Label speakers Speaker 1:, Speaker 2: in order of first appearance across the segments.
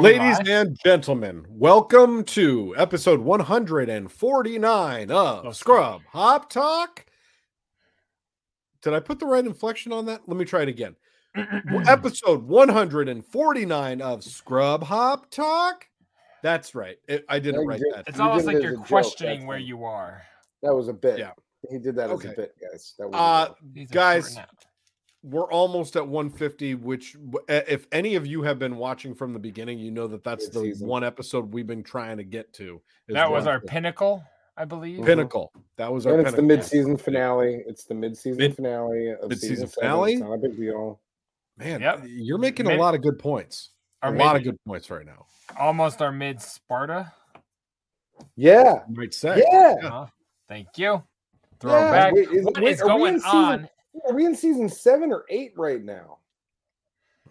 Speaker 1: Ladies and gentlemen, welcome to episode 149
Speaker 2: Oh,
Speaker 1: of Scrub Hop Talk. Did I put the right inflection on that? Let me try it again. episode 149 of Scrub Hop Talk. That's right. It- I didn't
Speaker 3: No, you
Speaker 1: write
Speaker 3: didn't.
Speaker 1: that.
Speaker 2: It's
Speaker 3: You
Speaker 2: almost
Speaker 3: did it
Speaker 2: like
Speaker 3: as
Speaker 2: you're
Speaker 3: a joke,
Speaker 2: questioning
Speaker 3: that's
Speaker 2: where
Speaker 3: all.
Speaker 2: you are.
Speaker 3: That was a bit.
Speaker 1: Yeah.
Speaker 3: He did that
Speaker 1: Okay.
Speaker 3: as a bit, guys. That was
Speaker 1: Uh,
Speaker 3: a bit.
Speaker 2: These are
Speaker 1: Guys,
Speaker 2: short naps.
Speaker 1: We're almost at 150, which, w- if any of you have been watching from the beginning, you know that that's
Speaker 3: Good
Speaker 1: the
Speaker 3: season.
Speaker 1: one episode we've been trying to get to. is
Speaker 2: that was our
Speaker 1: 150.
Speaker 2: pinnacle, I believe.
Speaker 1: pinnacle. That was our
Speaker 3: Mm-hmm. and it's the
Speaker 1: pinnacle.
Speaker 3: mid-season finale. It's the mid-season
Speaker 1: Mid-
Speaker 3: finale of
Speaker 1: mid-season
Speaker 3: season finale.
Speaker 1: finale?
Speaker 3: It's not a big deal.
Speaker 1: Man,
Speaker 2: Yep.
Speaker 1: you're making
Speaker 2: Mid-
Speaker 1: a lot of good points.
Speaker 2: Our
Speaker 1: a lot
Speaker 2: mid-
Speaker 1: of good points right now.
Speaker 2: Almost our mid Sparta.
Speaker 3: Yeah,
Speaker 1: You might say.
Speaker 3: yeah.
Speaker 1: Yeah.
Speaker 2: Huh? Thank you. Throwback.
Speaker 3: Wait, is-
Speaker 2: What
Speaker 3: wait,
Speaker 2: is
Speaker 3: are we in
Speaker 2: going
Speaker 3: season-
Speaker 2: on?
Speaker 3: Are we in season seven or eight right now?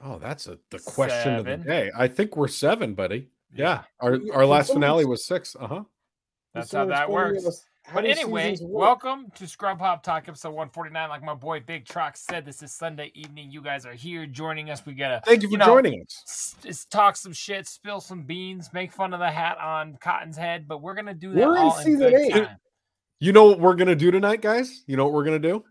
Speaker 1: Oh, that's a, the question of
Speaker 2: Seven.
Speaker 1: the day. I think we're seven, buddy.
Speaker 2: Yeah.
Speaker 1: Yeah. Our
Speaker 3: Yeah,
Speaker 1: our
Speaker 3: can
Speaker 1: last
Speaker 3: someone
Speaker 1: finale
Speaker 3: ex-
Speaker 1: was six. Uh huh.
Speaker 3: Can
Speaker 2: That's how
Speaker 3: someone
Speaker 2: that
Speaker 3: explain to
Speaker 2: works.
Speaker 3: us how
Speaker 2: But
Speaker 3: do
Speaker 2: anyway,
Speaker 3: seasons work?
Speaker 2: welcome to Scrub Hop Talk episode 149. Like my boy Big Truck said, this is Sunday evening. You guys are here joining us. We gotta
Speaker 1: Thank you for
Speaker 2: You know,
Speaker 1: joining us.
Speaker 2: s- s- talk some shit, spill some beans, make fun of the hat on Cotton's head, but we're gonna do that
Speaker 3: We're in
Speaker 2: all in,
Speaker 3: season
Speaker 2: good
Speaker 3: eight.
Speaker 2: time.
Speaker 1: You know what we're gonna do tonight, guys? You know what we're gonna do?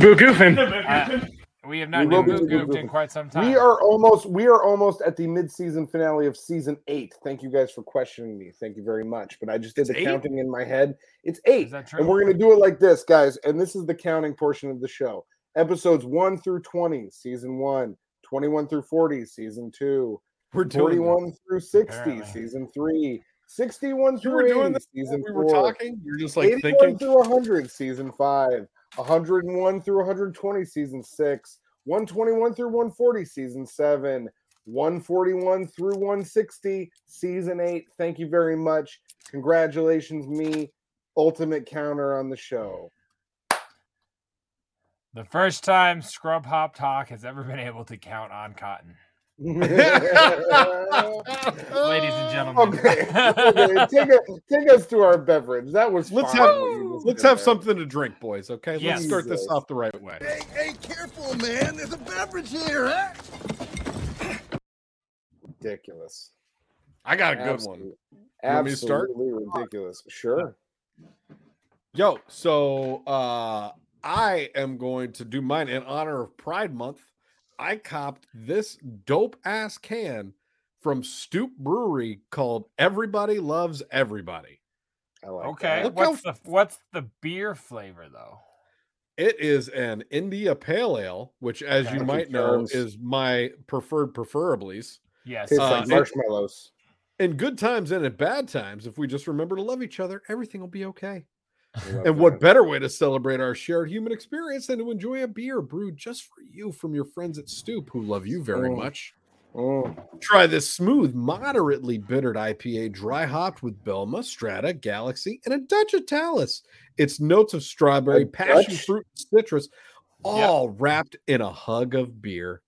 Speaker 2: Uh, we have not
Speaker 3: We will
Speaker 2: been
Speaker 3: be
Speaker 2: goofed,
Speaker 3: doing goofing.
Speaker 2: in quite some time.
Speaker 3: We are almost. We are almost at the mid-season finale of season eight. Thank you guys for questioning me. Thank you very much. But I just did
Speaker 1: It's
Speaker 3: the
Speaker 1: eight?
Speaker 3: counting in my head. It's eight.
Speaker 2: Is that true?
Speaker 3: And we're going to do it like this, guys. And this is the counting portion of the show. Episodes 1 through 20, season 1, 21 through 40, season 2,
Speaker 1: We're doing
Speaker 3: 41 through 60,
Speaker 2: Apparently.
Speaker 3: season 3, 61
Speaker 1: You
Speaker 3: through
Speaker 1: were doing
Speaker 3: 80,
Speaker 1: this
Speaker 3: season
Speaker 1: we
Speaker 3: 4,
Speaker 1: were talking. You're just like
Speaker 3: 81
Speaker 1: thinking.
Speaker 3: through 100, season 5, 101 through 120, season 6, 121 through 140, season 7, 141 through 160, season 8. Thank you very much. Congratulations, me. Ultimate counter on the show.
Speaker 2: the first time Scrub Hop Talk has ever been able to count on Cotton. Ladies and gentlemen.
Speaker 3: Okay. Okay, take, us, take us to our beverage. That was
Speaker 1: Let's
Speaker 3: fine
Speaker 1: have-
Speaker 3: what you just
Speaker 1: Let's
Speaker 3: did
Speaker 1: have
Speaker 3: there.
Speaker 1: something to drink, boys. Okay, let's
Speaker 2: Yes.
Speaker 1: start this
Speaker 3: Jesus.
Speaker 1: off the right way.
Speaker 4: Hey, hey, careful, man. There's a beverage here, huh?
Speaker 3: ridiculous.
Speaker 1: I got a good one.
Speaker 3: Absolute-
Speaker 1: You want me to start?
Speaker 3: Absolutely ridiculous. Sure.
Speaker 1: Yo, so uh I am going to do mine in honor of Pride Month. I copped this dope ass can from Stoop Brewery called Everybody Loves Everybody.
Speaker 3: I like
Speaker 2: Okay,
Speaker 1: Look
Speaker 2: what's the what's the beer flavor though?
Speaker 1: It is an India Pale Ale, which as
Speaker 2: Okay.
Speaker 1: you
Speaker 3: Fucking
Speaker 1: might know
Speaker 3: germs.
Speaker 1: is my preferred preferablies.
Speaker 3: that.
Speaker 2: Yes,
Speaker 3: Tastes
Speaker 1: Uh,
Speaker 3: like
Speaker 1: it-
Speaker 3: marshmallows.
Speaker 1: In good times and in bad times, if we just remember to love each other, everything will be okay.
Speaker 3: I love
Speaker 1: And what
Speaker 3: that.
Speaker 1: better way to celebrate our shared human experience than to enjoy a beer brewed just for you from your friends at Stoop who love you very
Speaker 3: Mm.
Speaker 1: much.
Speaker 3: Mm,
Speaker 1: Try this smooth, moderately bittered IPA, dry hopped with Belma, Strata, Galaxy, and a Dutch Italis. Its notes of strawberry,
Speaker 3: A
Speaker 1: passion
Speaker 3: Dutch?
Speaker 1: fruit, and citrus, all wrapped in a hug of beer.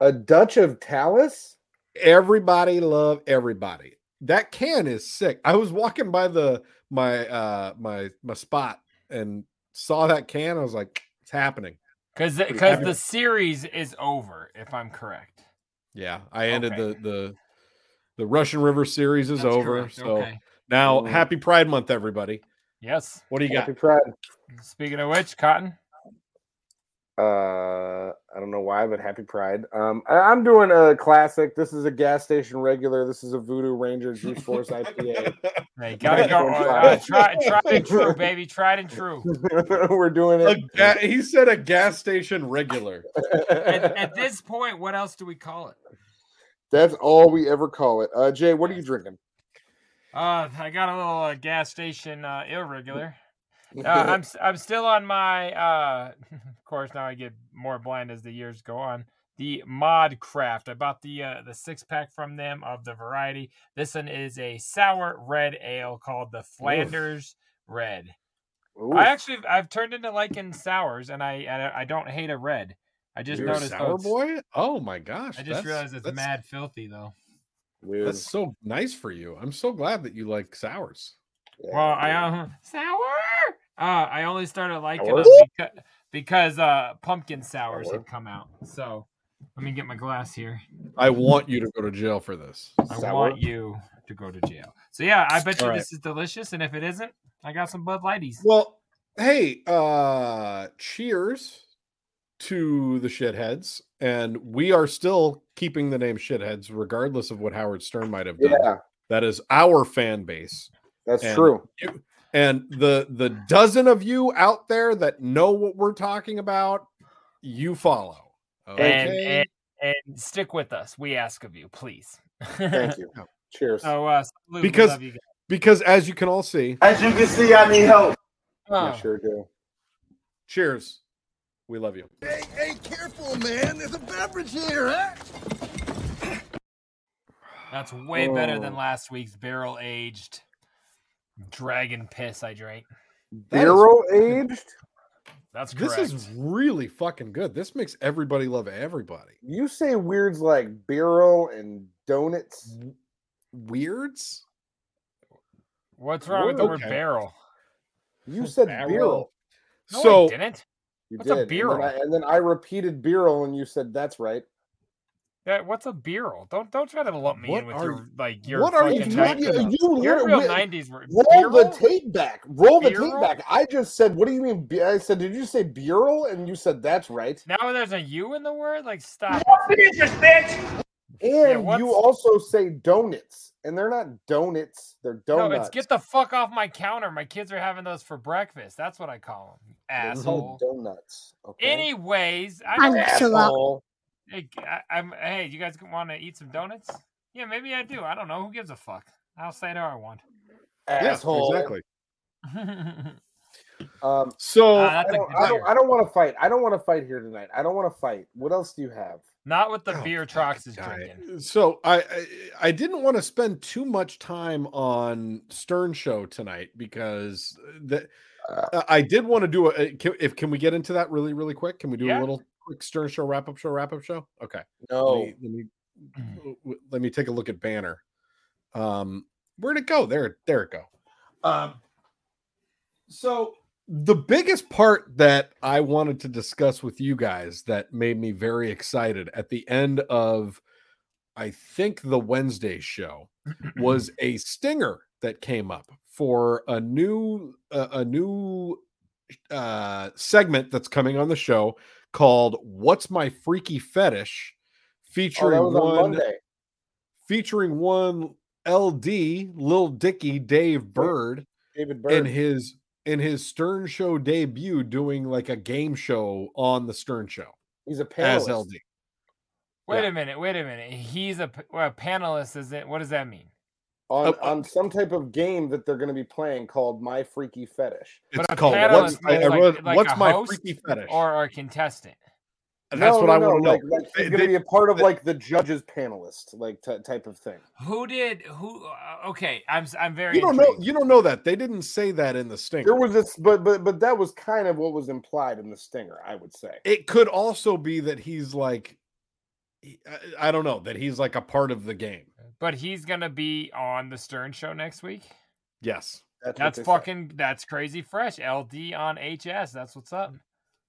Speaker 3: A Dutch of Talus?
Speaker 1: Everybody love everybody. That can is sick. I was walking by the my uh my my spot and saw that can. I was like, it's happening.
Speaker 2: because because the series is over, if I'm correct.
Speaker 1: Yeah, I ended
Speaker 2: Okay.
Speaker 1: the the the Russian River series is
Speaker 2: That's
Speaker 1: over.
Speaker 2: correct,
Speaker 1: So
Speaker 2: okay.
Speaker 1: now
Speaker 3: Ooh.
Speaker 1: happy Pride Month, everybody.
Speaker 2: yes.
Speaker 1: What do you got?
Speaker 3: Happy Pride.
Speaker 2: Speaking of which, Cotton,
Speaker 3: Uh, I don't know why, but Happy Pride. Um, I, I'm doing a classic. This is a gas station regular. This is a Voodoo Ranger Juice Force IPA.
Speaker 2: they gotta go.
Speaker 3: Nice.
Speaker 2: Uh, try, try and true, baby. Tried and true.
Speaker 3: We're doing
Speaker 1: A
Speaker 3: it.
Speaker 1: ga- he said a gas station regular.
Speaker 2: At, at this point, what else do we call it?
Speaker 3: That's all we ever call it. Uh, Jay, what are you drinking?
Speaker 2: Uh, I got a little uh, gas station uh, irregular. Uh, I'm s- I'm still on my. Uh, of course, now I get more blind as the years go on. The Mod Craft. I bought the uh, the six pack from them of the variety. This one is a sour red ale called the Flanders Red.
Speaker 3: Ooh,
Speaker 2: I actually I've turned into liking sours, and I and I- I don't hate a red. I just
Speaker 1: You're a
Speaker 2: noticed. though,
Speaker 1: sour
Speaker 2: it's-
Speaker 1: boy. Oh my gosh!
Speaker 2: I just
Speaker 1: that's-
Speaker 2: realized it's
Speaker 1: that's-
Speaker 2: mad filthy though.
Speaker 3: weird.
Speaker 1: That's so nice for you. I'm so glad that you like sours.
Speaker 3: Yeah,
Speaker 2: Well, I
Speaker 3: weird.
Speaker 2: uh, sour. Uh, I only started liking
Speaker 3: Sour?
Speaker 2: them because, because uh, pumpkin sours
Speaker 3: Sour.
Speaker 2: had come out. So let me get my glass here.
Speaker 1: I want you to go to jail for this.
Speaker 2: I
Speaker 3: Sour?
Speaker 2: want you to go to jail. So yeah, I bet you
Speaker 1: All right.
Speaker 2: this is delicious, and if it isn't, I got some Bud Lighties.
Speaker 1: Well, hey, uh cheers to the shitheads. And we are still keeping the name shitheads, regardless of what Howard Stern might have done.
Speaker 3: yeah,
Speaker 1: That is our fan base.
Speaker 3: that's
Speaker 1: And-
Speaker 3: true.
Speaker 1: And the the dozen of you out there that know what we're talking about, you follow.
Speaker 2: And, and and stick with us. We ask of you, please.
Speaker 3: Thank you.
Speaker 2: Oh.
Speaker 1: Yeah.
Speaker 3: Cheers.
Speaker 2: so uh, salute. We
Speaker 1: Because-
Speaker 2: love you guys.
Speaker 1: because as you can all see,
Speaker 3: I
Speaker 2: Oh.
Speaker 3: sure do.
Speaker 1: cheers. We love you.
Speaker 2: That's way better than
Speaker 3: Oh.
Speaker 2: last week's barrel aged dragon piss I drank.
Speaker 1: That is-
Speaker 3: Barrel aged.
Speaker 2: That's correct.
Speaker 1: This is really fucking good. This makes everybody love everybody.
Speaker 3: You say weirds like barrel and donuts.
Speaker 2: Mm-hmm.
Speaker 1: Weirds?
Speaker 2: What's wrong with the
Speaker 1: Whoa.
Speaker 2: word
Speaker 1: Okay.
Speaker 2: barrel?
Speaker 3: You said
Speaker 1: Barrel.
Speaker 3: barrel.
Speaker 2: No,
Speaker 1: so
Speaker 2: I didn't.
Speaker 3: You
Speaker 2: What's a
Speaker 3: did. And then, I,
Speaker 2: barrel?
Speaker 3: and then I repeated barrel, and you said that's right.
Speaker 2: That, what's a barrel? Don't don't try to lump me
Speaker 1: What
Speaker 2: in with
Speaker 1: are
Speaker 2: your
Speaker 1: you-
Speaker 2: like your
Speaker 1: what are
Speaker 2: fucking
Speaker 1: you
Speaker 3: you,
Speaker 1: talking
Speaker 3: you,
Speaker 2: nineties-
Speaker 1: about?
Speaker 3: you
Speaker 2: your
Speaker 3: literally-
Speaker 2: real
Speaker 3: wait,
Speaker 2: nineties word.
Speaker 3: Roll the
Speaker 2: Barrel?
Speaker 3: tape back. Roll the tape
Speaker 2: Bureau?
Speaker 3: back. I just said, "What do you mean?" bu- I said, "Did you say bureau?" And you said, "That's right."
Speaker 2: Now there's a U in the word. Like stop.
Speaker 3: And
Speaker 2: what's-
Speaker 3: you also say donuts, and they're not donuts; they're
Speaker 2: No,
Speaker 3: donuts.
Speaker 2: it's get the fuck off my counter. My kids are having those for breakfast. That's what I call them.
Speaker 3: They're called
Speaker 2: Asshole.
Speaker 3: donuts. Okay.
Speaker 2: Anyways, I know
Speaker 3: Asshole.
Speaker 2: Hey, g- I, am hey, you guys want to eat some donuts? Yeah, maybe I do. I don't know. Who gives a fuck? I'll say it how I want.
Speaker 3: Asshole.
Speaker 1: Yeah, exactly.
Speaker 3: Um,
Speaker 1: So
Speaker 2: Ah,
Speaker 3: I
Speaker 2: that's a
Speaker 3: don't,
Speaker 2: good
Speaker 3: I don't,
Speaker 2: beer.
Speaker 3: I don't want to fight. I don't want to fight here tonight. I don't want to fight. What else do you have?
Speaker 2: Not with the
Speaker 1: Oh,
Speaker 2: beer
Speaker 1: fucking
Speaker 2: Trox is
Speaker 1: guy.
Speaker 2: drinking.
Speaker 1: Uh, So I, I I didn't want to spend too much time on Stern Show tonight because that uh, I did want to do a- a. Can, if can we get into that really really quick? Can we do
Speaker 2: Yeah.
Speaker 1: a little quick Stern Show wrap up show wrap up show? Okay.
Speaker 3: No.
Speaker 1: Let me, let me w- w- let me take a look at Banner. Um, where'd it go? There, there it go. Um, so the biggest part that I wanted to discuss with you guys that made me very excited at the end of, I think the Wednesday show was a stinger that came up for a new a a new uh segment that's coming on the show called "What's My Freaky Fetish,"
Speaker 3: Oh,
Speaker 1: featuring
Speaker 3: that
Speaker 1: one
Speaker 3: was on Monday.
Speaker 1: featuring one LD Lil Dicky Dave Bird
Speaker 3: David
Speaker 1: in
Speaker 3: Byrne.
Speaker 1: his in his Stern Show debut doing like a game show on the Stern Show
Speaker 3: He's a
Speaker 1: as
Speaker 3: panelist.
Speaker 1: LD.
Speaker 2: Wait
Speaker 1: Yeah.
Speaker 2: a minute. Wait a minute. He's a, p- well, panelist. Is it? What does that mean?
Speaker 3: on,
Speaker 1: Oh, oh.
Speaker 3: on some type of game that they're going to be playing called My Freaky Fetish.
Speaker 1: It's
Speaker 2: a
Speaker 1: called
Speaker 2: panelist
Speaker 1: what's, I-
Speaker 2: means
Speaker 1: I
Speaker 2: like-
Speaker 1: wrote,
Speaker 2: like
Speaker 1: what's
Speaker 2: a
Speaker 1: my
Speaker 2: host
Speaker 1: freaky fetish?
Speaker 2: Or a contestant?
Speaker 1: and that's
Speaker 3: No,
Speaker 1: what
Speaker 3: no,
Speaker 1: I want to
Speaker 3: no,
Speaker 1: know.
Speaker 3: Like, like he's
Speaker 1: They-
Speaker 3: going to
Speaker 1: they-
Speaker 3: be a part of
Speaker 1: they-
Speaker 3: like the judges panelist, like t- type of thing.
Speaker 2: Who did? Who? Uh, okay. I'm, s- I'm very.
Speaker 1: you don't know.
Speaker 2: intrigued.
Speaker 1: You don't know that they didn't say that in the stinger.
Speaker 3: There was this, but but but that was kind of what was implied in the stinger, I would say.
Speaker 1: it could also be that he's like, he- I, I don't know, that he's like a part of the game.
Speaker 2: But he's going to be on the Stern Show next week.
Speaker 1: Yes.
Speaker 3: That's, what
Speaker 2: That's
Speaker 3: they said.
Speaker 2: fucking, that's crazy fresh. LD on HS. That's what's up.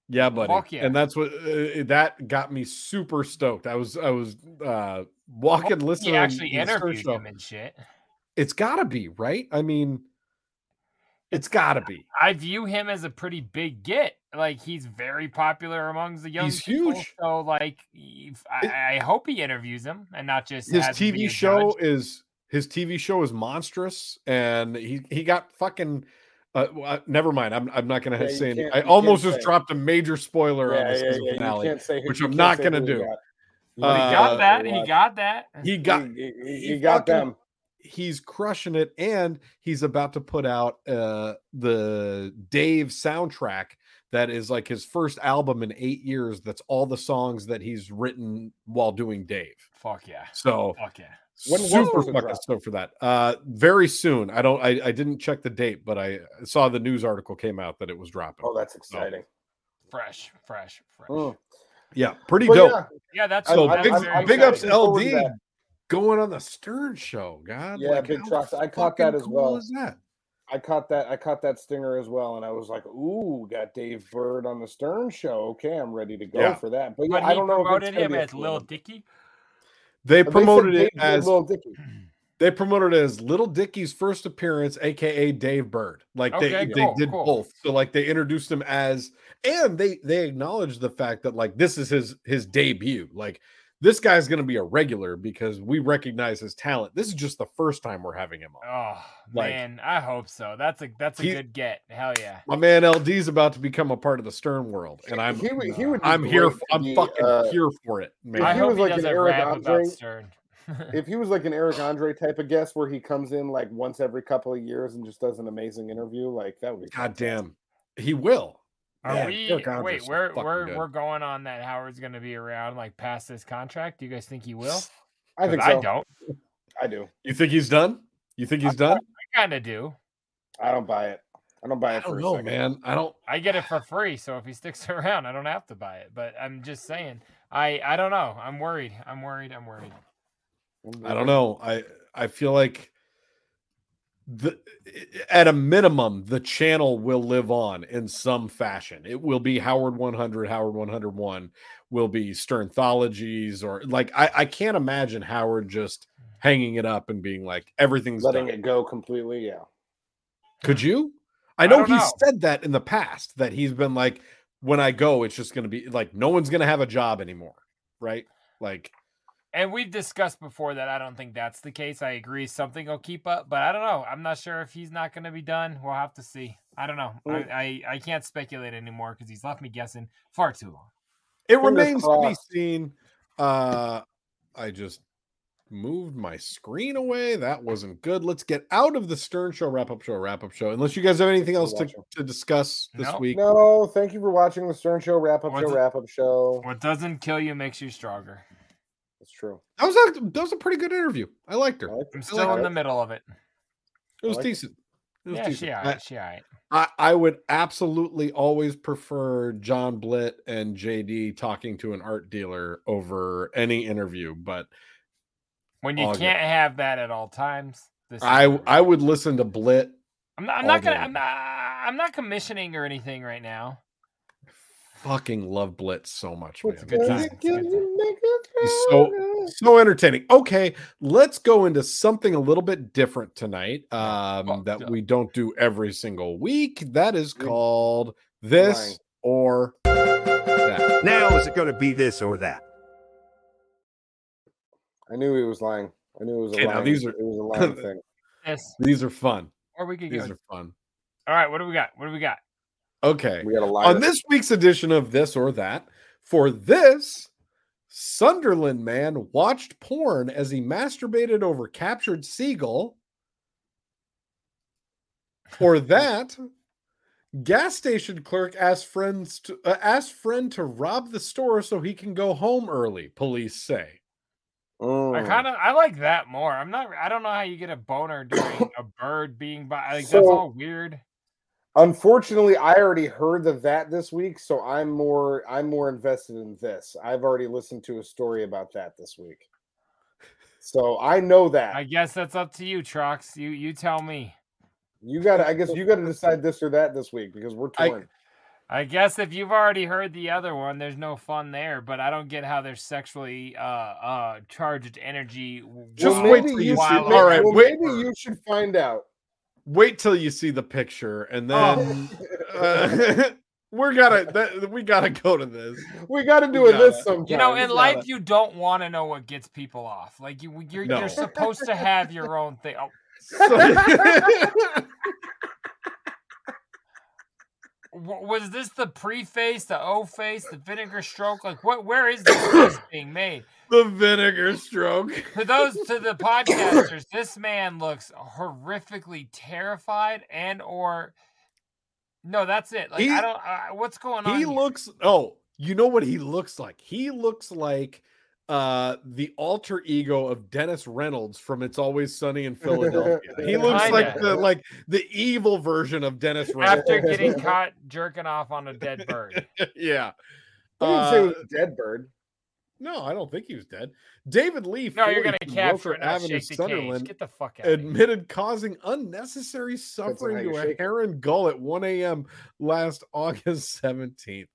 Speaker 1: Yeah, buddy.
Speaker 2: Fuck yeah.
Speaker 1: And that's what uh, that got me super stoked. I was I was uh walking listening
Speaker 2: He actually
Speaker 1: to the Stern
Speaker 2: interviewed
Speaker 1: Show.
Speaker 2: him and shit.
Speaker 1: It's got to be, right? I mean it's got to be.
Speaker 2: I view him as a pretty big get. Like he's very popular amongst the young.
Speaker 1: He's
Speaker 2: people,
Speaker 1: huge.
Speaker 2: So like, if-
Speaker 1: It-
Speaker 2: I, I hope he interviews him and not just
Speaker 1: His
Speaker 2: has him be
Speaker 1: TV
Speaker 2: a
Speaker 1: show
Speaker 2: judge.
Speaker 1: is his TV show is monstrous and he he got fucking uh, well, uh, never mind. I'm I'm not going
Speaker 3: Yeah,
Speaker 1: to
Speaker 3: you
Speaker 1: say any,
Speaker 3: can't-
Speaker 1: I
Speaker 3: you can't
Speaker 1: almost just
Speaker 3: say.
Speaker 1: dropped a major spoiler on the
Speaker 3: Yeah, yeah,
Speaker 1: season
Speaker 3: yeah, You
Speaker 1: finale.
Speaker 3: can't say who,
Speaker 1: which
Speaker 3: you
Speaker 1: I'm
Speaker 3: can't
Speaker 1: not
Speaker 3: say
Speaker 1: gonna
Speaker 3: who
Speaker 1: do.
Speaker 3: Got.
Speaker 2: But he got
Speaker 1: Uh,
Speaker 2: that. He got that.
Speaker 1: He
Speaker 3: he
Speaker 1: got
Speaker 3: got, he, he-
Speaker 1: he
Speaker 3: he got
Speaker 1: fucking-
Speaker 3: them.
Speaker 1: he's crushing it and he's about to put out uh the dave soundtrack that is like his first album in eight years that's all the songs that he's written while doing dave
Speaker 2: Fuck yeah.
Speaker 1: so
Speaker 2: Fuck yeah.
Speaker 3: When was
Speaker 1: super
Speaker 3: it
Speaker 1: fucking
Speaker 3: dropped?
Speaker 1: stoked for that uh very soon i don't I, I didn't check the date but i saw the news article came out that it was dropping
Speaker 3: Oh, that's exciting.
Speaker 2: Fresh, fresh, fresh.
Speaker 3: Mm.
Speaker 1: yeah pretty
Speaker 3: But
Speaker 1: dope
Speaker 3: yeah,
Speaker 2: Yeah, that's
Speaker 1: so
Speaker 3: I-
Speaker 2: that's
Speaker 1: big,
Speaker 2: very
Speaker 3: I'm
Speaker 1: big
Speaker 2: exciting.
Speaker 1: ups
Speaker 3: excited. Forward to
Speaker 1: ld
Speaker 3: that.
Speaker 1: going on the stern show god
Speaker 3: Yeah, big
Speaker 1: how
Speaker 3: trucks. I caught that
Speaker 1: fucking
Speaker 3: as well.
Speaker 1: is that?
Speaker 3: I caught that. I caught that stinger as well, and I was like, "Ooh, got Dave Bird on the Stern Show. Okay, I'm ready to go
Speaker 1: Yeah.
Speaker 3: for that." But
Speaker 2: But
Speaker 3: yeah,
Speaker 2: he
Speaker 3: I don't know if
Speaker 2: promoted
Speaker 3: it's gonna
Speaker 2: him
Speaker 3: be a
Speaker 2: as
Speaker 3: full
Speaker 2: Lil
Speaker 3: one.
Speaker 2: Dicky.
Speaker 1: they
Speaker 3: But
Speaker 1: promoted
Speaker 3: said
Speaker 1: it
Speaker 3: Dave Bird,
Speaker 1: as
Speaker 3: Lil Dicky.
Speaker 1: they promoted it as Little Dickie's first appearance, aka Dave Bird. Like they,
Speaker 2: Okay,
Speaker 1: they
Speaker 2: cool,
Speaker 1: did
Speaker 2: cool.
Speaker 1: both. So like they introduced him as, and they they acknowledged the fact that like this is his his debut. Like this guy's gonna be a regular because we recognize his talent. This is just the first time we're having him on.
Speaker 2: Oh
Speaker 1: Like-
Speaker 2: man, I hope so. That's a that's a
Speaker 1: He-
Speaker 2: good get. Hell yeah.
Speaker 1: My man LD's about to become a part of the Stern world, and I'm
Speaker 3: He would- he would be
Speaker 1: I'm here.
Speaker 3: great
Speaker 1: For,
Speaker 3: to
Speaker 1: I'm
Speaker 3: be,
Speaker 1: fucking
Speaker 3: uh,
Speaker 1: here for it, man.
Speaker 2: I
Speaker 3: he
Speaker 2: hope
Speaker 3: was
Speaker 2: he
Speaker 3: like an
Speaker 2: doesn't
Speaker 3: Eric
Speaker 2: rap
Speaker 3: Andre-
Speaker 2: about Stern.
Speaker 3: If he was like an Eric Andre type of guest, where he comes in like once every couple of years and just does an amazing interview, like that would be
Speaker 1: God damn, he will.
Speaker 2: Are
Speaker 1: Yeah,
Speaker 2: we?
Speaker 1: Eric Andre's
Speaker 2: wait,
Speaker 1: so
Speaker 2: we're
Speaker 1: fucking
Speaker 2: we're
Speaker 1: good.
Speaker 2: we're going on that Howard's going to be around like past this contract. Do you guys think he will?
Speaker 3: I think
Speaker 2: 'Cause
Speaker 3: so. I,
Speaker 2: I don't.
Speaker 3: do.
Speaker 1: You think he's done? You think he's done?
Speaker 2: I kind of do.
Speaker 3: I don't buy it. I don't buy
Speaker 1: I
Speaker 3: it for
Speaker 1: don't
Speaker 3: a
Speaker 1: know,
Speaker 3: second.
Speaker 1: man. I don't.
Speaker 2: I get it for free, so if he sticks around, I don't have to buy it. But I'm just saying, I I don't know. I'm worried. I'm worried. I'm worried.
Speaker 1: I don't know. I I feel like the at a minimum the channel will live on in some fashion. It will be Howard 100, Howard 101 will be Sternthologies or like I I can't imagine Howard just hanging it up and being like everything's
Speaker 3: Letting
Speaker 1: done.
Speaker 3: it go completely. Yeah.
Speaker 1: Could you? I
Speaker 2: I
Speaker 1: know
Speaker 2: don't
Speaker 1: he
Speaker 2: know.
Speaker 1: said that in the past that he's been like when I go it's just going to be like no one's going to have a job anymore, right? Like
Speaker 2: And we've discussed before that I don't think that's the case. I agree, something will keep up, but I don't know. I'm not sure if he's not going to be done. We'll have to see. I don't know.
Speaker 3: Mm.
Speaker 2: I, I I can't speculate anymore because he's left me guessing far too long.
Speaker 1: It
Speaker 3: Fingers
Speaker 1: remains to be
Speaker 3: crossed.
Speaker 1: seen. Uh, I just moved my screen away. That wasn't good. Let's get out of the Stern Show wrap up show wrap up show. Unless you guys have anything else to,
Speaker 3: watching.
Speaker 1: to discuss this
Speaker 2: No.
Speaker 1: week.
Speaker 3: No, thank you for watching the Stern Show wrap up
Speaker 2: Was
Speaker 3: show
Speaker 2: it-
Speaker 3: wrap up show.
Speaker 2: What doesn't kill you makes you stronger.
Speaker 3: It's true.
Speaker 1: That was a, that was a pretty good interview. I liked her.
Speaker 3: I like
Speaker 2: I'm
Speaker 3: it.
Speaker 2: still in the middle of it.
Speaker 1: It was
Speaker 3: like it.
Speaker 1: decent. It was
Speaker 2: Yeah, she
Speaker 1: decent.
Speaker 2: uh, all
Speaker 1: I,
Speaker 2: right. She all right.
Speaker 1: I, I would absolutely always prefer John Blitt and JD talking to an art dealer over any interview, but
Speaker 2: When you
Speaker 1: All good.
Speaker 2: can't have that at all times. This is
Speaker 1: I
Speaker 2: where we
Speaker 1: I
Speaker 2: are.
Speaker 1: would listen to Blitt.
Speaker 2: I'm not, I'm
Speaker 1: all
Speaker 2: not gonna.
Speaker 1: day.
Speaker 2: I'm not. I'm not commissioning or anything right now.
Speaker 1: Fucking love Blitt so much, man.
Speaker 3: What's
Speaker 2: good
Speaker 3: gonna
Speaker 2: time. It's a
Speaker 3: kill
Speaker 2: good
Speaker 3: you, make it
Speaker 1: He's so-
Speaker 3: harder.
Speaker 1: so entertaining. Okay, let's go into something a little bit different tonight um,
Speaker 2: Fuck
Speaker 1: that
Speaker 2: Oh, yeah.
Speaker 1: we don't do every single week. That is called this
Speaker 3: lying.
Speaker 1: or that.
Speaker 5: Now, is it going to be this or that?
Speaker 3: I knew he was lying. I knew it was a
Speaker 1: Okay, now
Speaker 3: lying.
Speaker 1: these are-
Speaker 3: It was a lying thing.
Speaker 2: This
Speaker 1: These are fun.
Speaker 2: or we could go.
Speaker 1: These are fun.
Speaker 2: All right. What do we got? What do we got?
Speaker 1: Okay.
Speaker 3: We got a liar.
Speaker 1: On this week's edition of this or that, for this, Sunderland man watched porn as he masturbated over captured seagull. Or that, gas station clerk asked friends to, uh, asked friend to rob the store so he can go home early. Police say.
Speaker 2: I
Speaker 3: Mm.
Speaker 2: kind of I like that more. I'm not. I don't know how you get a boner during a bird being by. Like that's
Speaker 3: So-
Speaker 2: all weird.
Speaker 3: Unfortunately, I already heard the that this week, so I'm more I'm more invested in this. I've already listened to a story about that this week. So I know that.
Speaker 2: I guess that's up to you, Trox. You you tell me.
Speaker 3: you gotta I guess you gotta decide this or that this week because we're
Speaker 1: I-
Speaker 3: torn.
Speaker 2: I guess if you've already heard the other one, there's no fun there. But I don't get how there's sexually uh uh charged energy. w-
Speaker 1: Just
Speaker 3: Well,
Speaker 2: while-
Speaker 1: wait
Speaker 3: maybe
Speaker 1: till
Speaker 2: you
Speaker 1: you see.
Speaker 2: see-
Speaker 3: should-
Speaker 1: All right,
Speaker 3: well,
Speaker 1: wait.
Speaker 3: maybe you should find out.
Speaker 1: Wait till you see the picture, and
Speaker 3: Oh.
Speaker 1: then uh, we're gotta that, we gotta go to this.
Speaker 3: We gotta do
Speaker 1: We
Speaker 3: it this
Speaker 1: gotta-
Speaker 3: sometime.
Speaker 2: You know,
Speaker 3: We
Speaker 2: in
Speaker 3: gotta-
Speaker 2: life, you don't want to know what gets people off. Like you, you're
Speaker 1: No.
Speaker 2: you're supposed to have your own thing. Oh,
Speaker 1: So-
Speaker 2: w- was this the preface, the O face, the vinegar stroke? Like, what? Where is this face being made?
Speaker 1: The vinegar stroke.
Speaker 2: To those to the podcasters, this man looks horrifically terrified and or no, that's it. Like,
Speaker 1: He-
Speaker 2: I don't. I what's going on?
Speaker 1: He
Speaker 2: here?
Speaker 1: looks. Oh, you know what he looks like? He looks like uh the alter ego of Dennis Reynolds from It's Always Sunny in Philadelphia. he looks
Speaker 2: Kinda.
Speaker 1: like the like the evil version of Dennis Reynolds.
Speaker 2: after getting caught jerking off on a dead bird.
Speaker 1: yeah.
Speaker 3: I didn't say it
Speaker 1: Uh,
Speaker 3: was a dead bird.
Speaker 1: no, I don't think he was dead. David Lee.
Speaker 2: No, you're
Speaker 1: 40
Speaker 2: gonna
Speaker 1: from
Speaker 2: capture
Speaker 1: Roper
Speaker 2: it. Not shake the cage. Get the fuck out. of here.
Speaker 1: admitted causing unnecessary
Speaker 3: how
Speaker 1: suffering
Speaker 3: you
Speaker 1: to a
Speaker 3: shake it.
Speaker 1: heron gull at 1 a.m. last August 17th.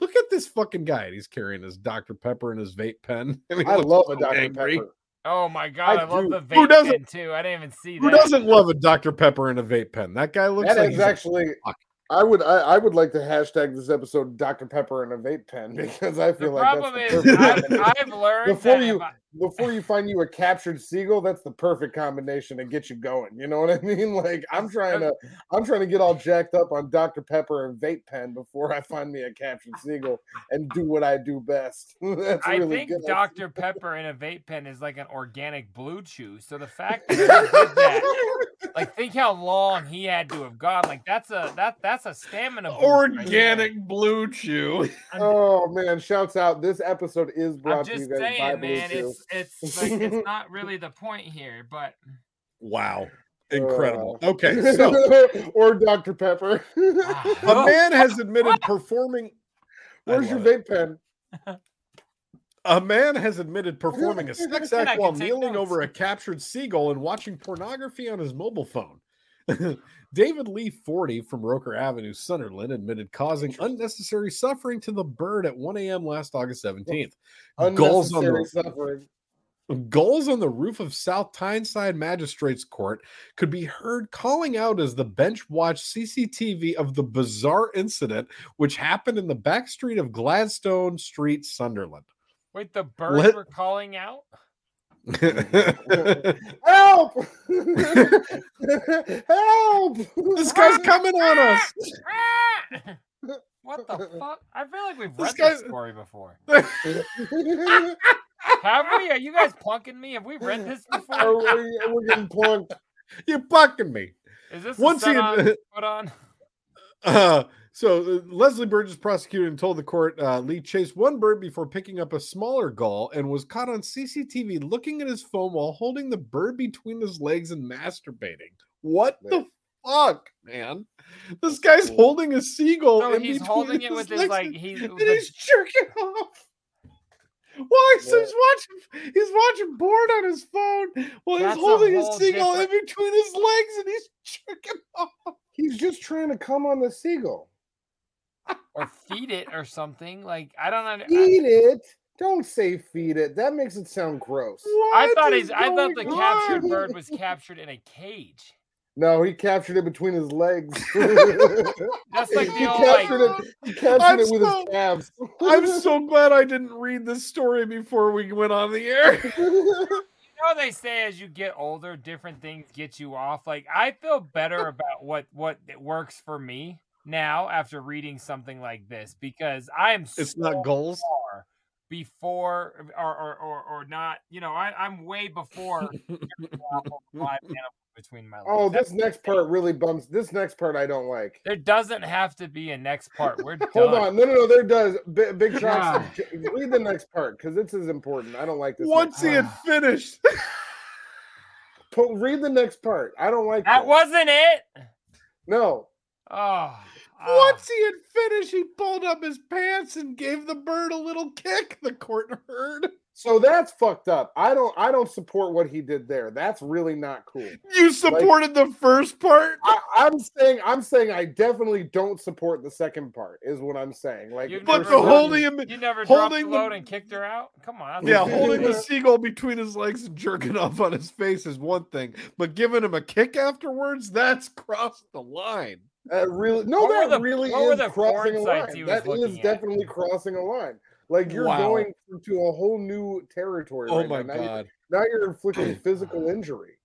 Speaker 1: Look at this fucking guy. and He's carrying his Dr. Pepper in his vape pen. And he
Speaker 3: I
Speaker 1: looks
Speaker 3: love a
Speaker 1: so
Speaker 3: Dr.
Speaker 1: angry.
Speaker 3: Pepper.
Speaker 2: Oh my god,
Speaker 1: I
Speaker 2: I, love
Speaker 1: do.
Speaker 2: the
Speaker 1: Who
Speaker 2: vape
Speaker 1: doesn't-
Speaker 2: pen too. I didn't even see that.
Speaker 1: Who doesn't love a Dr. Pepper in a vape pen? That guy looks
Speaker 3: That
Speaker 1: like
Speaker 3: is
Speaker 1: he's a-
Speaker 3: actually.
Speaker 1: fuck.
Speaker 3: I would I, I would like to hashtag this episode Dr. Pepper and a vape pen because I
Speaker 2: The
Speaker 3: feel like
Speaker 2: problem
Speaker 3: that's
Speaker 2: is,
Speaker 3: the
Speaker 2: I've,
Speaker 3: perfect combination.
Speaker 2: I've learned
Speaker 3: Before
Speaker 2: that if
Speaker 3: you-
Speaker 2: I-
Speaker 3: before you find you a captured seagull, that's the perfect combination to get you going. You know what I mean? Like I'm trying to I'm trying to get all jacked up on Dr. Pepper and vape pen before I find me a captured seagull and do what I do best. that's
Speaker 2: I
Speaker 3: really
Speaker 2: think
Speaker 3: good.
Speaker 2: Dr. Pepper in a vape pen is like an organic blue chew. So the fact that he did that, like, think how long he had to have gone. Like, that's a that that's a stamina. boost right there.
Speaker 1: organic blue chew.
Speaker 3: Oh man, shouts out. This episode is
Speaker 2: I'm
Speaker 3: brought to you
Speaker 2: just
Speaker 3: guys by
Speaker 2: saying,
Speaker 3: Blue
Speaker 2: man.
Speaker 3: Chew.
Speaker 2: It's it's like it's not really the point here, but
Speaker 1: Wow.
Speaker 3: Uh,
Speaker 1: Incredible. Okay. So
Speaker 3: or Dr. Pepper.
Speaker 2: ah,
Speaker 1: the man has admitted performing. I
Speaker 3: Where's your
Speaker 1: love it.
Speaker 3: vape pen?
Speaker 1: A man has admitted performing a sex
Speaker 2: And I
Speaker 1: act while
Speaker 2: can take
Speaker 1: kneeling
Speaker 2: notes.
Speaker 1: over a captured seagull and watching pornography on his mobile phone. David Lee, 40, from Roker Avenue, Sunderland, admitted causing unnecessary suffering to the bird at 1 a.m. last August 17th. Gulls on
Speaker 3: Unnecessary
Speaker 1: the
Speaker 3: suffering.
Speaker 1: Gulls on the roof of South Tyneside Magistrates Court could be heard calling out as the bench watched CCTV of the bizarre incident, which happened in the back street of Gladstone Street, Sunderland.
Speaker 2: wait, the birds
Speaker 1: Let-
Speaker 2: were calling out.
Speaker 3: Help! Help!
Speaker 1: this guy's coming on us.
Speaker 2: Ah! what the fuck? I feel like we've
Speaker 1: This
Speaker 2: read this
Speaker 1: guy-
Speaker 2: story before.
Speaker 3: are,
Speaker 2: Have we? Are you guys plunking me? Have we read this before?
Speaker 1: Oh,
Speaker 3: are you- we're getting plunked.
Speaker 1: You're fucking me.
Speaker 2: Is this
Speaker 1: Once
Speaker 2: once
Speaker 1: he-
Speaker 2: he put on?
Speaker 1: Uh, so uh, Leslie Burgess prosecuted and told the court uh, Lee chased one bird before picking up a smaller gull and was caught on CCTV looking at his phone while holding the bird between his legs and masturbating. What the fuck, man? This guy's holding a seagull.
Speaker 2: No,
Speaker 1: in
Speaker 2: Oh, he's
Speaker 1: between
Speaker 2: holding it with his
Speaker 1: legs
Speaker 2: like
Speaker 1: and-
Speaker 2: he's
Speaker 1: and
Speaker 2: the-
Speaker 1: he's jerking off. Why? So he's watching. He's watching porn on his phone while
Speaker 2: That's a
Speaker 1: he's holding a
Speaker 2: whole
Speaker 1: seagull in between his legs, and he's jerking off.
Speaker 3: He's just trying to come on the seagull.
Speaker 2: or feed it or something. Like I don't under- I,
Speaker 3: Feed it. Don't say feed it. That makes it sound gross.
Speaker 2: I
Speaker 1: What
Speaker 2: thought
Speaker 1: is
Speaker 2: he's I thought the
Speaker 1: going
Speaker 2: captured
Speaker 1: on?
Speaker 2: bird was captured in a cage.
Speaker 3: No, he captured it between his legs. he
Speaker 2: That's like the
Speaker 3: You
Speaker 2: old like
Speaker 3: captured it. captured
Speaker 1: I'm
Speaker 3: it with
Speaker 1: so-
Speaker 3: his calves.
Speaker 1: I'm so glad I didn't read this story before we went on the air.
Speaker 2: you know they say as you get older, different things get you off. Like I feel better about what what it works for me now after reading something like this because I am
Speaker 1: It's not goals.
Speaker 2: far before or or or, or not. You know, I, I'm way before live animal between my legs.
Speaker 3: oh,
Speaker 2: That's-
Speaker 3: this next part really bums. This next part I don't like.
Speaker 2: there doesn't have to be a next part. We're done.
Speaker 3: Hold on. No, no, no. There does. Big, big
Speaker 2: God.
Speaker 3: shots. Read the next part because this is important. I don't like this. next
Speaker 1: Once he had finished,
Speaker 3: Po- read the next part. I don't like
Speaker 2: That
Speaker 3: this.
Speaker 2: wasn't it.
Speaker 3: no.
Speaker 2: Oh,
Speaker 1: once he had finished, he pulled up his pants and gave the bird a little kick. The court heard.
Speaker 3: So that's fucked up. I don't. I don't support what he did there. That's really not cool.
Speaker 1: You supported the first part.
Speaker 3: I, I'm saying. I'm saying. I definitely don't support the second part. Is what I'm saying. Like,
Speaker 2: You've
Speaker 1: But
Speaker 3: there's
Speaker 2: never
Speaker 1: the
Speaker 2: done
Speaker 3: certain-
Speaker 1: holding him,
Speaker 2: You never dropped
Speaker 1: holding
Speaker 2: the
Speaker 1: the-
Speaker 2: load and kicked her out. Come on. that's
Speaker 1: yeah,
Speaker 2: not
Speaker 1: holding the
Speaker 2: fair.
Speaker 1: seagull between his legs and jerking off on his face is one thing, but giving him a kick afterwards—that's crossed the line.
Speaker 3: Uh, really? No,
Speaker 2: What were
Speaker 3: that
Speaker 2: the-
Speaker 3: really
Speaker 2: what were
Speaker 3: is
Speaker 2: the
Speaker 3: crossing
Speaker 2: porn
Speaker 3: a
Speaker 2: sites he
Speaker 3: line.
Speaker 2: was
Speaker 3: That is
Speaker 2: looking at?
Speaker 3: definitely crossing a line. Like you're
Speaker 1: Wow.
Speaker 3: going to a whole new territory.
Speaker 1: Oh
Speaker 3: right
Speaker 1: my
Speaker 3: now. Now you're-
Speaker 1: god!
Speaker 3: now you're inflicting physical injury.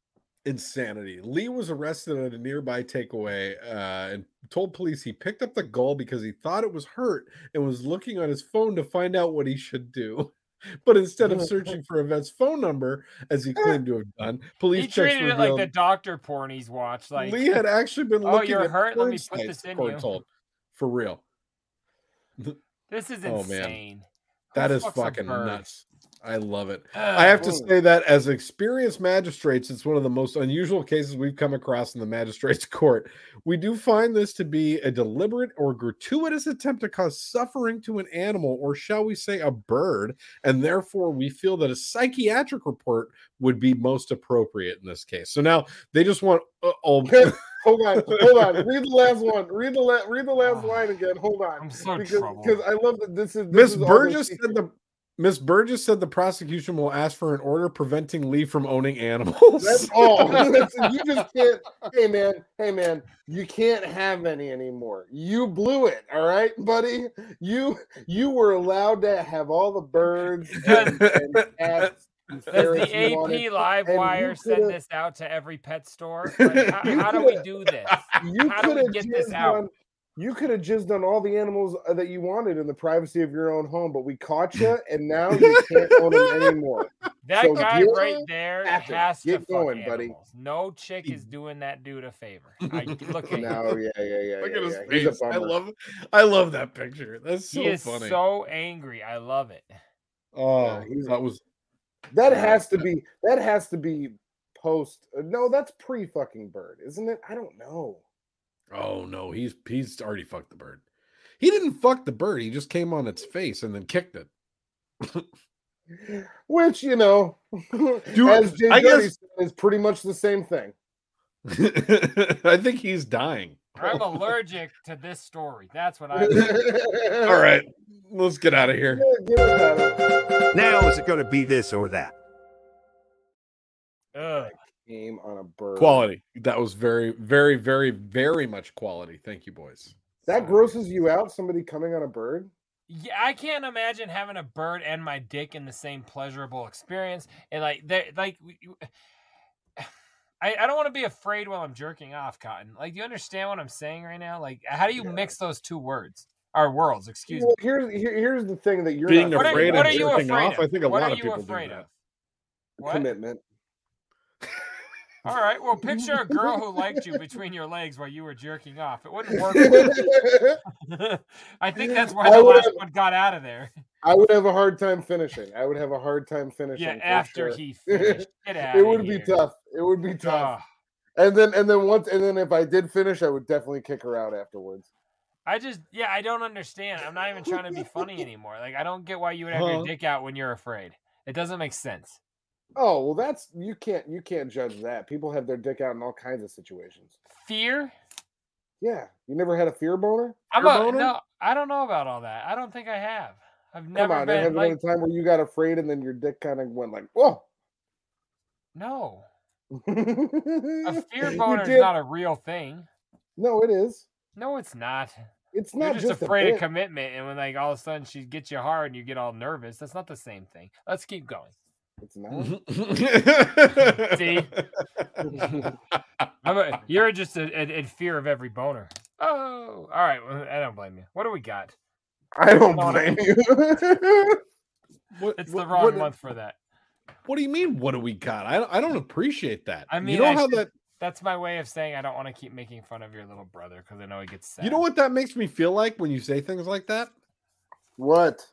Speaker 1: insanity. Lee was arrested at a nearby takeaway uh, and told police he picked up the gull because he thought it was hurt and was looking on his phone to find out what he should do. But instead of searching for Yvette's phone number, as he claimed to have done, police
Speaker 2: Eh. He
Speaker 1: checks
Speaker 2: treated it like the
Speaker 1: revealed
Speaker 2: doctor porn he's watched. Like
Speaker 1: Lee had actually been
Speaker 2: "Oh,
Speaker 1: looking
Speaker 2: you're
Speaker 1: at
Speaker 2: hurt? Let
Speaker 1: porn
Speaker 2: me put
Speaker 1: sites,
Speaker 2: this in
Speaker 1: Corn
Speaker 2: you."
Speaker 1: told. for real.
Speaker 2: this is
Speaker 1: Oh, man.
Speaker 2: insane. Who
Speaker 1: That is
Speaker 2: fucks a
Speaker 1: fucking
Speaker 2: bird?
Speaker 1: nuts. I love it.
Speaker 2: Ugh.
Speaker 1: I have to say that as experienced magistrates, it's one of the most unusual cases we've come across in the magistrates' court. We do find this to be a deliberate or gratuitous attempt to cause suffering to an animal, or shall we say, a bird, and therefore we feel that a psychiatric report would be most appropriate in this case. So now they just want uh, all.
Speaker 3: Hold on, hold on. Read the last one. Read the la- read the last line again. Hold on,
Speaker 2: Ah, I'm so troubled.
Speaker 3: because I love that this is this
Speaker 1: Miss
Speaker 3: is all
Speaker 1: Burgess
Speaker 3: this-
Speaker 1: said the. Miss Burgess said the prosecution will ask for an order preventing Lee from owning animals.
Speaker 3: That's all. That's- you just can't. Hey man, hey man, you can't have any anymore. You blew it. All right, buddy. You you were allowed to have all the birds and, and cats. and
Speaker 2: Does
Speaker 3: ferrets
Speaker 2: the
Speaker 3: you wanted.
Speaker 2: AP live
Speaker 3: and you
Speaker 2: wire send
Speaker 3: coulda-
Speaker 2: this out to every pet store? Like, how, how do we do this?
Speaker 3: You
Speaker 2: How do
Speaker 3: could
Speaker 2: we
Speaker 3: have
Speaker 2: get this
Speaker 3: just
Speaker 2: out?
Speaker 3: done. You could have just done all the animals uh, that you wanted in the privacy of your own home, but we caught you, and now you can't own them anymore.
Speaker 2: That
Speaker 3: So
Speaker 2: guy
Speaker 3: get
Speaker 2: right there
Speaker 3: after it.
Speaker 2: has to
Speaker 3: Get
Speaker 2: fuck
Speaker 3: going, buddy.
Speaker 2: animals. No chick is doing that dude a favor. I look at him.
Speaker 3: No, yeah, yeah, yeah.
Speaker 1: Look
Speaker 3: yeah,
Speaker 1: at his
Speaker 3: yeah. He's a
Speaker 1: face. I
Speaker 3: bummer.
Speaker 1: love I love that picture. That's so
Speaker 2: he is
Speaker 1: funny.
Speaker 2: so angry. I love it.
Speaker 1: oh,
Speaker 3: Yeah, he's-
Speaker 1: that was
Speaker 3: That
Speaker 1: Yeah.
Speaker 3: has to be that has to be post. uh, No, that's pre fucking bird, isn't it? I don't know.
Speaker 1: oh no, he's he's already fucked the bird. He didn't fuck the bird, he just came on its face and then kicked it.
Speaker 3: Which you know, as Jay
Speaker 1: I
Speaker 3: Dirty
Speaker 1: guess-
Speaker 3: said, is pretty much the same thing.
Speaker 1: I think he's dying.
Speaker 2: I'm allergic to this story. That's what I.
Speaker 1: All
Speaker 3: All
Speaker 1: right, let's get out of here.
Speaker 5: Now is it going to be this or that?
Speaker 2: Ugh.
Speaker 3: Game on a bird.
Speaker 1: Quality. That was very, very, very, very much quality. Thank you, boys.
Speaker 3: That grosses you out. Somebody coming on a bird.
Speaker 2: Yeah, I can't imagine having a bird and my dick in the same pleasurable experience. And like, they like, we- you- I, I don't want to be afraid while I'm jerking off, Cotton. Like, do you understand what I'm saying right now? Like, how do you
Speaker 3: Yeah.
Speaker 2: mix those two words? Our worlds, excuse me.
Speaker 3: Well, here's here, here's the thing that you're
Speaker 1: Being
Speaker 3: not
Speaker 2: What are,
Speaker 1: afraid
Speaker 2: what
Speaker 1: of
Speaker 2: are you
Speaker 1: jerking
Speaker 2: afraid
Speaker 1: off?
Speaker 2: of?
Speaker 1: I think a
Speaker 2: What
Speaker 1: lot
Speaker 2: are
Speaker 1: of
Speaker 2: you
Speaker 1: people do
Speaker 2: afraid
Speaker 1: that.
Speaker 2: of? What?
Speaker 3: commitment.
Speaker 2: All right. Well, picture a girl who liked you between your legs while you were jerking off. It wouldn't
Speaker 3: I
Speaker 2: work. I think that's why
Speaker 3: I
Speaker 2: the
Speaker 3: would
Speaker 2: last
Speaker 3: have-
Speaker 2: one got out of there.
Speaker 3: would have a hard time finishing. I would have a hard time finishing.
Speaker 2: Yeah,
Speaker 3: for
Speaker 2: after
Speaker 3: sure.
Speaker 2: he finished. Get out
Speaker 3: it would be tough. It would be
Speaker 2: Uh,
Speaker 3: tough. And then and then once and then if I did finish, I would definitely kick her out afterwards.
Speaker 2: I just, yeah, I don't understand. I'm not even trying to be funny anymore. Like, I don't get why you would have
Speaker 1: Huh.
Speaker 2: your dick out when you're afraid. It doesn't make sense.
Speaker 3: Oh well, that's you can't you can't judge that. People have their dick out in all kinds of situations.
Speaker 2: Fear?
Speaker 3: Yeah, you never had a fear boner.
Speaker 2: I'm
Speaker 1: Fear
Speaker 2: a,
Speaker 1: boner?
Speaker 2: no, I don't know about all that. I don't think I have. I've
Speaker 3: Come
Speaker 2: never
Speaker 3: on, there hasn't
Speaker 2: been like,
Speaker 3: been a time where you got afraid and then your dick kind of went like, whoa.
Speaker 2: no. A
Speaker 3: a
Speaker 2: fear boner is not a real thing.
Speaker 3: No, it is.
Speaker 2: No, it's not.
Speaker 3: It's
Speaker 2: You're
Speaker 3: not
Speaker 2: just,
Speaker 3: just, a
Speaker 2: afraid
Speaker 3: bit.
Speaker 2: of commitment, and when like all of a sudden she gets you hard and you get all nervous, that's not the same thing. Let's keep going.
Speaker 3: It's not.
Speaker 1: See?
Speaker 2: I'm a- you're just in- in in fear of every boner. Oh, all right. Well, I don't blame you. What do we got?
Speaker 3: I don't
Speaker 2: No, no.
Speaker 3: blame you.
Speaker 1: What-
Speaker 2: It's
Speaker 1: what-
Speaker 2: the wrong
Speaker 1: what-
Speaker 2: month for that.
Speaker 1: What do you mean? What do we got? I don't, I don't appreciate that.
Speaker 2: I mean,
Speaker 1: you know
Speaker 2: I
Speaker 1: how
Speaker 2: should-
Speaker 1: that.
Speaker 2: That's my way of saying I don't want to keep making fun of your little brother because I know he gets sad.
Speaker 1: You know what that makes me feel like when you say things like that?
Speaker 3: what?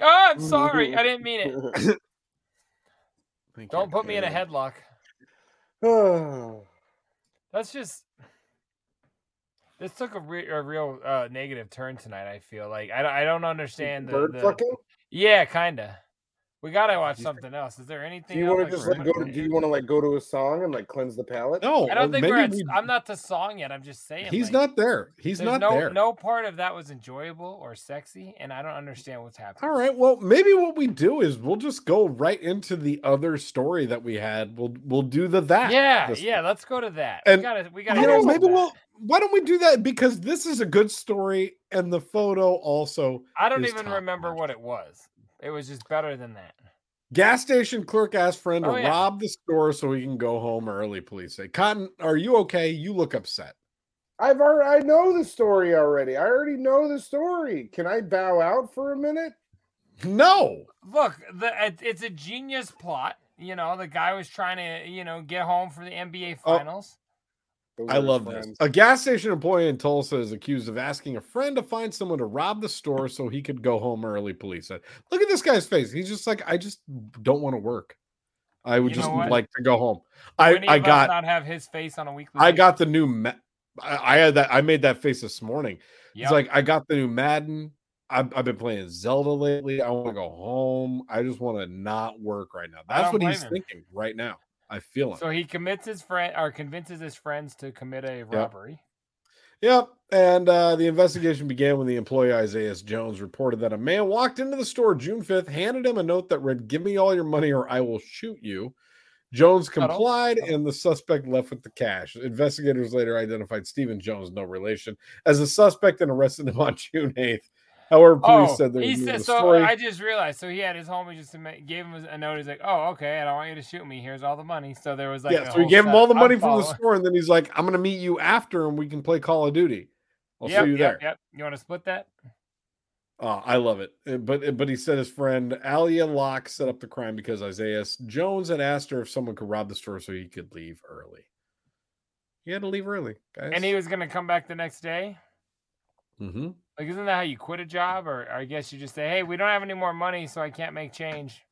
Speaker 2: Oh,
Speaker 3: Mm-hmm.
Speaker 2: I'm sorry. I didn't mean it.
Speaker 1: Thank you.
Speaker 2: Don't put me in a
Speaker 1: Yeah.
Speaker 2: headlock.
Speaker 3: Oh,
Speaker 2: That's just. This took a, re- a real uh, negative turn tonight. I feel like I, don't- I don't understand the,
Speaker 3: bird
Speaker 2: the-
Speaker 3: fucking.
Speaker 2: Yeah, kinda. We gotta watch
Speaker 1: you-
Speaker 2: something else. Is there anything?
Speaker 3: Do you
Speaker 2: else
Speaker 3: want
Speaker 2: I
Speaker 3: to just
Speaker 2: can
Speaker 3: like
Speaker 2: put
Speaker 3: go? To,
Speaker 2: in
Speaker 3: do
Speaker 2: it?
Speaker 3: you want to like go to a song and like cleanse the palate?
Speaker 1: No,
Speaker 2: I don't think we're. At,
Speaker 1: maybe we-
Speaker 2: I'm not the song yet. I'm just saying.
Speaker 1: He's
Speaker 2: like,
Speaker 1: not there. He's
Speaker 2: there's
Speaker 1: not
Speaker 2: no,
Speaker 1: there.
Speaker 2: No part of that was enjoyable or sexy, and I don't understand what's happening.
Speaker 1: All right. Well, maybe what we do is we'll just go right into the other story that we had. We'll we'll do the that.
Speaker 2: Yeah,
Speaker 1: this-
Speaker 2: yeah. Let's go to that.
Speaker 1: And,
Speaker 2: we gotta. We gotta.
Speaker 1: You know,
Speaker 2: hear
Speaker 1: maybe
Speaker 2: about that.
Speaker 1: we'll. Why don't we do that? Because this is a good story, and the photo also.
Speaker 2: I don't
Speaker 1: is
Speaker 2: even
Speaker 1: top
Speaker 2: remember
Speaker 1: notch.
Speaker 2: what it was. It was just better than that.
Speaker 1: Gas station clerk asked friend
Speaker 2: Oh,
Speaker 1: to
Speaker 2: yeah.
Speaker 1: rob the store so he can go home early. Police say, Cotton, are you okay? You look upset.
Speaker 3: I've already I know the story already. I already know the story. Can I bow out for a minute?
Speaker 1: No,
Speaker 2: Look, the, it, it's a genius plot. You know, the guy was trying to, you know, get home for the NBA
Speaker 1: Oh.
Speaker 2: finals.
Speaker 3: Those
Speaker 1: I
Speaker 3: are
Speaker 1: love this.
Speaker 3: friends.
Speaker 1: A gas station employee in Tulsa is accused of asking a friend to find someone to rob the store so he could go home early. Police said, "Look at this guy's face. He's just like, I just don't want to work. I would
Speaker 2: You know
Speaker 1: just
Speaker 2: what?
Speaker 1: like to go home. I
Speaker 2: Many
Speaker 1: I
Speaker 2: of us
Speaker 1: got
Speaker 2: not have his face on a weekly.
Speaker 1: I
Speaker 2: basis.
Speaker 1: got the new. Ma- I, I had that. I made that face this morning.
Speaker 2: Yep.
Speaker 1: It's like I got the new Madden. I've, I've been playing Zelda lately. I want to go home. I just want to not work right now.
Speaker 2: I
Speaker 1: That's
Speaker 2: don't
Speaker 1: what he's
Speaker 2: blame him.
Speaker 1: thinking right now. I feel him.
Speaker 2: so he commits his friend or convinces his friends to commit a robbery.
Speaker 1: Yep. And uh, the investigation began when the employee Isaiah Jones reported that a man walked into the store June 5th, handed him a note that read, Give me all your money or I will shoot you. Jones
Speaker 2: Subtle,
Speaker 1: complied
Speaker 2: subtle.
Speaker 1: and the suspect left with the cash. Investigators later identified Stephen Jones, no relation, as a suspect and arrested him on June 8th. However, police
Speaker 2: Oh,
Speaker 1: said they
Speaker 2: he
Speaker 1: knew
Speaker 2: said,
Speaker 1: the
Speaker 2: so
Speaker 1: story.
Speaker 2: I just realized. So he had his homie just admit- gave him a note. He's like, "Oh, okay, I don't want you to shoot me. Here's all the money." So there was like,
Speaker 1: yeah,
Speaker 2: a
Speaker 1: so he
Speaker 2: whole
Speaker 1: gave him
Speaker 2: setup.
Speaker 1: all the money
Speaker 2: I'm
Speaker 1: from the
Speaker 2: following.
Speaker 1: store, and then he's like, I'm going to meet you after and we can play Call of Duty. I'll
Speaker 2: yep,
Speaker 1: see you there.
Speaker 2: yep, Yep. You want to split that?
Speaker 1: Uh, I love it. Uh, But uh, but he said his friend Alia Locke set up the crime because Isaiah S. Jones had asked her if someone could rob the store so he could leave early. He had to leave early, guys.
Speaker 2: And he was gonna come back the next day.
Speaker 1: Mhm.
Speaker 2: Like, isn't that how you quit a job? Or, or I guess you just say, "Hey, we don't have any more money, so I can't make change."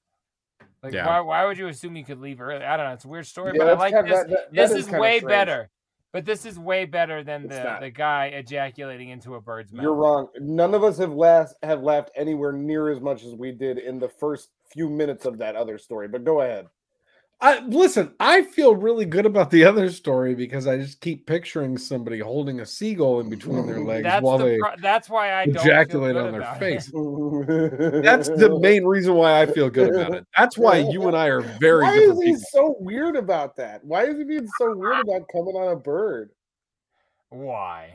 Speaker 2: Like,
Speaker 1: Yeah.
Speaker 2: why? Why would you assume you could leave early? I don't know. It's a weird story,
Speaker 3: Yeah,
Speaker 2: but I
Speaker 3: that's
Speaker 2: like
Speaker 3: kind of-
Speaker 2: this.
Speaker 3: that- that- that
Speaker 2: this is,
Speaker 3: kinda
Speaker 2: way
Speaker 3: strange.
Speaker 2: better. But this is way better than
Speaker 3: It's
Speaker 2: the,
Speaker 3: not.
Speaker 2: the guy ejaculating into a bird's mouth.
Speaker 3: You're wrong. None of us have last have laughed anywhere near as much as we did in the first few minutes of that other story. But go ahead.
Speaker 1: I listen, I feel really good about the other story because I just keep picturing somebody holding a seagull in between their legs
Speaker 2: That's
Speaker 1: while
Speaker 2: the
Speaker 1: they
Speaker 2: pro- that's why I don't
Speaker 1: ejaculate on
Speaker 2: feel good
Speaker 1: their
Speaker 2: about it.
Speaker 1: face. That's
Speaker 3: That's
Speaker 1: the main reason why I feel good about it. That's why you and I are very
Speaker 3: Why is
Speaker 1: different
Speaker 3: he
Speaker 1: people.
Speaker 3: so weird about that? Why is he being so weird about coming on a bird?
Speaker 2: Why?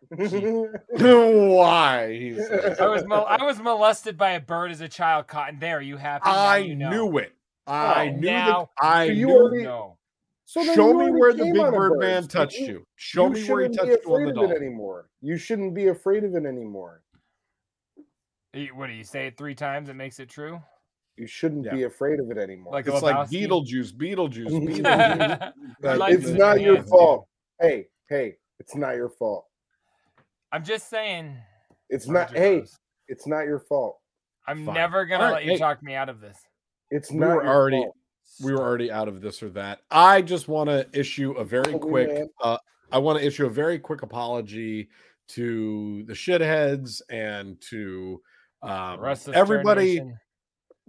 Speaker 1: why? He says.
Speaker 2: I was mol- I was molested by a bird as a child. Cotton, there, you happy? Now
Speaker 1: Ah, I
Speaker 2: you know.
Speaker 1: knew it. I
Speaker 2: Oh,
Speaker 1: knew that.
Speaker 2: now
Speaker 1: I
Speaker 3: you
Speaker 1: knew.
Speaker 3: already-
Speaker 2: No.
Speaker 3: So then
Speaker 1: Show
Speaker 3: you
Speaker 1: me
Speaker 3: already
Speaker 1: where the
Speaker 3: came
Speaker 1: big
Speaker 3: on a
Speaker 1: bird
Speaker 3: bird.
Speaker 1: man
Speaker 3: So
Speaker 1: touched you. Show
Speaker 3: you
Speaker 1: me where he
Speaker 3: shouldn't be
Speaker 1: touched you on the
Speaker 3: afraid of it
Speaker 1: doll.
Speaker 3: anymore. You shouldn't be afraid of it anymore.
Speaker 2: You- What do you say it three times? It makes it true.
Speaker 3: You shouldn't
Speaker 1: Yeah.
Speaker 3: be afraid of it anymore.
Speaker 2: Like
Speaker 1: It's like
Speaker 2: Lebowski?
Speaker 1: Beetlejuice, Beetlejuice, Beetlejuice.
Speaker 2: I
Speaker 1: That-
Speaker 2: like
Speaker 3: it's
Speaker 2: this
Speaker 3: not your
Speaker 2: man.
Speaker 3: fault. Hey, hey, it's not your fault.
Speaker 2: I'm just saying.
Speaker 3: It's
Speaker 2: where
Speaker 3: not.
Speaker 2: did you
Speaker 3: Hey,
Speaker 2: lose?
Speaker 3: it's not your fault.
Speaker 2: I'm
Speaker 1: Fine.
Speaker 2: never gonna
Speaker 1: All right,
Speaker 2: let you
Speaker 1: hey.
Speaker 2: talk me out of this.
Speaker 3: It's
Speaker 1: We
Speaker 3: not.
Speaker 1: were
Speaker 3: your
Speaker 1: already
Speaker 3: fault.
Speaker 1: we were already out of this or that. I just want to issue a very
Speaker 3: Holy
Speaker 1: quick.
Speaker 3: man.
Speaker 1: Uh, I want to issue a very quick apology to the shitheads and to um,
Speaker 2: Rest of Stern
Speaker 1: everybody.
Speaker 2: Nation.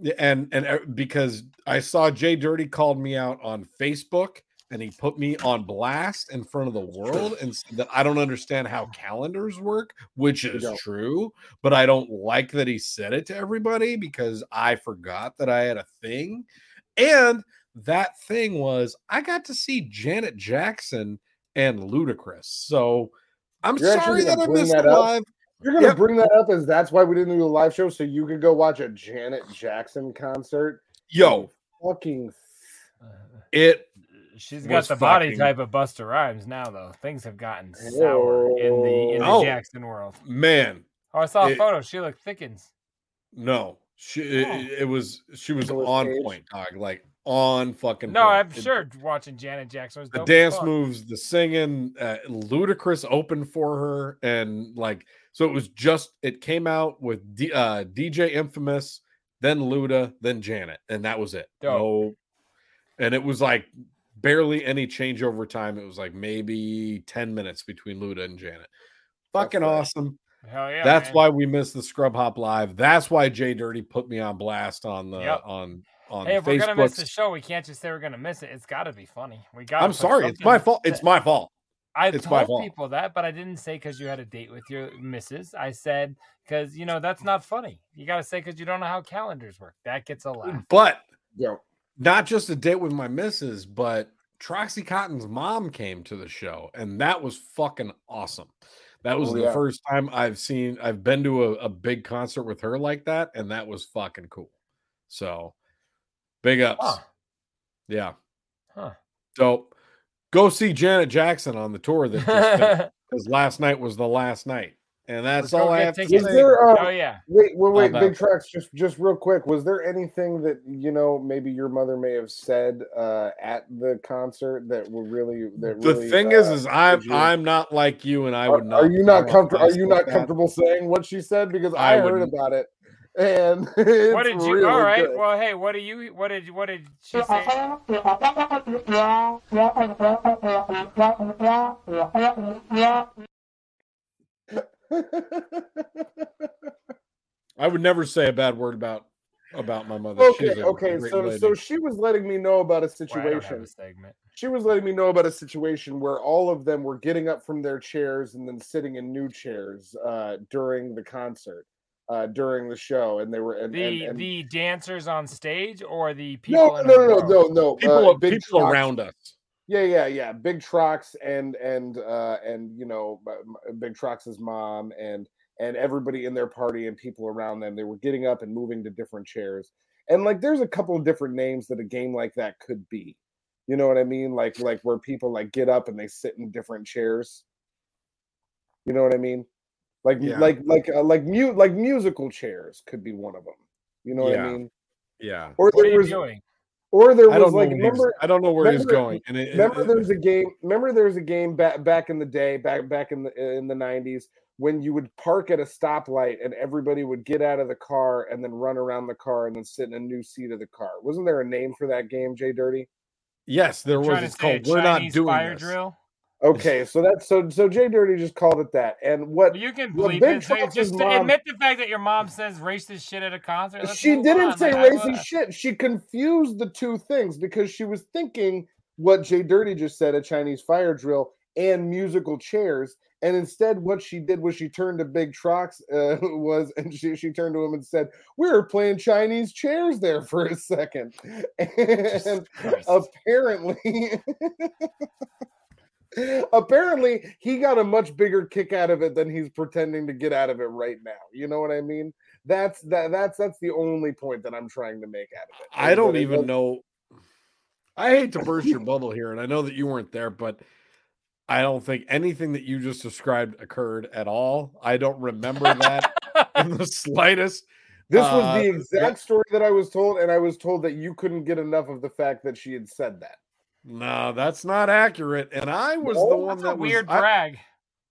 Speaker 1: Yeah, and and uh, because I saw Jay Dirty called me out on Facebook and he put me on blast in front of the world and said that I don't understand how calendars work, which is
Speaker 3: don't.
Speaker 1: true, but I don't like that he said it to everybody because I forgot that I had a thing. And that thing was I got to see Janet Jackson and Ludacris. So I'm
Speaker 3: You're actually
Speaker 1: sorry
Speaker 3: gonna
Speaker 1: that I
Speaker 3: bring
Speaker 1: missed
Speaker 3: that
Speaker 1: that
Speaker 3: up?
Speaker 1: live.
Speaker 3: You're gonna
Speaker 1: Yep.
Speaker 3: bring that up as that's why we didn't do a live show, so you could go watch a Janet Jackson concert.
Speaker 1: Yo,
Speaker 3: Fucking
Speaker 1: it
Speaker 2: She's
Speaker 1: was
Speaker 2: got the body
Speaker 1: fucking-
Speaker 2: type of Buster Rhymes now, though. Things have gotten sour in the in the
Speaker 1: Oh.
Speaker 2: Jackson world.
Speaker 1: man,
Speaker 2: Oh, I saw a
Speaker 1: It-
Speaker 2: photo. She looked thickens.
Speaker 1: No, she it-
Speaker 2: Oh.
Speaker 1: it, it was she was
Speaker 3: Nicolas
Speaker 1: on
Speaker 3: Cage?
Speaker 1: point, dog. Like on fucking.
Speaker 2: No,
Speaker 1: point.
Speaker 2: I'm
Speaker 1: It-
Speaker 2: sure watching Janet Jackson was
Speaker 1: The
Speaker 2: dope as
Speaker 1: dance
Speaker 2: fuck.
Speaker 1: moves, the singing, uh, ludicrous open for her, and like so it was just it came out with D, uh, DJ Infamous, then Luda, then Janet, and that was it.
Speaker 2: Dope.
Speaker 1: No, and it was like barely any changeover time. It was like maybe ten minutes between Luda and Janet. Fucking
Speaker 3: right.
Speaker 1: awesome.
Speaker 2: Hell yeah,
Speaker 1: That's
Speaker 2: man.
Speaker 1: why we missed the Scrub Hop Live. That's why Jay Dirty put me on blast on the
Speaker 2: Yep.
Speaker 1: on on
Speaker 2: Hey, if we're gonna miss the
Speaker 1: Facebook.
Speaker 2: show, we can't just say we're gonna miss it. It's got to be funny. We got.
Speaker 1: I'm sorry, it's my fault. It's my fault.
Speaker 2: I
Speaker 1: it's my
Speaker 2: told
Speaker 1: fault.
Speaker 2: people that, but I didn't say because you had a date with your missus. I said because you know that's not funny. You got to say because you don't know how calendars work. That gets a laugh.
Speaker 1: But
Speaker 3: yo,
Speaker 1: not just a date with my missus, but Troxy Cotton's mom came to the show, and that was fucking awesome. That was
Speaker 3: Oh,
Speaker 1: the
Speaker 3: yeah.
Speaker 1: first time I've seen I've been to a, a big concert with her like that, and that was fucking cool. So Big ups.
Speaker 2: Huh.
Speaker 1: Yeah.
Speaker 2: Huh.
Speaker 1: So go see Janet Jackson on the tour that just finished, 'cause last night was the last night. And that's
Speaker 2: Let's go
Speaker 1: all I
Speaker 2: get
Speaker 1: have to
Speaker 2: tickets.
Speaker 3: Is
Speaker 2: Just
Speaker 1: say.
Speaker 3: there,
Speaker 2: oh
Speaker 3: uh,
Speaker 2: yeah.
Speaker 3: wait, wait, wait,
Speaker 1: about-
Speaker 3: big tracks. Just, just real quick. Was there anything that you know maybe your mother may have said uh, at the concert that were really that
Speaker 1: The
Speaker 3: really,
Speaker 1: thing
Speaker 3: uh,
Speaker 1: is, is I'm
Speaker 3: did you-
Speaker 1: I'm not like you, and I
Speaker 3: are,
Speaker 1: would not.
Speaker 3: are you
Speaker 1: I
Speaker 3: not
Speaker 1: would
Speaker 3: comfortable? Are you
Speaker 1: like
Speaker 3: not
Speaker 1: that.
Speaker 3: comfortable saying what she said? Because
Speaker 1: I
Speaker 3: I, heard
Speaker 1: wouldn't.
Speaker 3: about it, and it's
Speaker 2: What did you?
Speaker 3: really
Speaker 2: all right.
Speaker 3: good.
Speaker 2: Well, hey, what do you? What did? What did she say?
Speaker 6: Thank
Speaker 1: I would never say a bad word about about my mother. She's
Speaker 3: okay,
Speaker 1: a
Speaker 3: okay.
Speaker 1: great
Speaker 3: So,
Speaker 1: lady.
Speaker 3: so she was letting me know about a
Speaker 2: Well, I don't have
Speaker 3: situation.
Speaker 2: a segment.
Speaker 3: she was letting me know about a situation where all of them were getting up from their chairs and then sitting in new chairs uh, during the concert, uh, during the show, and they were and,
Speaker 2: The
Speaker 3: and, and-
Speaker 2: the dancers on stage or the people?
Speaker 3: no,
Speaker 2: in
Speaker 3: no,
Speaker 2: the
Speaker 3: no,
Speaker 2: row?
Speaker 3: no, no,
Speaker 1: people
Speaker 3: uh, Big
Speaker 1: people
Speaker 3: Trucks-
Speaker 1: around us.
Speaker 3: yeah, yeah, yeah. Big Trox and and uh and you know b- m- uh, Big Trox's mom and and everybody in their party and people around them. They were getting up and moving to different chairs. And like, there's a couple of different names that a game like that could be. You know what I mean? Like like where people like get up and they sit in different chairs. You know what I mean? Like
Speaker 1: Yeah.
Speaker 3: like like uh, like mu- like musical chairs could be one of them. You know what
Speaker 1: Yeah.
Speaker 3: I mean?
Speaker 1: Yeah,
Speaker 3: Or
Speaker 2: What are
Speaker 3: there
Speaker 2: you
Speaker 3: was
Speaker 2: doing?
Speaker 3: or there
Speaker 1: I don't
Speaker 3: was like
Speaker 1: know. where
Speaker 3: remember
Speaker 1: he's, I don't know where he's
Speaker 3: remember-
Speaker 1: going. And it,
Speaker 3: remember
Speaker 1: it-
Speaker 3: there was a game remember there was a game back back in the day back back in the in the 90s when you would park at a stoplight and everybody would get out of the car and then run around the car and then sit in a new seat of the car wasn't there a name for that game jay dirty
Speaker 1: yes, there was.
Speaker 2: Trying to
Speaker 1: It's
Speaker 2: say a
Speaker 1: called "We're Not
Speaker 2: Chinese
Speaker 1: Doing
Speaker 2: fire
Speaker 1: This."
Speaker 2: drill.
Speaker 3: okay so that's so so jay dirty just called it that and what
Speaker 2: Well, you can
Speaker 3: Well,
Speaker 2: bleep
Speaker 3: Big
Speaker 2: it. Say,
Speaker 3: Trucks'
Speaker 2: just to
Speaker 3: mom-
Speaker 2: admit the fact that your mom says racist shit at a concert. Let's
Speaker 3: she
Speaker 2: move
Speaker 3: didn't
Speaker 2: on.
Speaker 3: say
Speaker 2: Like, I will-
Speaker 3: racist shit she confused the two things because she was thinking what jay dirty just said a chinese fire drill and musical chairs And instead, what she did was she turned to Big Trox uh, was, and she, she turned to him and said, "We were playing Chinese chairs there for a second, and
Speaker 2: Christ.
Speaker 3: apparently, apparently, he got a much bigger kick out of it than he's pretending to get out of it right now. You know what I mean? That's that that's that's the only point that I'm trying to make out of it.
Speaker 1: I
Speaker 3: is that
Speaker 1: don't
Speaker 3: it
Speaker 1: even
Speaker 3: was-
Speaker 1: know. I hate to burst your bubble here, and I know that you weren't there, but I don't think anything that you just described occurred at all. I don't remember that in the slightest.
Speaker 3: This was
Speaker 1: uh,
Speaker 3: the exact story that I was told, and I was told that you couldn't get enough of the fact that she had said that.
Speaker 1: No, that's not accurate. And I was the
Speaker 3: No?
Speaker 1: one
Speaker 2: That's a
Speaker 1: that was.
Speaker 2: weird
Speaker 1: I,
Speaker 2: brag.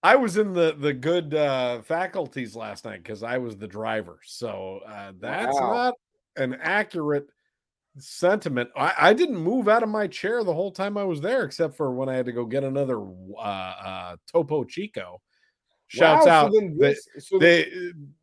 Speaker 1: I was in the the good uh, faculties last night because I was the driver. So uh, that's
Speaker 3: Wow.
Speaker 1: not an accurate sentiment. I, I didn't move out of my chair the whole time I was there, except for when I had to go get another uh, uh, Topo Chico. Shouts
Speaker 3: Wow, so
Speaker 1: out
Speaker 3: then
Speaker 1: that
Speaker 3: this- so
Speaker 1: they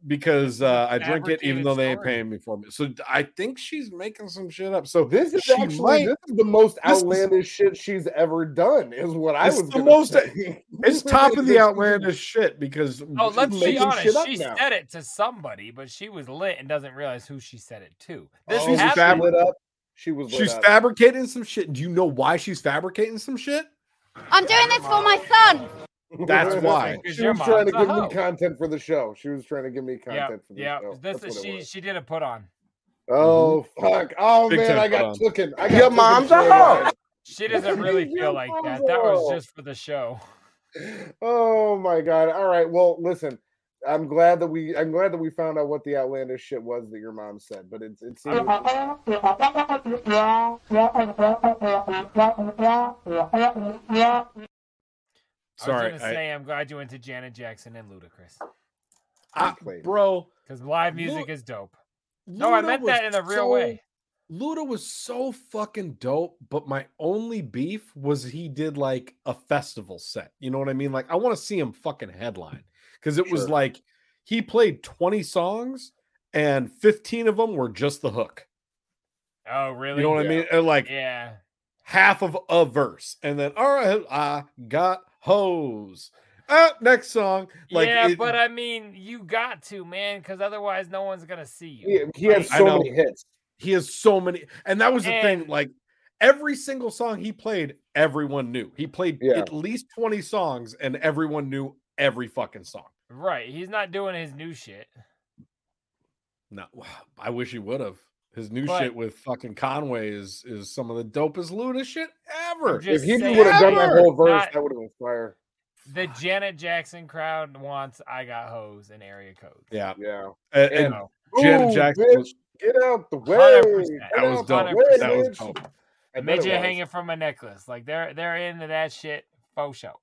Speaker 1: because uh, I drink it even
Speaker 2: Fabricated
Speaker 1: though they ain't
Speaker 2: story.
Speaker 1: paying me for it. So I think she's making some shit up. So
Speaker 3: This is
Speaker 1: she
Speaker 3: actually
Speaker 1: might-
Speaker 3: this is the most
Speaker 1: this is-
Speaker 3: outlandish shit she's ever done. Is what I
Speaker 1: It's
Speaker 3: was
Speaker 1: the
Speaker 3: gonna
Speaker 1: most-
Speaker 3: say.
Speaker 1: it's top of
Speaker 3: This
Speaker 1: the
Speaker 3: is-
Speaker 1: outlandish shit because
Speaker 2: Oh,
Speaker 1: she's
Speaker 2: let's be
Speaker 1: making
Speaker 2: honest.
Speaker 3: shit up
Speaker 2: She
Speaker 3: now.
Speaker 2: said it to somebody, but she was lit and doesn't realize who she said it to. This
Speaker 3: She
Speaker 1: she's
Speaker 3: was
Speaker 1: a
Speaker 2: happened.
Speaker 3: lit up. She was lit
Speaker 1: She's
Speaker 3: up.
Speaker 1: fabricating some shit. Do you know why she's fabricating some shit?
Speaker 6: I'm doing this for my son.
Speaker 1: That's why.
Speaker 2: Because
Speaker 3: she
Speaker 2: your
Speaker 3: was trying to
Speaker 2: mom's a
Speaker 3: give
Speaker 2: hoe.
Speaker 3: me content for the show. She was trying to give me
Speaker 2: Yeah,
Speaker 3: content for the
Speaker 2: yeah.
Speaker 3: show.
Speaker 2: This
Speaker 3: That's
Speaker 2: is
Speaker 3: what it
Speaker 2: she.
Speaker 3: was.
Speaker 2: She did a put on.
Speaker 3: Oh fuck!
Speaker 1: Mm-hmm.
Speaker 3: Oh
Speaker 1: Big
Speaker 3: man,
Speaker 1: time
Speaker 3: I
Speaker 1: put on.
Speaker 3: got taken. I got
Speaker 7: Your
Speaker 3: tooken
Speaker 7: mom's a
Speaker 3: straight away.
Speaker 7: hoe.
Speaker 2: She doesn't really feel like that. That was just for the show.
Speaker 3: Oh my god! All right. Well, listen. I'm glad that we. I'm glad that we found out what the outlandish shit was that your mom said. But it's it's.
Speaker 2: I
Speaker 1: Sorry,
Speaker 2: was
Speaker 1: I-
Speaker 2: gonna say I'm glad you went to Janet Jackson and Ludacris
Speaker 1: I,
Speaker 3: Exactly.
Speaker 1: bro.
Speaker 2: because live music
Speaker 1: Lu-
Speaker 2: is dope. No, I
Speaker 1: Luda
Speaker 2: meant that in
Speaker 1: was
Speaker 2: a real
Speaker 1: so-
Speaker 2: way.
Speaker 1: Luda was so fucking dope, but my only beef was he did like a festival set. You know what I mean? Like I want to see him fucking headline because it was
Speaker 3: Sure.
Speaker 1: like he played 20 songs and 15 of them were just the hook.
Speaker 2: Oh, really?
Speaker 1: You know what I mean? And like
Speaker 2: Yeah.
Speaker 1: half of a verse and then all right i got hoes up next song like
Speaker 2: yeah,
Speaker 1: it-
Speaker 2: but I mean, you got to man, because otherwise, no one's gonna see you.
Speaker 3: He, he has
Speaker 1: I
Speaker 3: so
Speaker 1: know.
Speaker 3: many hits.
Speaker 1: he has so many and that was the thing
Speaker 2: And-
Speaker 1: like every single song he played everyone knew he played
Speaker 3: Yeah.
Speaker 1: at least 20 songs and everyone knew every fucking song
Speaker 2: Right? He's not doing his new shit.
Speaker 1: no i wish he would have His new
Speaker 8: But-
Speaker 1: shit with fucking Conway is is some of the dopest Luna shit ever.
Speaker 8: I'm just-
Speaker 3: If he
Speaker 8: saying.
Speaker 3: would have done that
Speaker 1: Ever.
Speaker 3: whole verse,
Speaker 8: Not-
Speaker 3: that would have been fire.
Speaker 8: The Janet Jackson crowd wants "I Got Hose" and area code.
Speaker 1: yeah,
Speaker 3: Yeah.
Speaker 1: and,
Speaker 3: Yeah.
Speaker 1: and Janet
Speaker 3: Ooh,
Speaker 1: Jackson.
Speaker 3: bitch,
Speaker 1: was-
Speaker 3: get out the way.
Speaker 8: 100%.
Speaker 3: Get
Speaker 1: that was
Speaker 3: out the
Speaker 1: dope.
Speaker 3: way,
Speaker 1: That was
Speaker 3: bitch.
Speaker 1: dope.
Speaker 3: I
Speaker 8: A
Speaker 3: bet it
Speaker 8: midget
Speaker 3: was.
Speaker 8: hanging from a necklace. Like they're they're into that shit for show.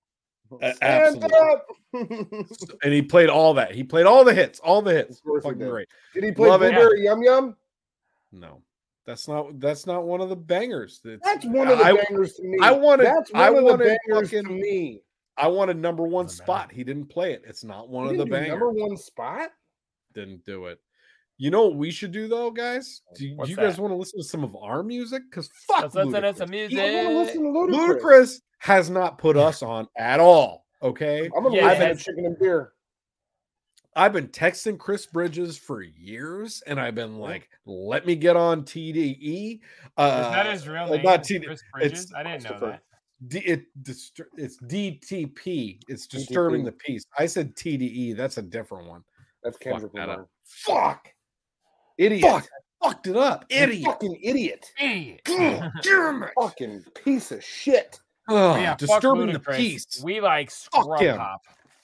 Speaker 1: A-
Speaker 3: Stand
Speaker 1: absolutely.
Speaker 3: up.
Speaker 1: And he played all that. He played all the hits. All the hits.
Speaker 3: Of course he
Speaker 1: Fucking
Speaker 3: did.
Speaker 1: great.
Speaker 3: Did he play
Speaker 1: Love it.
Speaker 3: Blueberry Yum Yum?
Speaker 1: No, that's not. That's not one of the bangers. It's-
Speaker 3: That's one of the
Speaker 1: I-
Speaker 3: bangers to me.
Speaker 1: I wanted-
Speaker 3: That's one
Speaker 1: I
Speaker 3: of the
Speaker 1: wanted
Speaker 3: bangers to
Speaker 1: fucking-
Speaker 3: me.
Speaker 1: I want a number one
Speaker 8: Doesn't
Speaker 1: spot. He didn't play it. It's not one
Speaker 3: He
Speaker 1: of the
Speaker 3: didn't do
Speaker 1: bangers.
Speaker 3: Number one spot.
Speaker 1: Didn't do it. You know what we should do though, guys? Do, you- do
Speaker 8: What's
Speaker 1: you guys
Speaker 8: that?
Speaker 1: want to listen to some of our music? Because fuck,
Speaker 8: Let's listen to
Speaker 1: Ludacris.
Speaker 8: some music.
Speaker 3: I
Speaker 1: Uh,
Speaker 3: want to listen to Ludacris.
Speaker 1: Ludacris has not put us on at all. Okay,
Speaker 3: I'm gonna
Speaker 8: Yeah,
Speaker 3: listen to
Speaker 8: that's-
Speaker 3: Chicken and Beer.
Speaker 1: I've been texting Chris Bridges for years, and I've been like, "Let me get on TDE." Uh,
Speaker 8: Is that his real
Speaker 1: uh,
Speaker 8: name?
Speaker 1: Not TDE.
Speaker 8: Chris Bridges?
Speaker 1: it's
Speaker 8: I didn't know
Speaker 3: Christopher.
Speaker 8: that.
Speaker 1: D, it distur- it's DTP. It's disturbing
Speaker 3: DTP.
Speaker 1: the peace. I said TDE. That's a different one.
Speaker 3: That's Kendrick
Speaker 1: that up.
Speaker 3: Lamar.
Speaker 1: Fuck.
Speaker 3: Idiot.
Speaker 1: Fuck. Fucked it up.
Speaker 3: You
Speaker 1: Idiot.
Speaker 3: Fucking idiot.
Speaker 8: Idiot.
Speaker 1: God damn it.
Speaker 3: Fucking piece of shit.
Speaker 1: Ugh,
Speaker 8: But yeah, fuck
Speaker 1: disturbing the
Speaker 8: Ludacris.
Speaker 1: peace. We,
Speaker 8: We like
Speaker 1: Fuck
Speaker 8: scrub
Speaker 1: him.
Speaker 8: hop.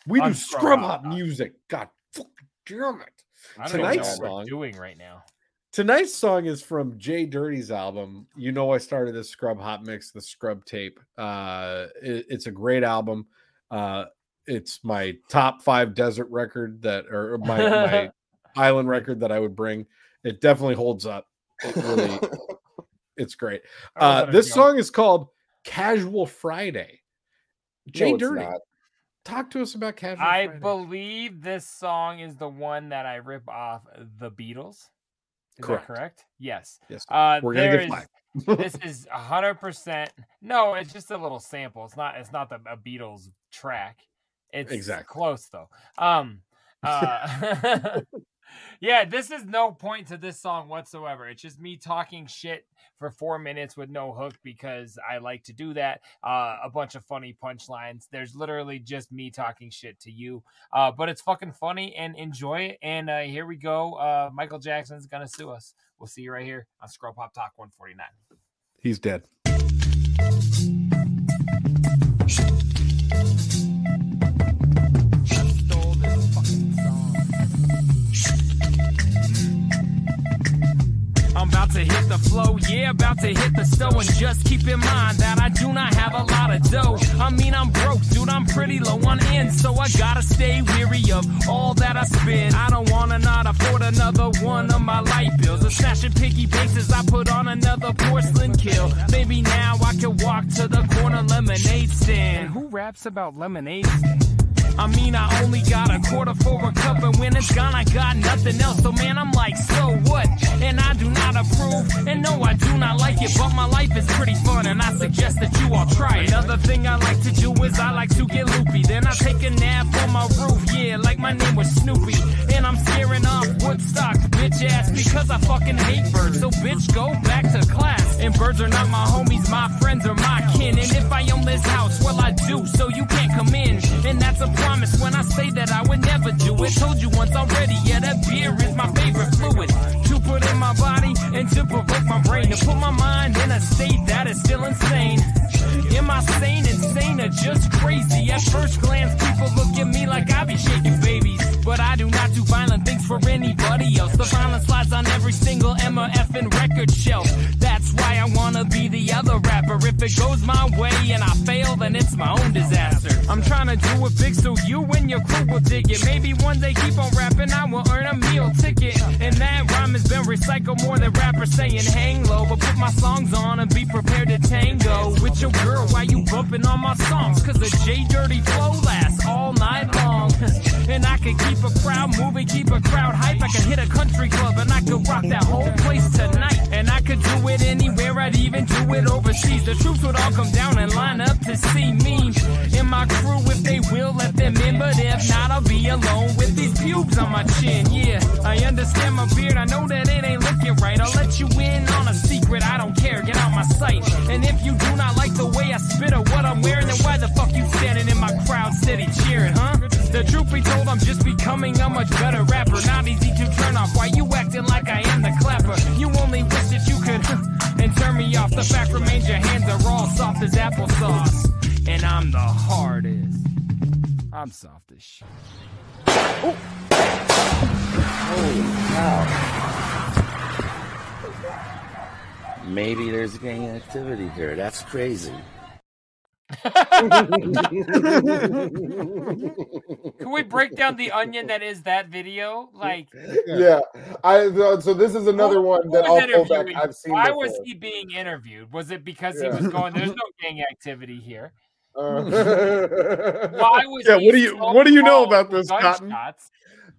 Speaker 1: do
Speaker 8: I'm
Speaker 1: scrub
Speaker 8: scrub
Speaker 1: hop
Speaker 8: hop.
Speaker 1: music. God fucking damn it.
Speaker 8: I don't even know
Speaker 1: Tonight's
Speaker 8: what
Speaker 1: song-
Speaker 8: we're doing right now.
Speaker 1: Tonight's song is from Jay Dirty's album. You know, I started this scrub hot mix, the scrub tape. Uh, it- it's a great album. Uh, it's my top five desert record that, or my, my island record that I would bring. It definitely holds up. It really, it's great.
Speaker 8: I don't know
Speaker 1: Uh,
Speaker 8: what
Speaker 1: this
Speaker 8: I'm doing.
Speaker 1: song is called Casual Friday. Jay
Speaker 3: no, it's
Speaker 1: Dirty,
Speaker 3: not.
Speaker 1: talk to us about Casual
Speaker 8: I
Speaker 1: Friday.
Speaker 8: believe this song is the one that I rip off the Beatles. Is
Speaker 1: Correct.
Speaker 8: correct. that correct? Yes.
Speaker 1: Yes.
Speaker 8: Uh,
Speaker 1: We're gonna
Speaker 8: there
Speaker 1: get
Speaker 8: is-
Speaker 1: flagged.
Speaker 8: this is hundred percent. No, it's just a little sample. It's not. It's not the a Beatles track. It's
Speaker 1: Exactly.
Speaker 8: close though. Um. Uh, yeah, this is no point to this song whatsoever. It's just me talking shit for four minutes with no hook because I like to do that. Uh, a bunch of funny punchlines. There's literally just me talking shit to you. Uh, but it's fucking funny and enjoy it. And uh, here we go. Uh, Michael Jackson's gonna sue us. We'll see you right here on Scroll Pop Talk 149.
Speaker 1: He's dead.
Speaker 2: I'm about to hit the flow, yeah, about to hit the stove. And just keep in mind that I do not have a lot of dough. I mean, I'm broke, dude, I'm pretty low on end. So I gotta stay weary of all that I spend. I don't wanna not afford another one of my light bills. Or snatching piggy banks as I put on another porcelain kill. Maybe now I can walk to the corner lemonade stand. Who raps about lemonade I mean, I only got a quarter for a cup, and when it's gone, I got nothing else. So, man, I'm like, so what? And I do not approve, and no, I do not like it, but my life is pretty fun, and I suggest that you all try it. Another thing I like to do is I like to get loopy, then I take a nap on my roof, yeah, like my name was Snoopy, and I'm scaring off Woodstock, bitch ass, because I fucking hate birds. So, bitch, go back to class. And birds are not my homies, my friends are my kin, and if I own this house, well, I do, so you can't come in, and that's a promise when I say that I would never do it. Told you once already, yeah, that beer is my favorite fluid. To put in my body and to provoke my brain. To put my mind in a state that is still insane. Am I sane, insane, or just crazy? At first glance, people look at me like I be shaking babies. But I do not do violent things for anybody else. The violence lies on every single Emma F and record shelf. That's why I wanna be the other rapper. If it goes my way and I fail, then it's my own disaster. I'm trying to do it big so you and your crew will dig it. Maybe one day keep on rapping, I will earn a meal ticket. And that rhyme has been recycled more than rappers saying hang low. But put my songs on and be prepared to tango with your girl while you bumping on my songs. Cause the J Dirty flow lasts all night long. and I can keep a crowd moving, keep a crowd hype. I can hit a country club and I could rock that whole place tonight. And I could do it anywhere, I'd even do it overseas. The troops would all come down and line up to see me. And my crew, if they will, let them in. But if not, I'll be alone with these pubes on my chin. Yeah, I understand my beard, I know that it ain't looking right. I'll let you in on a secret, I don't care, get out my sight. And if you do not like the way I spit or what I'm wearing, then why the fuck you standing in my crowd steady cheering, huh? The truth be told, I'm just becoming a much better rapper. Not easy to turn off, why you acting like I am the clapper? You only
Speaker 9: The fact remains your hands are all soft as applesauce. And I'm the hardest. I'm soft as shit.
Speaker 10: Maybe there's gang activity here. That's crazy.
Speaker 2: Can we break down the onion that is that video? Like,
Speaker 3: yeah. I uh, so this is another one
Speaker 2: who
Speaker 3: that
Speaker 2: was
Speaker 3: I'll pull back.
Speaker 2: interviewing?
Speaker 3: I've seen.
Speaker 2: Why
Speaker 3: before.
Speaker 2: was he being interviewed? Was it because
Speaker 3: Yeah.
Speaker 2: he was going? There's no gang activity here.
Speaker 3: Uh,
Speaker 2: Why was
Speaker 1: Yeah,
Speaker 2: he
Speaker 1: what do you-
Speaker 2: so
Speaker 1: what do you know about
Speaker 2: involved with
Speaker 1: this, Cotton?
Speaker 2: gunshots?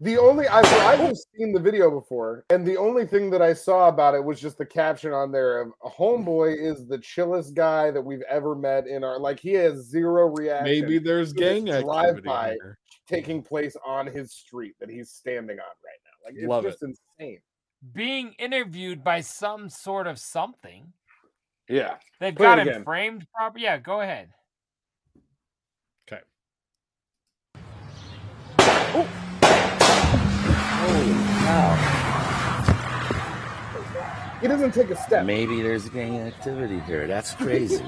Speaker 3: The only I've, I've seen the video before, and the only thing that I saw about it was just the caption on there of "Homeboy is the chillest guy that we've ever met in our like he has zero reaction."
Speaker 1: Maybe there's
Speaker 3: to this
Speaker 1: gang activity
Speaker 3: drive-by
Speaker 1: here.
Speaker 3: taking place on his street that he's standing on right now. Like it's
Speaker 1: Love
Speaker 3: just
Speaker 1: it.
Speaker 3: insane.
Speaker 2: Being interviewed by some sort of something.
Speaker 3: Yeah,
Speaker 2: They've
Speaker 3: Play it
Speaker 2: got him
Speaker 3: again.
Speaker 2: framed properly. Yeah, go ahead.
Speaker 3: He doesn't take a step.
Speaker 10: Maybe there's gang activity here. That's crazy.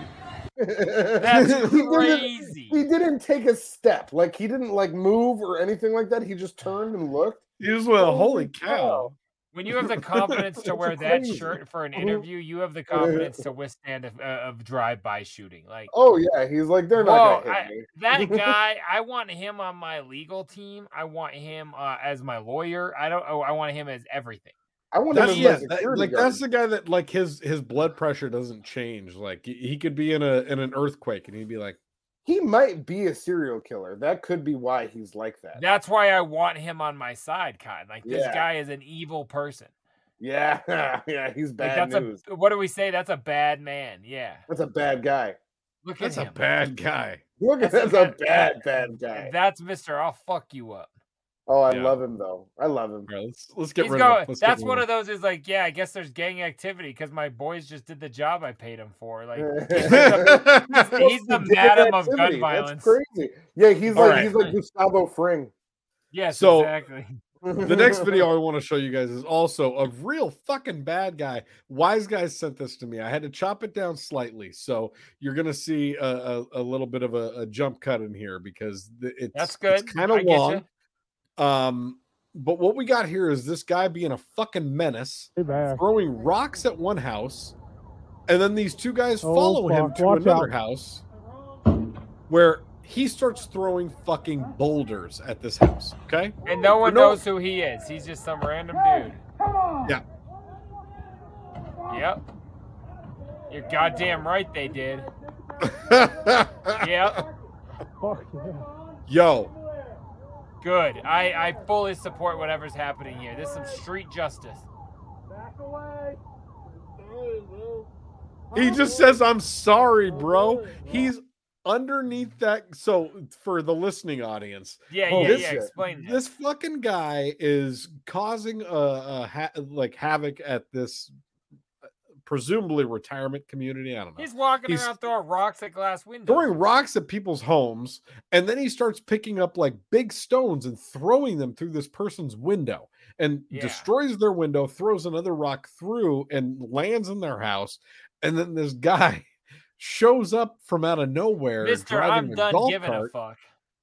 Speaker 3: That's
Speaker 2: crazy.
Speaker 3: He didn't take a step. Like he didn't like move or anything like that. He just turned and looked.
Speaker 1: He just went, Oh, holy
Speaker 3: cow.
Speaker 2: When you have the confidence to wear that shirt for an interview, you have the confidence to withstand a, a, a drive-by shooting. Like,
Speaker 3: Oh yeah, he's like they're
Speaker 2: Whoa,
Speaker 3: not gonna hit
Speaker 2: I-
Speaker 3: me.
Speaker 2: that guy, I want him on my legal team. I want him uh, as my lawyer. I don't. Oh, I want him as everything.
Speaker 3: I want him
Speaker 1: That's,
Speaker 3: as my
Speaker 1: yeah, that-
Speaker 3: security
Speaker 1: like
Speaker 3: guard.
Speaker 1: that's the guy that like his his blood pressure doesn't change. Like he- he could be in a in an earthquake and he'd be like,
Speaker 3: he might be a serial killer. That could be why he's like that.
Speaker 2: That's why I want him on my side, Cotton. Like this
Speaker 3: Yeah.
Speaker 2: guy is an evil person.
Speaker 3: Yeah, yeah, he's
Speaker 2: Like
Speaker 3: bad
Speaker 2: that's
Speaker 3: news.
Speaker 2: a what do we say? That's a bad man. Yeah,
Speaker 3: that's a bad guy.
Speaker 2: look
Speaker 1: "That's
Speaker 2: at
Speaker 1: a
Speaker 2: him.
Speaker 1: bad guy."
Speaker 3: Look at
Speaker 2: That's a
Speaker 3: that's a bad,
Speaker 2: bad-
Speaker 3: bad guy.
Speaker 2: That's Mister. I'll fuck you up.
Speaker 3: Oh, I
Speaker 1: Yeah.
Speaker 3: love him though. I love him.
Speaker 1: All right, let's let's get
Speaker 2: He's
Speaker 1: rid
Speaker 2: going-
Speaker 1: of. Him.
Speaker 2: that's one of those is like, yeah, I guess there's gang activity because my boys just did the job I paid him for. Like
Speaker 1: the.
Speaker 2: he's the
Speaker 3: What's gang
Speaker 2: madam of gun
Speaker 3: activity?
Speaker 2: violence.
Speaker 3: That's crazy. Yeah, he's
Speaker 1: All
Speaker 3: like
Speaker 1: right.
Speaker 3: he's like Gustavo Fring.
Speaker 2: yes,
Speaker 1: So-
Speaker 2: exactly.
Speaker 1: the next video I want to show you guys is also a real fucking bad guy. Wise guys sent this to me. I had to chop it down slightly, so you're gonna see a, a, a little bit of a, a jump cut in here because th- it's
Speaker 2: That's good.
Speaker 1: It's kind
Speaker 2: I
Speaker 1: of
Speaker 2: get ya.
Speaker 1: long. Um, but what we got here is this guy being a fucking menace, throwing rocks at one house, and then these two guys
Speaker 11: Oh,
Speaker 1: follow him
Speaker 11: fuck.
Speaker 1: to
Speaker 11: Watch out.
Speaker 1: another house where he starts throwing fucking boulders at this house. Okay.
Speaker 2: And no one
Speaker 1: no-
Speaker 2: knows who he is. He's just some random dude.
Speaker 1: Yeah.
Speaker 2: Yep. You're goddamn right they did. Yep.
Speaker 11: Fuck yeah.
Speaker 1: Yo,
Speaker 2: Good. I, I fully support whatever's happening here. This is some street justice.
Speaker 1: he just says, I'm sorry, bro. He's underneath that. So, for the listening audience,
Speaker 2: Yeah,
Speaker 3: Oh,
Speaker 2: yeah,
Speaker 1: this-
Speaker 2: yeah. Explain this.
Speaker 1: this fucking guy is causing a, a ha- like havoc at this uh, presumably retirement community. I don't know.
Speaker 2: He's walking
Speaker 1: He's-
Speaker 2: around throwing rocks at glass windows.
Speaker 1: Throwing rocks at people's homes, and then he starts picking up like big stones and throwing them through this person's window and
Speaker 2: Yeah.
Speaker 1: destroys their window, throws another rock through and lands in their house. And then this guy shows up from out of nowhere,
Speaker 2: Mister,
Speaker 1: driving
Speaker 2: I'm
Speaker 1: a
Speaker 2: done
Speaker 1: golf
Speaker 2: giving
Speaker 1: cart.
Speaker 2: a fuck.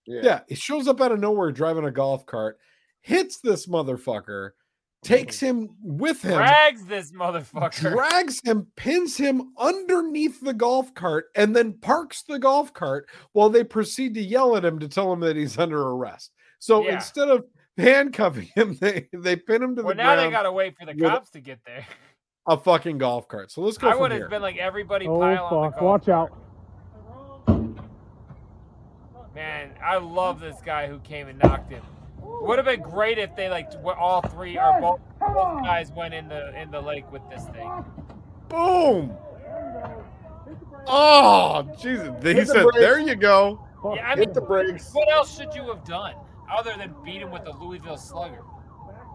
Speaker 3: Yeah.
Speaker 1: Yeah, he shows up out of nowhere driving a golf cart, hits this motherfucker, takes him with him,
Speaker 2: Drags this motherfucker.
Speaker 1: drags him, pins him underneath the golf cart, and then parks the golf cart while they proceed to yell at him to tell him that he's under arrest. So
Speaker 2: Yeah.
Speaker 1: instead of handcuffing him, they, they pin him to
Speaker 2: well,
Speaker 1: the
Speaker 2: now
Speaker 1: ground.
Speaker 2: they gotta wait for the
Speaker 1: with a-
Speaker 2: cops to get there.
Speaker 1: a fucking golf cart. So let's go
Speaker 2: I
Speaker 1: from
Speaker 2: would have
Speaker 1: here.
Speaker 2: been like everybody
Speaker 11: Oh
Speaker 2: pile on the
Speaker 11: fuck!
Speaker 2: golf
Speaker 11: Watch out!
Speaker 2: Man, I love this guy who came and knocked him. Would have been great if they like were all three or both, both guys went in the in the lake with this thing.
Speaker 1: Boom! Oh, Jesus. He
Speaker 3: the
Speaker 1: said,
Speaker 3: brakes.
Speaker 1: there you go.
Speaker 11: Fuck
Speaker 2: Yeah, I
Speaker 3: Hit
Speaker 2: mean,
Speaker 3: the brakes.
Speaker 2: what else should you have done other than beat him with a Louisville Slugger?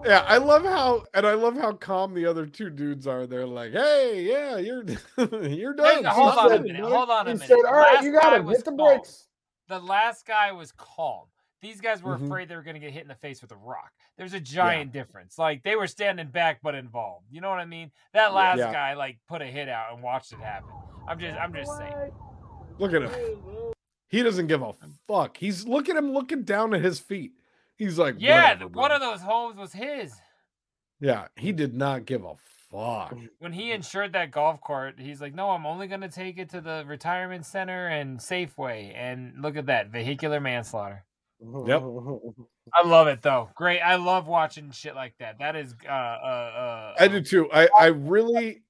Speaker 1: Yeah, I love how and I love how calm the other two dudes are. They're like, "Hey, yeah, you're you're
Speaker 2: Hey,
Speaker 1: done."
Speaker 2: hold
Speaker 1: Stop
Speaker 2: on a
Speaker 1: it,
Speaker 2: minute.
Speaker 1: brother."
Speaker 2: Hold on a
Speaker 3: He
Speaker 2: minute.
Speaker 3: said, "All right,
Speaker 2: Last
Speaker 3: you got
Speaker 2: guy
Speaker 3: him.
Speaker 2: was
Speaker 3: Hit the
Speaker 2: calm.
Speaker 3: brakes."
Speaker 2: The last guy was calm. These guys were
Speaker 1: Mhm.
Speaker 2: afraid they were going to get hit in the face with a rock. There's a giant difference. Like they were standing back but involved. You know what I mean? That
Speaker 1: Yeah.
Speaker 2: last
Speaker 1: Yeah.
Speaker 2: guy like put a hit out and watched it happen. I'm just I'm just saying.
Speaker 1: Look at him. He doesn't give a fuck. He's look at him looking down at his feet. He's like,
Speaker 2: Yeah,
Speaker 1: "Whatever,
Speaker 2: th-
Speaker 1: bro."
Speaker 2: one of those homes was his.
Speaker 1: yeah. He did not give a fuck.
Speaker 2: When he
Speaker 1: Mm-hmm.
Speaker 2: insured that golf cart, he's like, "No, I'm only going to take it to the retirement center and Safeway." And look at that, vehicular manslaughter.
Speaker 1: Yep.
Speaker 2: I love it though. Great. I love watching shit like that. That is uh uh, uh
Speaker 1: I do too. I I really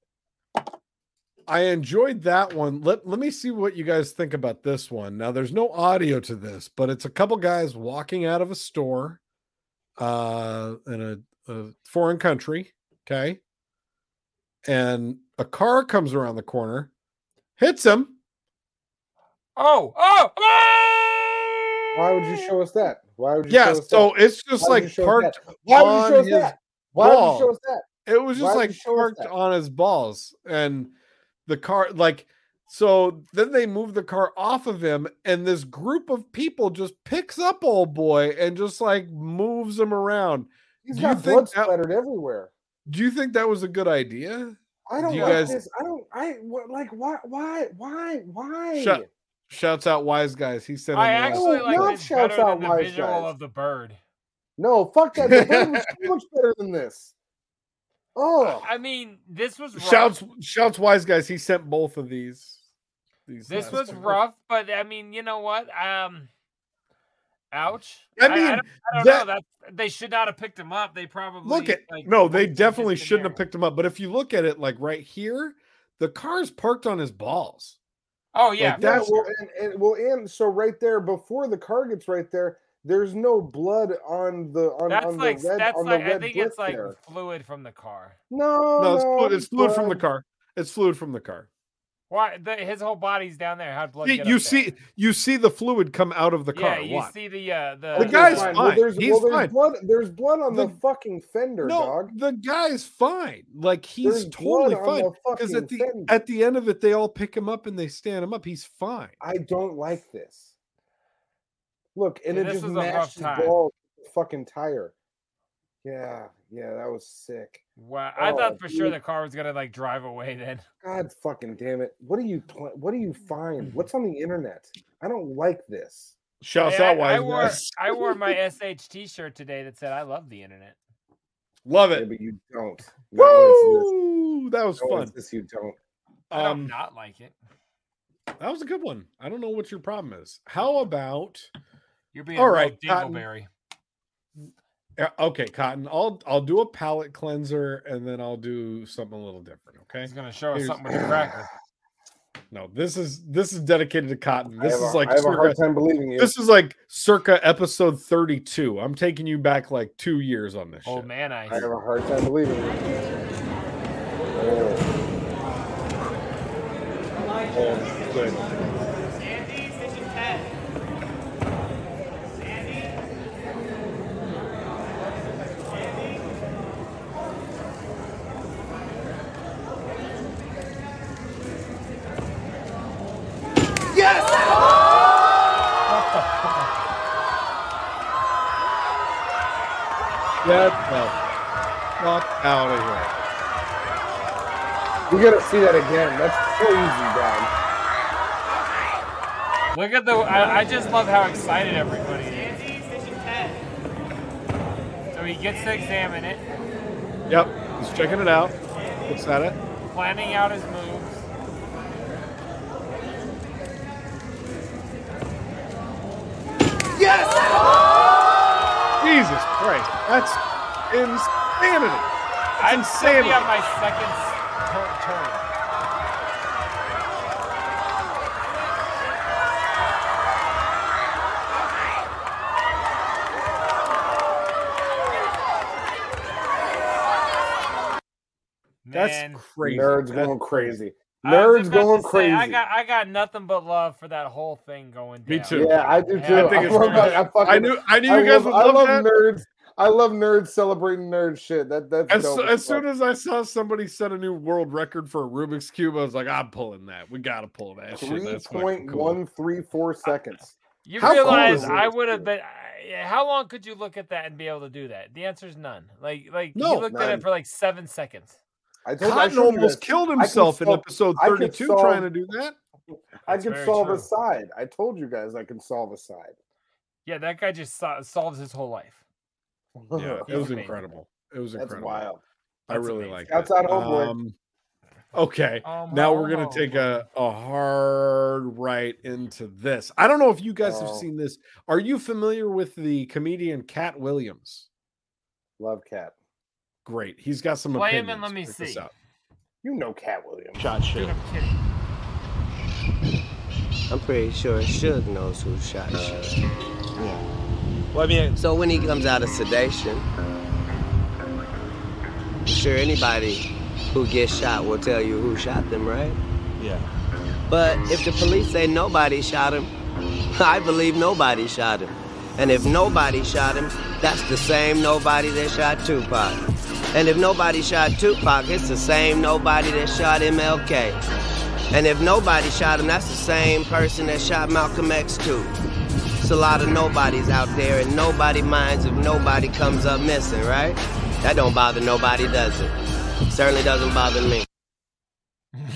Speaker 1: I enjoyed that one. Let let me see what you guys think about this one. Now there's no audio to this, but it's a couple guys walking out of a store uh in a, a foreign country, okay? And a car comes around the corner, hits him.
Speaker 2: Oh, oh,
Speaker 3: Why would you show us that? Why would you?
Speaker 1: Yeah,
Speaker 3: show us
Speaker 1: so
Speaker 3: that?
Speaker 1: it's just
Speaker 3: Why
Speaker 1: like
Speaker 3: would you show us
Speaker 1: parked
Speaker 3: that? Why would you
Speaker 1: on
Speaker 3: show us
Speaker 1: his
Speaker 3: that? Why would you show
Speaker 1: ball.
Speaker 3: us that?
Speaker 1: It was
Speaker 3: Why
Speaker 1: just
Speaker 3: would
Speaker 1: like
Speaker 3: you show us
Speaker 1: parked
Speaker 3: that?
Speaker 1: on his balls, and the car like so. Then they move the car off of him, and this group of people just picks up old boy and just like moves him around.
Speaker 3: He's
Speaker 1: Do you
Speaker 3: got
Speaker 1: think
Speaker 3: blood
Speaker 1: that-
Speaker 3: splattered everywhere.
Speaker 1: Do you think that was a good idea?
Speaker 3: I don't
Speaker 1: you
Speaker 3: like
Speaker 1: guys-
Speaker 3: this. I don't. I what, like why? Why? Why? Why?
Speaker 1: Shut. Shouts out wise guys. He said,
Speaker 2: I
Speaker 1: on the last-
Speaker 2: actually
Speaker 3: No,
Speaker 2: like
Speaker 3: love
Speaker 2: this
Speaker 3: shouts
Speaker 2: better than
Speaker 3: out
Speaker 2: the
Speaker 3: wise
Speaker 2: visual
Speaker 3: guys.
Speaker 2: of the bird.
Speaker 3: No, fuck that. The bird was so much better than this. Oh,
Speaker 2: I mean, this was rough.
Speaker 1: shouts shouts wise guys. He sent both of these. these
Speaker 2: This
Speaker 1: last
Speaker 2: was
Speaker 1: ones.
Speaker 2: rough, but I mean, you know what? Um, ouch.
Speaker 1: I mean,
Speaker 2: I, don't, I don't
Speaker 1: that-
Speaker 2: know. That they should not have picked him up. They probably
Speaker 1: look at
Speaker 2: like,
Speaker 1: no they
Speaker 2: wasted his
Speaker 1: definitely shouldn't have
Speaker 2: scenario.
Speaker 1: picked him up but if you look at it like right here the car's parked on his balls
Speaker 2: Oh yeah,
Speaker 1: like,
Speaker 3: yeah.
Speaker 1: that's-
Speaker 3: Well, and, and well, and so right there before the car gets right there, there's no blood on the on,
Speaker 2: that's
Speaker 3: on
Speaker 2: like
Speaker 3: the red
Speaker 2: that's
Speaker 3: on
Speaker 2: like
Speaker 3: the red
Speaker 2: I think it's
Speaker 3: brick
Speaker 2: like
Speaker 3: there.
Speaker 2: fluid from the car.
Speaker 3: no,
Speaker 1: no it's fluid, it's fluid from
Speaker 2: Oh,
Speaker 1: the
Speaker 3: blood.
Speaker 1: car it's fluid from the car
Speaker 2: Why the, his whole body's down there? How'd blood?
Speaker 1: See,
Speaker 2: get
Speaker 1: you
Speaker 2: up there?
Speaker 1: see you see the fluid come out of the
Speaker 2: yeah,
Speaker 1: car
Speaker 2: you
Speaker 1: Watch.
Speaker 2: see the uh, the
Speaker 1: The
Speaker 3: Okay,
Speaker 1: guy's fine.
Speaker 3: there's,
Speaker 1: He's
Speaker 3: there's
Speaker 1: fine.
Speaker 3: Blood, there's blood on the,
Speaker 1: The-
Speaker 3: fucking fender,
Speaker 1: no
Speaker 3: dog.
Speaker 1: the guy's fine like he's
Speaker 3: There's blood
Speaker 1: totally
Speaker 3: on
Speaker 1: fine
Speaker 3: the
Speaker 1: because at the
Speaker 3: fucking fender.
Speaker 1: at the end of it they all pick him up and they stand him up he's fine
Speaker 3: I don't like this. Look, and
Speaker 2: Yeah,
Speaker 3: it
Speaker 2: this
Speaker 3: just
Speaker 2: was a rough
Speaker 3: mashed his
Speaker 2: time.
Speaker 3: ball with the fucking tire. Yeah, yeah, that was sick.
Speaker 2: Wow, I
Speaker 3: Oh,
Speaker 2: thought for sure
Speaker 3: dude.
Speaker 2: the car was gonna like drive away. Then
Speaker 3: God fucking damn it! What do you pl- what do you find?
Speaker 2: Mm-hmm.
Speaker 3: What's on the internet? I don't like this.
Speaker 1: shouts
Speaker 2: Hey,
Speaker 1: out
Speaker 2: I, I
Speaker 1: wise
Speaker 2: wore
Speaker 1: guys
Speaker 2: I wore my SHT shirt today that said I love the internet.
Speaker 1: love
Speaker 3: Yeah,
Speaker 1: it
Speaker 3: but you don't. Not when it's this-
Speaker 1: Woo! that was
Speaker 3: not when
Speaker 1: fun
Speaker 3: it's this, you don't.
Speaker 2: I don't
Speaker 1: Um,
Speaker 2: not like it.
Speaker 1: that was a good one i don't know what your problem is how about
Speaker 2: You're being
Speaker 1: all
Speaker 2: all right,
Speaker 1: right, Cotton.
Speaker 2: Dingleberry.
Speaker 1: Yeah, Uh, okay, Cotton. I'll I'll do a palate cleanser and then I'll do something a little different. Okay.
Speaker 2: He's gonna show us
Speaker 1: Here's-
Speaker 2: something with the cracker.
Speaker 1: No, this is this is dedicated to Cotton.
Speaker 3: I
Speaker 1: This
Speaker 3: have
Speaker 1: is
Speaker 3: a-
Speaker 1: like
Speaker 3: I have a hard
Speaker 1: circa,
Speaker 3: time believing you.
Speaker 1: this is like circa episode thirty two. I'm taking you back like two years on this.
Speaker 2: Oh
Speaker 1: shit.
Speaker 2: man, I
Speaker 3: I have a hard time believing you. Oh.
Speaker 1: Oh, good. Get the fuck out of here.
Speaker 3: We gotta see that again. That's so easy, guy.
Speaker 2: look at the. I, I just love how excited everybody is. So he gets to examine it,
Speaker 1: Yep, he's checking it out. Looks at it.
Speaker 2: planning out his moves.
Speaker 1: Jesus Christ, that's insanity.
Speaker 2: I'm still be
Speaker 1: insanity.
Speaker 2: on my second s- tur- turn. Man.
Speaker 1: That's crazy.
Speaker 3: Nerds
Speaker 1: That-
Speaker 3: going crazy.
Speaker 2: I was
Speaker 3: Nerds
Speaker 2: about to
Speaker 3: going
Speaker 2: say,
Speaker 3: crazy.
Speaker 2: I got I got nothing but love for that whole thing going down.
Speaker 1: Me too.
Speaker 3: Yeah, I do
Speaker 2: Yeah, I
Speaker 3: too. I,
Speaker 2: think
Speaker 1: it's
Speaker 3: love
Speaker 1: nerds.
Speaker 3: that. I, fucking,
Speaker 1: I knew I knew
Speaker 3: I
Speaker 1: you guys
Speaker 3: love,
Speaker 1: would
Speaker 3: I
Speaker 1: love
Speaker 3: love
Speaker 1: that.
Speaker 3: nerds. I love nerds celebrating nerd shit. That that's
Speaker 1: As,
Speaker 3: dope
Speaker 1: as soon as I saw somebody set a new world record for a Rubik's cube, I was like, "Ah, "I'm pulling that. We gotta pull that shit."
Speaker 3: three
Speaker 1: That's
Speaker 3: point
Speaker 1: fucking cool.
Speaker 3: one three four seconds.
Speaker 2: You
Speaker 1: How cool
Speaker 2: realize
Speaker 1: is
Speaker 2: I
Speaker 3: this,
Speaker 2: would have
Speaker 3: dude?
Speaker 2: been yeah, how long could you look at that and be able to do that? The answer is none. Like like
Speaker 1: No,
Speaker 2: you looked at
Speaker 1: none.
Speaker 2: it for like seven seconds.
Speaker 3: I told I
Speaker 1: Cotton
Speaker 3: showed you
Speaker 1: almost
Speaker 3: this.
Speaker 1: killed
Speaker 3: I can
Speaker 1: himself in
Speaker 3: solve-
Speaker 1: episode
Speaker 3: I can
Speaker 1: 32
Speaker 3: solve-
Speaker 1: trying to do that.
Speaker 3: I
Speaker 2: That's
Speaker 3: can
Speaker 2: very
Speaker 3: solve
Speaker 2: true.
Speaker 3: a side. I told you guys I can solve a side.
Speaker 2: Yeah, that guy just so- solves his whole life.
Speaker 1: Yeah, it
Speaker 2: He's
Speaker 1: was
Speaker 2: amazing.
Speaker 1: incredible. It was
Speaker 3: That's
Speaker 1: incredible.
Speaker 3: wild.
Speaker 1: I
Speaker 2: That's
Speaker 1: really
Speaker 2: amazing.
Speaker 1: like
Speaker 3: Shouts out, homeboy.
Speaker 1: Um, okay,
Speaker 2: Um,
Speaker 1: now we're
Speaker 2: homo.
Speaker 1: gonna take a, a hard right into this. I don't know if you guys have
Speaker 3: Oh.
Speaker 1: seen this. Are you familiar with the comedian Cat Williams?
Speaker 3: Love Cat.
Speaker 1: Great, he's got some
Speaker 2: Play
Speaker 1: opinions.
Speaker 2: him and let me
Speaker 1: Check this
Speaker 2: see.
Speaker 1: out.
Speaker 3: You know Cat Williams.
Speaker 11: Shot
Speaker 2: Dude,
Speaker 11: shit.
Speaker 2: I'm kidding.
Speaker 11: I'm pretty sure Suge knows who shot shit. Yeah. Well, I mean, so when he comes out of sedation, sure anybody who gets shot will tell you who shot them, right?
Speaker 12: Yeah.
Speaker 11: But if the police say nobody shot him, I believe nobody shot him. And if nobody shot him, that's the same nobody that shot Tupac. And if nobody shot Tupac, it's the same nobody that shot MLK. And if nobody shot him, that's the same person that shot Malcolm X too. It's a lot of nobodies out there, and nobody minds if nobody comes up missing, right? That don't bother nobody, does it? Certainly doesn't bother me.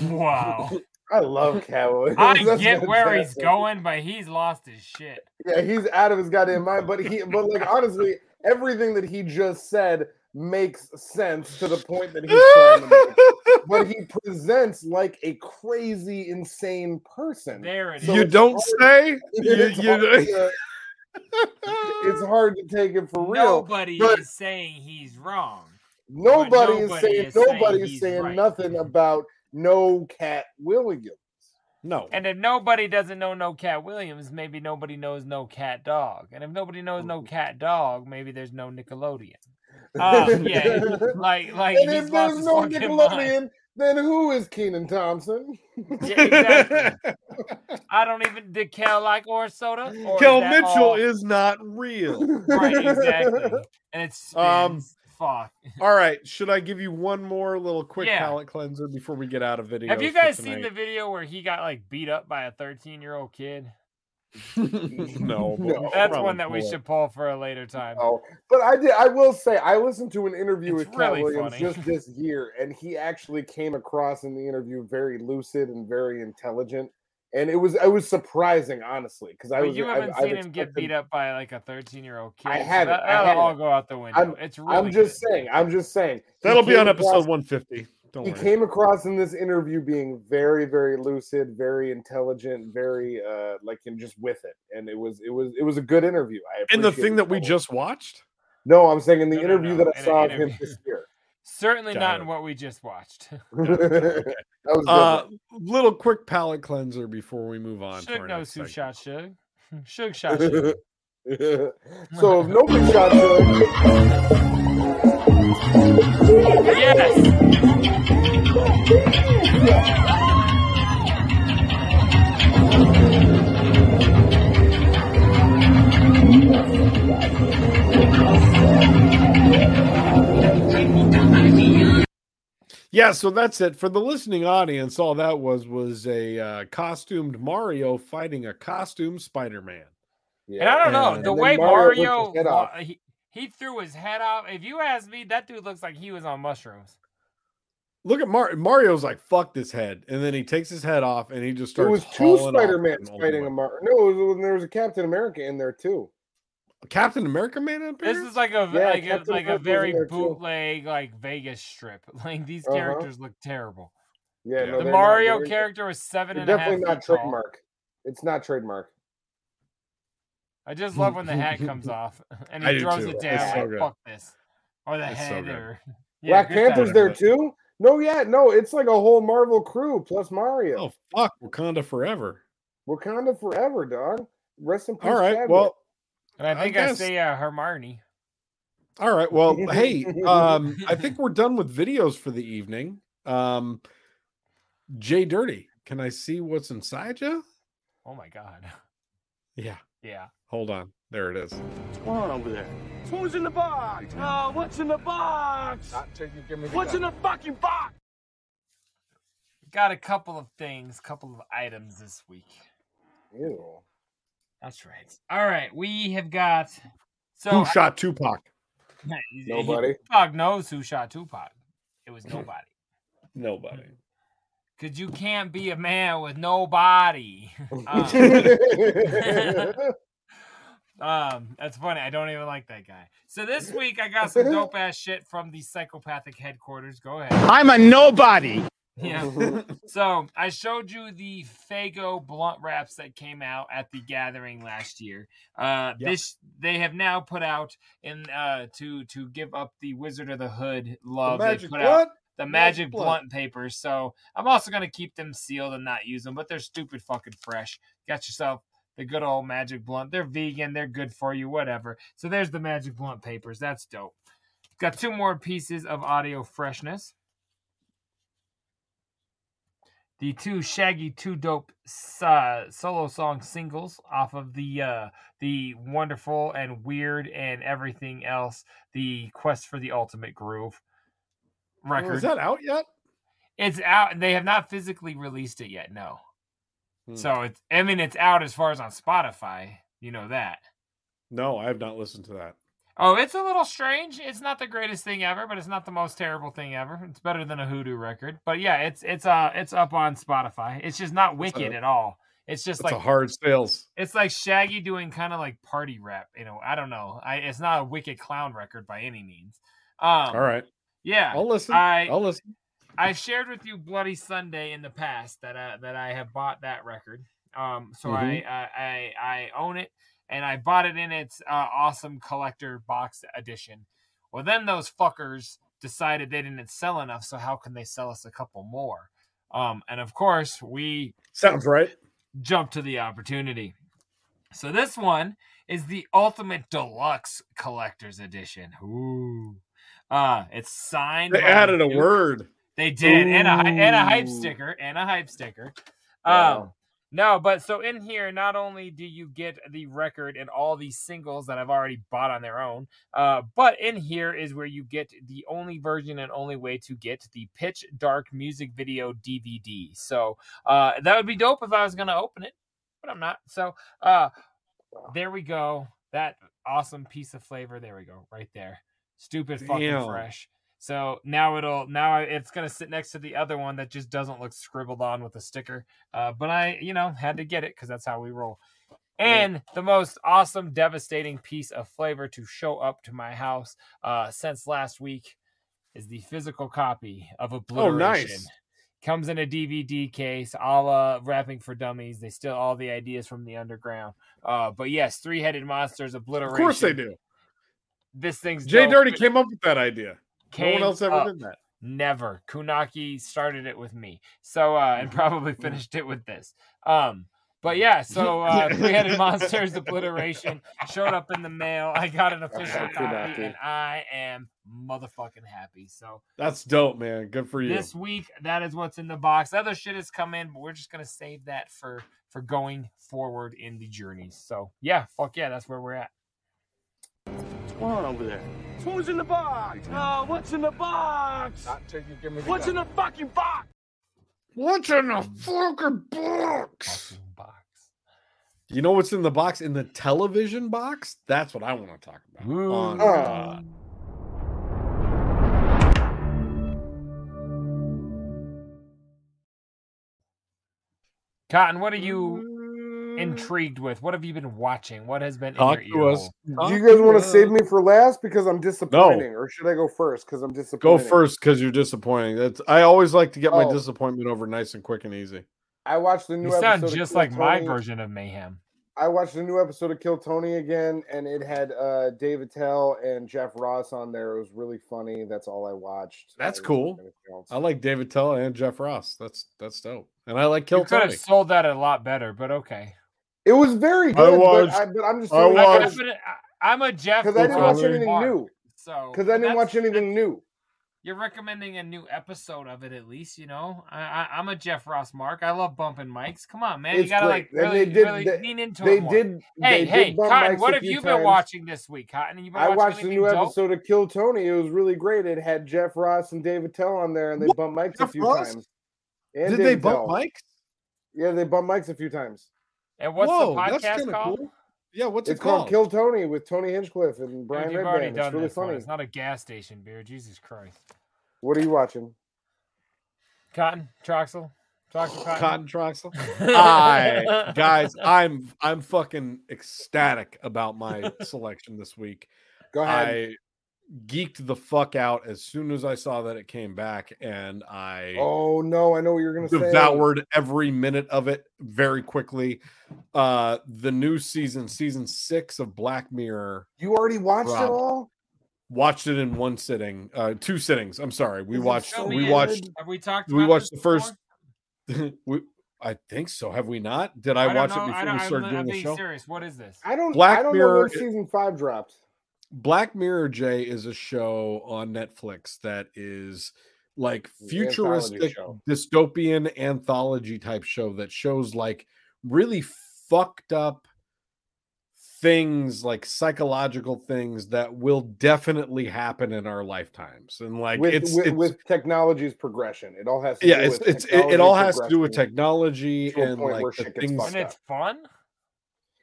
Speaker 2: Wow.
Speaker 3: I love Cat Williams.
Speaker 2: I
Speaker 3: That's
Speaker 2: get where he's
Speaker 3: fantastic.
Speaker 2: going, but he's lost his shit.
Speaker 3: Yeah, he's out of his goddamn mind. But he, but like honestly, everything that he just said makes sense to the point that he's trying to make. But he presents like a crazy, insane person.
Speaker 2: There it is.
Speaker 3: So
Speaker 1: you
Speaker 3: it's
Speaker 1: don't say. You,
Speaker 3: It's,
Speaker 1: you
Speaker 3: hard
Speaker 1: don't-
Speaker 3: to, it's hard to take it for real.
Speaker 2: Nobody
Speaker 3: but
Speaker 2: is saying he's wrong.
Speaker 3: nobody is
Speaker 2: nobody
Speaker 3: saying
Speaker 2: is saying
Speaker 3: nobody is
Speaker 2: he's
Speaker 3: saying
Speaker 2: right.
Speaker 3: nothing about no Cat Williams.
Speaker 1: no.
Speaker 2: And if nobody doesn't know no cat Williams, maybe nobody knows no cat dog. And if nobody knows no cat dog, maybe there's no Nickelodeon. Um, yeah, like like
Speaker 3: and
Speaker 2: he's
Speaker 3: if
Speaker 2: lost
Speaker 3: there's
Speaker 2: his
Speaker 3: no
Speaker 2: fucking mind.
Speaker 3: Nickelodeon, then who is Keenan Thompson?
Speaker 2: Yeah, exactly. I don't even did Cal like or soda. Or is
Speaker 1: Kel
Speaker 2: that
Speaker 1: Mitchell
Speaker 2: all-
Speaker 1: is not real.
Speaker 2: right, exactly. And it's
Speaker 1: Um,
Speaker 2: um, fuck.
Speaker 1: All right, should I give you one more little quick
Speaker 2: Yeah.
Speaker 1: palate cleanser before we get out of video?
Speaker 2: Have you guys seen the video where he got like beat up by a 13 year old kid?
Speaker 1: no, but we
Speaker 3: No.
Speaker 1: should
Speaker 2: That's
Speaker 1: probably
Speaker 2: one that we
Speaker 1: pull it.
Speaker 2: should pull for a later time.
Speaker 3: Oh, but I did. I will say, I listened to an interview
Speaker 2: It's
Speaker 3: with Cat
Speaker 2: really
Speaker 3: Williams
Speaker 2: funny.
Speaker 3: just this year, and he actually came across in the interview very lucid and very intelligent, and it was it was surprising, honestly, because I
Speaker 2: But
Speaker 3: was
Speaker 2: you
Speaker 3: I-
Speaker 2: haven't
Speaker 3: I've
Speaker 2: seen him get
Speaker 3: expected-
Speaker 2: beat up by like a 13 year old kid.
Speaker 3: I
Speaker 2: so
Speaker 3: haven't,
Speaker 2: That,
Speaker 3: I
Speaker 2: that'll all
Speaker 3: haven't.
Speaker 2: go out the window.
Speaker 3: I'm-
Speaker 2: it's really.
Speaker 3: I'm just
Speaker 2: good.
Speaker 3: saying. I'm just saying. He
Speaker 1: That'll be
Speaker 3: came
Speaker 1: on episode
Speaker 3: across-
Speaker 1: 150. Don't
Speaker 3: He
Speaker 1: worry.
Speaker 3: came across in this interview being very, very lucid, very intelligent, very uh like and just with it, and it was it was it was a good interview. I
Speaker 1: and the
Speaker 3: appreciate
Speaker 1: thing
Speaker 3: it
Speaker 1: that we
Speaker 3: so much.
Speaker 1: just watched.
Speaker 3: no, I'm saying in the
Speaker 2: No, no,
Speaker 3: interview
Speaker 2: no,
Speaker 3: that I
Speaker 2: in an
Speaker 3: saw of him
Speaker 2: interview.
Speaker 3: this year.
Speaker 2: Certainly
Speaker 1: Got
Speaker 2: not
Speaker 1: it.
Speaker 2: in what we just watched.
Speaker 3: that was a good
Speaker 1: Uh, little quick palate cleanser before we move on. to
Speaker 2: Suge
Speaker 1: our
Speaker 2: knows
Speaker 1: next
Speaker 2: who
Speaker 1: segment.
Speaker 2: shot Suge. Suge shot Suge.
Speaker 3: so if nobody shot Suge,
Speaker 2: yes.
Speaker 1: Yeah, so that's it for the listening audience. All that was was a uh, costumed Mario fighting a costumed Spider Man.
Speaker 2: And I don't know
Speaker 1: And
Speaker 2: the
Speaker 3: then
Speaker 2: way
Speaker 3: Mario
Speaker 2: Mario,
Speaker 3: whipped his head
Speaker 2: wa-
Speaker 3: off.
Speaker 2: he, he threw his head off. If you ask me, that dude looks like he was on mushrooms.
Speaker 1: Look at Mar- Mario's like fuck this head, and then he takes his head off and he just
Speaker 3: it
Speaker 1: starts.
Speaker 3: was two
Speaker 1: hauling off
Speaker 3: Spider Mans
Speaker 1: all the
Speaker 3: fighting
Speaker 1: way.
Speaker 3: a Mar. No, it was when there was a Captain America in there too.
Speaker 1: Captain America made an
Speaker 2: This
Speaker 1: appearance.
Speaker 2: is like a
Speaker 3: Yeah,
Speaker 2: like a,
Speaker 3: Captain
Speaker 2: like
Speaker 3: America
Speaker 2: a
Speaker 3: was in
Speaker 2: very
Speaker 3: there, too.
Speaker 2: bootleg like Vegas strip. Like these
Speaker 3: Uh-huh.
Speaker 2: characters look terrible.
Speaker 3: Yeah,
Speaker 1: Yeah.
Speaker 3: no,
Speaker 2: The
Speaker 3: they're not-
Speaker 2: Mario
Speaker 3: they're-
Speaker 2: character was seven
Speaker 3: they're
Speaker 2: and a half.
Speaker 3: definitely not
Speaker 2: feet tall.
Speaker 3: trademark. It's not trademark.
Speaker 2: I just love when the hat comes off and
Speaker 1: I
Speaker 2: he
Speaker 1: do
Speaker 2: throws
Speaker 1: too.
Speaker 2: it
Speaker 1: It's
Speaker 2: down.
Speaker 1: so
Speaker 2: like,
Speaker 1: good.
Speaker 2: Fuck this, or the
Speaker 1: It's so
Speaker 2: head,
Speaker 1: good.
Speaker 2: or
Speaker 3: Black
Speaker 2: good
Speaker 3: Panther's
Speaker 2: times.
Speaker 3: there too. No, yeah, no, it's like a whole Marvel crew plus Mario.
Speaker 1: oh fuck, Wakanda forever.
Speaker 3: Wakanda forever, dog. Rest in peace.
Speaker 1: All right,
Speaker 3: Chadwick.
Speaker 1: well,
Speaker 2: And I
Speaker 1: I
Speaker 2: think I,
Speaker 1: guess-
Speaker 2: say uh, Hermione.
Speaker 1: All right. Well, hey, um, I think we're done with videos for the evening. Um, Jay Dirty, can I see what's inside you?
Speaker 2: Oh my god.
Speaker 1: Yeah.
Speaker 2: Yeah.
Speaker 1: Hold on. There it is.
Speaker 5: What's on over there?
Speaker 9: Who's in the box? Oh, what's in the box?
Speaker 3: Not till you give me the
Speaker 9: What's in
Speaker 3: gun.
Speaker 9: the fucking box?
Speaker 2: Got a couple of things, couple of items this week.
Speaker 3: Ew.
Speaker 12: That's right. All right, we have got. So
Speaker 1: Who shot Tupac?
Speaker 3: Nobody.
Speaker 12: Tupac knows who shot Tupac. It was nobody.
Speaker 1: Nobody.
Speaker 12: Cause you can't be a man with nobody. Um, um, that's funny. I don't even like that guy. So this week I got some dope ass shit from the psychopathic headquarters. Go ahead.
Speaker 13: I'm a nobody.
Speaker 12: Yeah. so I showed you the Fago blunt wraps that came out at the gathering last year. Uh,
Speaker 2: Yep.
Speaker 12: This they have now put out in uh, to to give up the Wizard of the Hood love.
Speaker 1: The
Speaker 12: Oh, they
Speaker 1: magic
Speaker 12: put
Speaker 1: what?
Speaker 12: out the
Speaker 1: Magic
Speaker 12: magic,
Speaker 1: blunt.
Speaker 12: blunt papers. So I'm also gonna keep them sealed and not use them, but they're stupid fucking fresh. Got yourself the good old magic blunt. They're vegan. They're good for you. Whatever. So there's the magic blunt papers. That's dope. Got two more pieces of audio freshness. the two Shaggy Two Dope uh, solo song singles off of the uh, the wonderful and weird and everything else, the Quest for the Ultimate Groove record.
Speaker 1: Oh, Is that out yet?
Speaker 12: It's out. They have not physically released it yet. No.
Speaker 1: Hmm.
Speaker 12: So it's. I mean, it's out as far as on Spotify. You know that.
Speaker 1: No, I have not listened to that.
Speaker 12: Oh, it's a little strange. It's not the greatest thing ever, but it's not the most terrible thing ever. It's better than a hoodoo record. But yeah, it's it's uh it's up on Spotify. It's just not wicked
Speaker 1: a-
Speaker 12: at all. It's
Speaker 1: It's
Speaker 12: just
Speaker 1: a
Speaker 12: like
Speaker 1: hard sales.
Speaker 12: it's like Shaggy doing kind of like party rap, you know. I don't know. I it's not a wicked clown record by any means. Um
Speaker 1: All right.
Speaker 12: Yeah.
Speaker 1: I'll listen.
Speaker 12: I
Speaker 1: I'll listen.
Speaker 12: I've shared with you Bloody Sunday in the past that uh, that I have bought that record. Um, so I,
Speaker 1: Mhm.
Speaker 12: I I I own it, and I bought it in its uh, awesome collector box edition. Well, then those fuckers decided they didn't sell enough, so how can they sell us a couple more? Um, and of course, we
Speaker 1: Sounds right.
Speaker 12: jump to the opportunity. So this one is the Ultimate Deluxe Collector's Edition. Ooh. Uh, it's signed.
Speaker 1: They
Speaker 12: by
Speaker 1: added a
Speaker 12: Duke-
Speaker 1: word.
Speaker 12: They did, and a hy- and a hype
Speaker 1: Ooh.
Speaker 12: sticker, and a hype sticker.
Speaker 1: Wow.
Speaker 12: Um, no, but so in here, not only do you get the record and all these singles that I've already bought on their own, uh, but in here is where you get the only version and only way to get the Pitch Dark music video DVD. So uh, that would be dope if I was going to open it, but I'm not. So uh, there we go. That awesome piece of flavor. There we go, right there. Stupid
Speaker 1: Damn.
Speaker 12: fucking fresh. So now it'll now I- it's gonna sit next to the other one that just doesn't look scribbled on with a sticker. Uh, but I, you know, had to get it because that's how we roll. And the most awesome, devastating piece of flavor to show up to my house uh, since last week is the physical copy
Speaker 1: Oh,
Speaker 12: of Obliteration. Comes in a DVD case, a la Rapping for Dummies. They steal all the ideas from the underground. Uh, but yes, Three Headed Monsters, Obliteration.
Speaker 1: Of course they do.
Speaker 12: This thing's
Speaker 1: Jay
Speaker 12: dope.
Speaker 1: Dirty came up with that idea. No
Speaker 12: Came
Speaker 1: one else ever
Speaker 12: up.
Speaker 1: did that.
Speaker 12: Never. Kunaki started it with me. So uh and probably finished it with this. Um but yeah, so uh Three Headed Monsters Obliteration showed up in the mail. I got an official copy
Speaker 1: Kunaki.
Speaker 12: and I am motherfucking happy. So
Speaker 1: That's dope, man. Good for you.
Speaker 12: this week that is what's in the box. Other shit has come in, but we're just gonna save that for for going forward in the journey. So yeah, fuck yeah, that's where we're at.
Speaker 14: What's going on over there? Who's in the box? Oh, what's in the box? What's in the fucking box?
Speaker 1: What's in the fucking box? You know what's in the box? In the television box? That's what I want to talk about. On,
Speaker 2: Um,
Speaker 1: uh,
Speaker 12: Cotton, what are
Speaker 3: Mm-hmm.
Speaker 12: you intrigued with? What have you been watching? What has been
Speaker 1: Talk
Speaker 12: in
Speaker 1: to
Speaker 12: your ear
Speaker 1: us.
Speaker 12: hole?
Speaker 3: Do Oh. you guys want to save me for last because I'm disappointing, or should I go first because I'm
Speaker 1: go
Speaker 3: disappointed?
Speaker 1: first because you're disappointing. That's I always like to get my
Speaker 3: Oh.
Speaker 1: disappointment over nice and quick and easy.
Speaker 3: I watched the new.
Speaker 12: You
Speaker 3: episode
Speaker 12: sound
Speaker 3: of
Speaker 12: just
Speaker 3: Kill
Speaker 12: like my
Speaker 3: Tony.
Speaker 12: version of Mayhem.
Speaker 3: I watched the new episode of Kill Tony again, and it had uh, Dave Attell and Jeff Ross on there. It was really funny. That's all I watched.
Speaker 1: That's
Speaker 3: I didn't
Speaker 1: cool.
Speaker 3: watch anything else.
Speaker 1: I like David Tell and Jeff Ross. That's that's dope. And I like Kill
Speaker 12: you could
Speaker 1: Tony.
Speaker 12: have sold that a lot better, but okay.
Speaker 3: It was very
Speaker 1: I
Speaker 3: good,
Speaker 1: watched-
Speaker 3: but, I, but I'm just
Speaker 1: I
Speaker 3: saying-
Speaker 1: watched-
Speaker 12: I'm a Jeff
Speaker 3: because I didn't
Speaker 12: Ross
Speaker 3: watch anything
Speaker 12: mark,
Speaker 3: new.
Speaker 12: So
Speaker 3: Because I didn't
Speaker 12: that's-
Speaker 3: watch anything new.
Speaker 12: You're recommending a new episode of it, at least. You know, I, I, I'm a Jeff Ross Mark. I love bumping mics. Come on, man. you
Speaker 3: It's
Speaker 12: gotta like
Speaker 3: great. And
Speaker 12: really,
Speaker 3: they did-
Speaker 12: really
Speaker 3: they-
Speaker 12: lean into
Speaker 3: they
Speaker 12: it more.
Speaker 3: did-
Speaker 12: hey,
Speaker 3: they
Speaker 12: hey,
Speaker 3: did bump
Speaker 12: Cotton,
Speaker 3: mics
Speaker 12: what
Speaker 3: a
Speaker 12: have
Speaker 3: few
Speaker 12: you been
Speaker 3: times.
Speaker 12: watching this week, Cotton? You've been
Speaker 3: I
Speaker 12: watching
Speaker 3: watched the
Speaker 12: anything
Speaker 3: new
Speaker 12: dope?
Speaker 3: episode of Kill Tony. It was really great. It had Jeff Ross and David Tell on there, and they bumped mics a
Speaker 1: Jeff
Speaker 3: few
Speaker 1: Ross?
Speaker 3: times.
Speaker 1: Did they
Speaker 3: David
Speaker 1: bump
Speaker 3: Tell.
Speaker 1: mics?
Speaker 3: Yeah, they bumped mics a few times.
Speaker 2: And what's
Speaker 1: Whoa,
Speaker 2: the
Speaker 1: that's
Speaker 2: podcast
Speaker 1: kinda
Speaker 2: called?
Speaker 1: cool. Yeah, what's
Speaker 3: it's
Speaker 1: it called?
Speaker 3: called? Kill Tony with Tony Hinchcliffe and
Speaker 2: Dude,
Speaker 3: Brian
Speaker 2: you've
Speaker 3: Redband.
Speaker 2: already
Speaker 3: it's
Speaker 2: done
Speaker 3: really
Speaker 2: this one.
Speaker 3: funny.
Speaker 2: It's not a gas station beer. Jesus Christ.
Speaker 3: What are you watching?
Speaker 2: Cotton, Troxel, Troxel, Cotton.
Speaker 1: Cotton Troxel. I guys, I'm I'm fucking ecstatic about my selection this week.
Speaker 3: Go
Speaker 1: I
Speaker 3: ahead.
Speaker 1: geeked the fuck out as soon as I saw that it came back, and I
Speaker 3: Oh no, I know what you're gonna say.
Speaker 1: devoured every minute of it very quickly. Uh the new season, season six of Black Mirror.
Speaker 3: You already watched
Speaker 1: Rob.
Speaker 3: it all?
Speaker 1: Watched it in one sitting, uh two sittings. I'm sorry. We
Speaker 3: Is it
Speaker 1: watched
Speaker 3: so
Speaker 1: we
Speaker 3: good?
Speaker 1: watched
Speaker 2: Have we talked?
Speaker 1: we
Speaker 2: about
Speaker 1: watched the
Speaker 2: this
Speaker 1: first we I think so. Have we not? Did I,
Speaker 2: don't
Speaker 1: watch
Speaker 2: know.
Speaker 1: it
Speaker 2: I
Speaker 1: before
Speaker 2: don't-
Speaker 1: we
Speaker 2: I'm
Speaker 1: started
Speaker 2: li-
Speaker 1: doing
Speaker 2: I'm
Speaker 1: the
Speaker 2: being
Speaker 1: show?
Speaker 2: serious. What is this?
Speaker 3: I don't.
Speaker 1: Black
Speaker 3: I don't know
Speaker 1: Mirror-
Speaker 3: when season five dropped.
Speaker 1: Black Mirror Jay is a show on Netflix that is like
Speaker 3: It's an anthology
Speaker 1: futuristic
Speaker 3: show.
Speaker 1: dystopian anthology type show that shows like really fucked up things like psychological things that will definitely happen in our lifetimes and like
Speaker 3: with,
Speaker 1: it's
Speaker 3: with,
Speaker 1: it's
Speaker 3: with technology's progression, it all has. To
Speaker 1: yeah
Speaker 3: do
Speaker 1: it's
Speaker 3: with
Speaker 1: it's it, it all has to do with technology
Speaker 3: technology's to a
Speaker 1: and
Speaker 3: point
Speaker 1: like
Speaker 3: where
Speaker 1: the
Speaker 3: shit gets
Speaker 1: things
Speaker 3: fucked
Speaker 2: And it's fun.
Speaker 3: progression.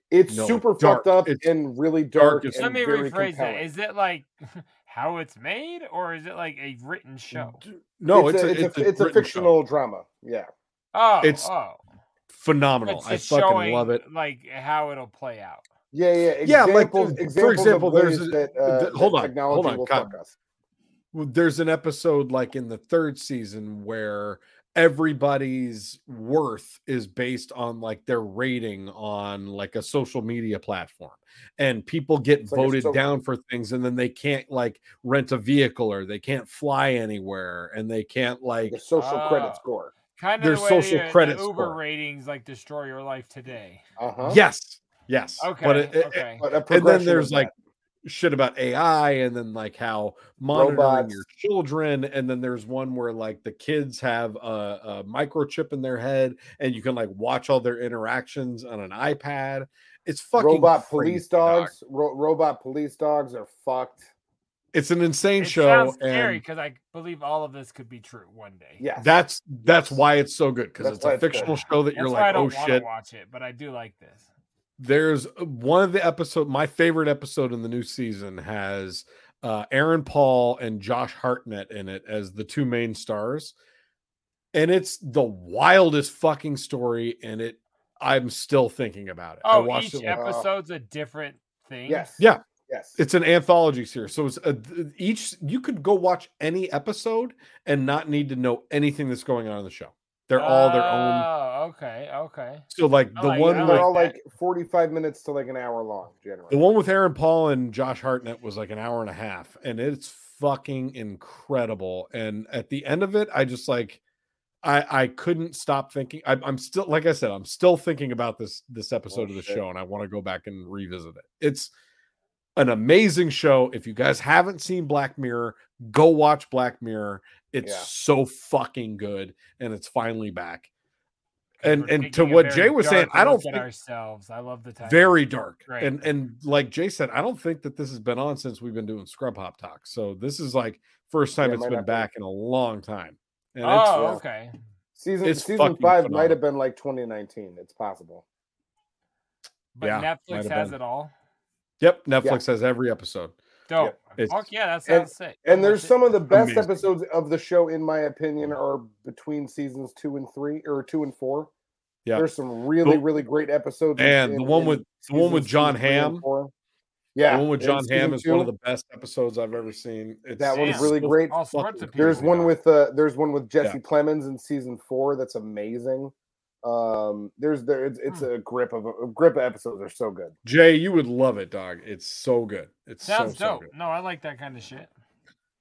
Speaker 3: It's
Speaker 1: No,
Speaker 3: super
Speaker 1: it's dark.
Speaker 3: fucked up
Speaker 1: It's
Speaker 3: and really dark.
Speaker 1: as
Speaker 3: and
Speaker 2: Let me
Speaker 3: very
Speaker 2: rephrase that.
Speaker 3: compelling.
Speaker 2: Is it like how it's made, or is it like a written show?
Speaker 1: no it's, a, it's, a,
Speaker 3: it's a
Speaker 1: written show.
Speaker 3: fictional drama. Yeah,
Speaker 2: Oh,
Speaker 1: It's-
Speaker 2: oh,
Speaker 1: phenomenal
Speaker 2: it's
Speaker 1: i
Speaker 2: just
Speaker 1: fucking
Speaker 2: showing
Speaker 1: love it
Speaker 2: like how it'll play out.
Speaker 3: yeah, yeah.
Speaker 1: Yeah, like,
Speaker 3: Examples,
Speaker 1: for
Speaker 3: examples of
Speaker 1: example, there's
Speaker 3: ways
Speaker 1: a-
Speaker 3: that, uh,
Speaker 1: th- hold
Speaker 3: that
Speaker 1: on,
Speaker 3: technology
Speaker 1: hold on,
Speaker 3: will
Speaker 1: Cotton.
Speaker 3: fuck us.
Speaker 1: Well, there's an episode like in the third season where everybody's worth is based on like their rating on like a social media platform and people get
Speaker 3: It's like a
Speaker 1: voted
Speaker 3: soap
Speaker 1: down for things and then they can't like rent a vehicle or they can't fly anywhere and they can't like
Speaker 3: The social
Speaker 2: Oh.
Speaker 3: credit score.
Speaker 2: Kind of
Speaker 1: Their
Speaker 2: the way uh,
Speaker 1: social
Speaker 2: the, the
Speaker 1: credit
Speaker 2: Uber
Speaker 1: score.
Speaker 2: ratings like destroy your life today.
Speaker 3: Uh huh.
Speaker 1: yes yes
Speaker 2: Okay,
Speaker 1: but it, it-
Speaker 2: okay.
Speaker 3: But a
Speaker 1: and
Speaker 3: progression
Speaker 1: then
Speaker 3: of
Speaker 1: there's
Speaker 3: that.
Speaker 1: like shit about AI and then like how monitoring
Speaker 3: Robots.
Speaker 1: your children and then there's one where like the kids have a, a microchip in their head and you can like watch all their interactions on an iPad. It's fucking
Speaker 3: robot
Speaker 1: crazy,
Speaker 3: police
Speaker 1: dog.
Speaker 3: dogs. Ro- robot police dogs are fucked.
Speaker 1: It's an insane
Speaker 2: It
Speaker 1: show
Speaker 2: sounds scary
Speaker 1: and
Speaker 2: because I believe all of this could be true one day.
Speaker 3: Yes,
Speaker 1: that's that's why it's so good because
Speaker 3: That's
Speaker 1: it's
Speaker 3: why
Speaker 1: a
Speaker 3: it's good.
Speaker 1: fictional show that
Speaker 2: That's
Speaker 1: you're
Speaker 2: why I
Speaker 1: like,
Speaker 2: don't
Speaker 1: oh
Speaker 2: want to
Speaker 1: shit.
Speaker 2: watch it, but I do like this.
Speaker 1: There's uh, one of the episode, my favorite episode in the new season has uh, Aaron Paul and Josh Hartnett in it as the two main stars. And it's the wildest fucking story. And it, I'm still thinking about it. I
Speaker 2: Oh,
Speaker 1: watched
Speaker 2: each
Speaker 1: it. Like,
Speaker 2: episode's a different thing.
Speaker 3: Yes.
Speaker 1: Yeah.
Speaker 3: Yes.
Speaker 1: it's an anthology series. So it's a, th- each, you could go watch any episode and not need to know anything that's going on in the show. They're all their own.
Speaker 2: Oh, okay, okay.
Speaker 1: So, like,
Speaker 2: oh, I
Speaker 1: the
Speaker 2: like-
Speaker 1: one
Speaker 2: I
Speaker 3: and
Speaker 1: with
Speaker 3: they're all
Speaker 2: that.
Speaker 3: like 45 minutes to like an hour long generally.
Speaker 1: The one with Aaron Paul and Josh Hartnett was like an hour and a half, and it's fucking incredible. And at the end of it, I just like, I I couldn't stop thinking. I, I'm still, like I said, I'm still thinking about this this episode of the
Speaker 3: shit.
Speaker 1: show, and I want to go back and revisit it. It's an amazing show. If you guys haven't seen Black Mirror, go watch Black Mirror. It's
Speaker 3: Yeah.
Speaker 1: so fucking good, and it's finally back.
Speaker 2: 'Cause
Speaker 1: And
Speaker 2: we're
Speaker 1: and to
Speaker 2: taking a
Speaker 1: what
Speaker 2: very
Speaker 1: Jay was saying,
Speaker 2: dark
Speaker 1: I don't
Speaker 2: look at
Speaker 1: think
Speaker 2: ourselves. I love the title.
Speaker 1: very dark
Speaker 2: Right.
Speaker 1: and and like jay said i don't think that this has been on since we've been doing scrub hop talk so this is like first time
Speaker 3: Yeah, it
Speaker 1: it's
Speaker 3: might
Speaker 1: been
Speaker 3: not be.
Speaker 1: back in a long time and
Speaker 2: Oh,
Speaker 1: it's uh,
Speaker 2: okay.
Speaker 3: season
Speaker 1: it's
Speaker 3: season
Speaker 1: fucking
Speaker 3: 5 might have been like 2019. It's possible.
Speaker 2: But
Speaker 1: Yeah, might
Speaker 2: Netflix
Speaker 1: have
Speaker 2: has
Speaker 1: been.
Speaker 2: it all.
Speaker 1: yep netflix has every episode
Speaker 2: Dope.
Speaker 1: It's-
Speaker 2: Fuck yeah, that
Speaker 3: and-
Speaker 2: sounds sick.
Speaker 3: And there's
Speaker 2: some.
Speaker 3: some of the best
Speaker 1: Amazing.
Speaker 3: episodes of the show, in my opinion, are between seasons two and three or two and four.
Speaker 1: Yeah.
Speaker 3: There's some really,
Speaker 1: The-
Speaker 3: really great episodes. in-
Speaker 1: and the
Speaker 3: in-
Speaker 1: one
Speaker 3: in
Speaker 1: with the one with
Speaker 3: seasons
Speaker 1: john
Speaker 3: two, three, and
Speaker 1: ham
Speaker 3: four.
Speaker 1: yeah
Speaker 3: Yeah.
Speaker 1: the one with
Speaker 3: in
Speaker 1: john ham
Speaker 3: season
Speaker 1: is one of
Speaker 3: two.
Speaker 1: the best episodes i've ever seen it's,
Speaker 3: That
Speaker 2: one's
Speaker 1: it's
Speaker 3: really
Speaker 1: so
Speaker 3: great.
Speaker 2: All sorts
Speaker 1: fucking
Speaker 2: of people.
Speaker 3: There's
Speaker 1: crazy.
Speaker 3: one with uh there's one with Jesse Plemons in season four that's amazing. Um there's there it's, it's
Speaker 1: Hmm.
Speaker 3: a grip of a grip of episodes are so good.
Speaker 1: jay you would love it dog it's so good it's
Speaker 2: Sounds
Speaker 1: so, so
Speaker 2: dope.
Speaker 1: good
Speaker 2: No, I like that kind of shit.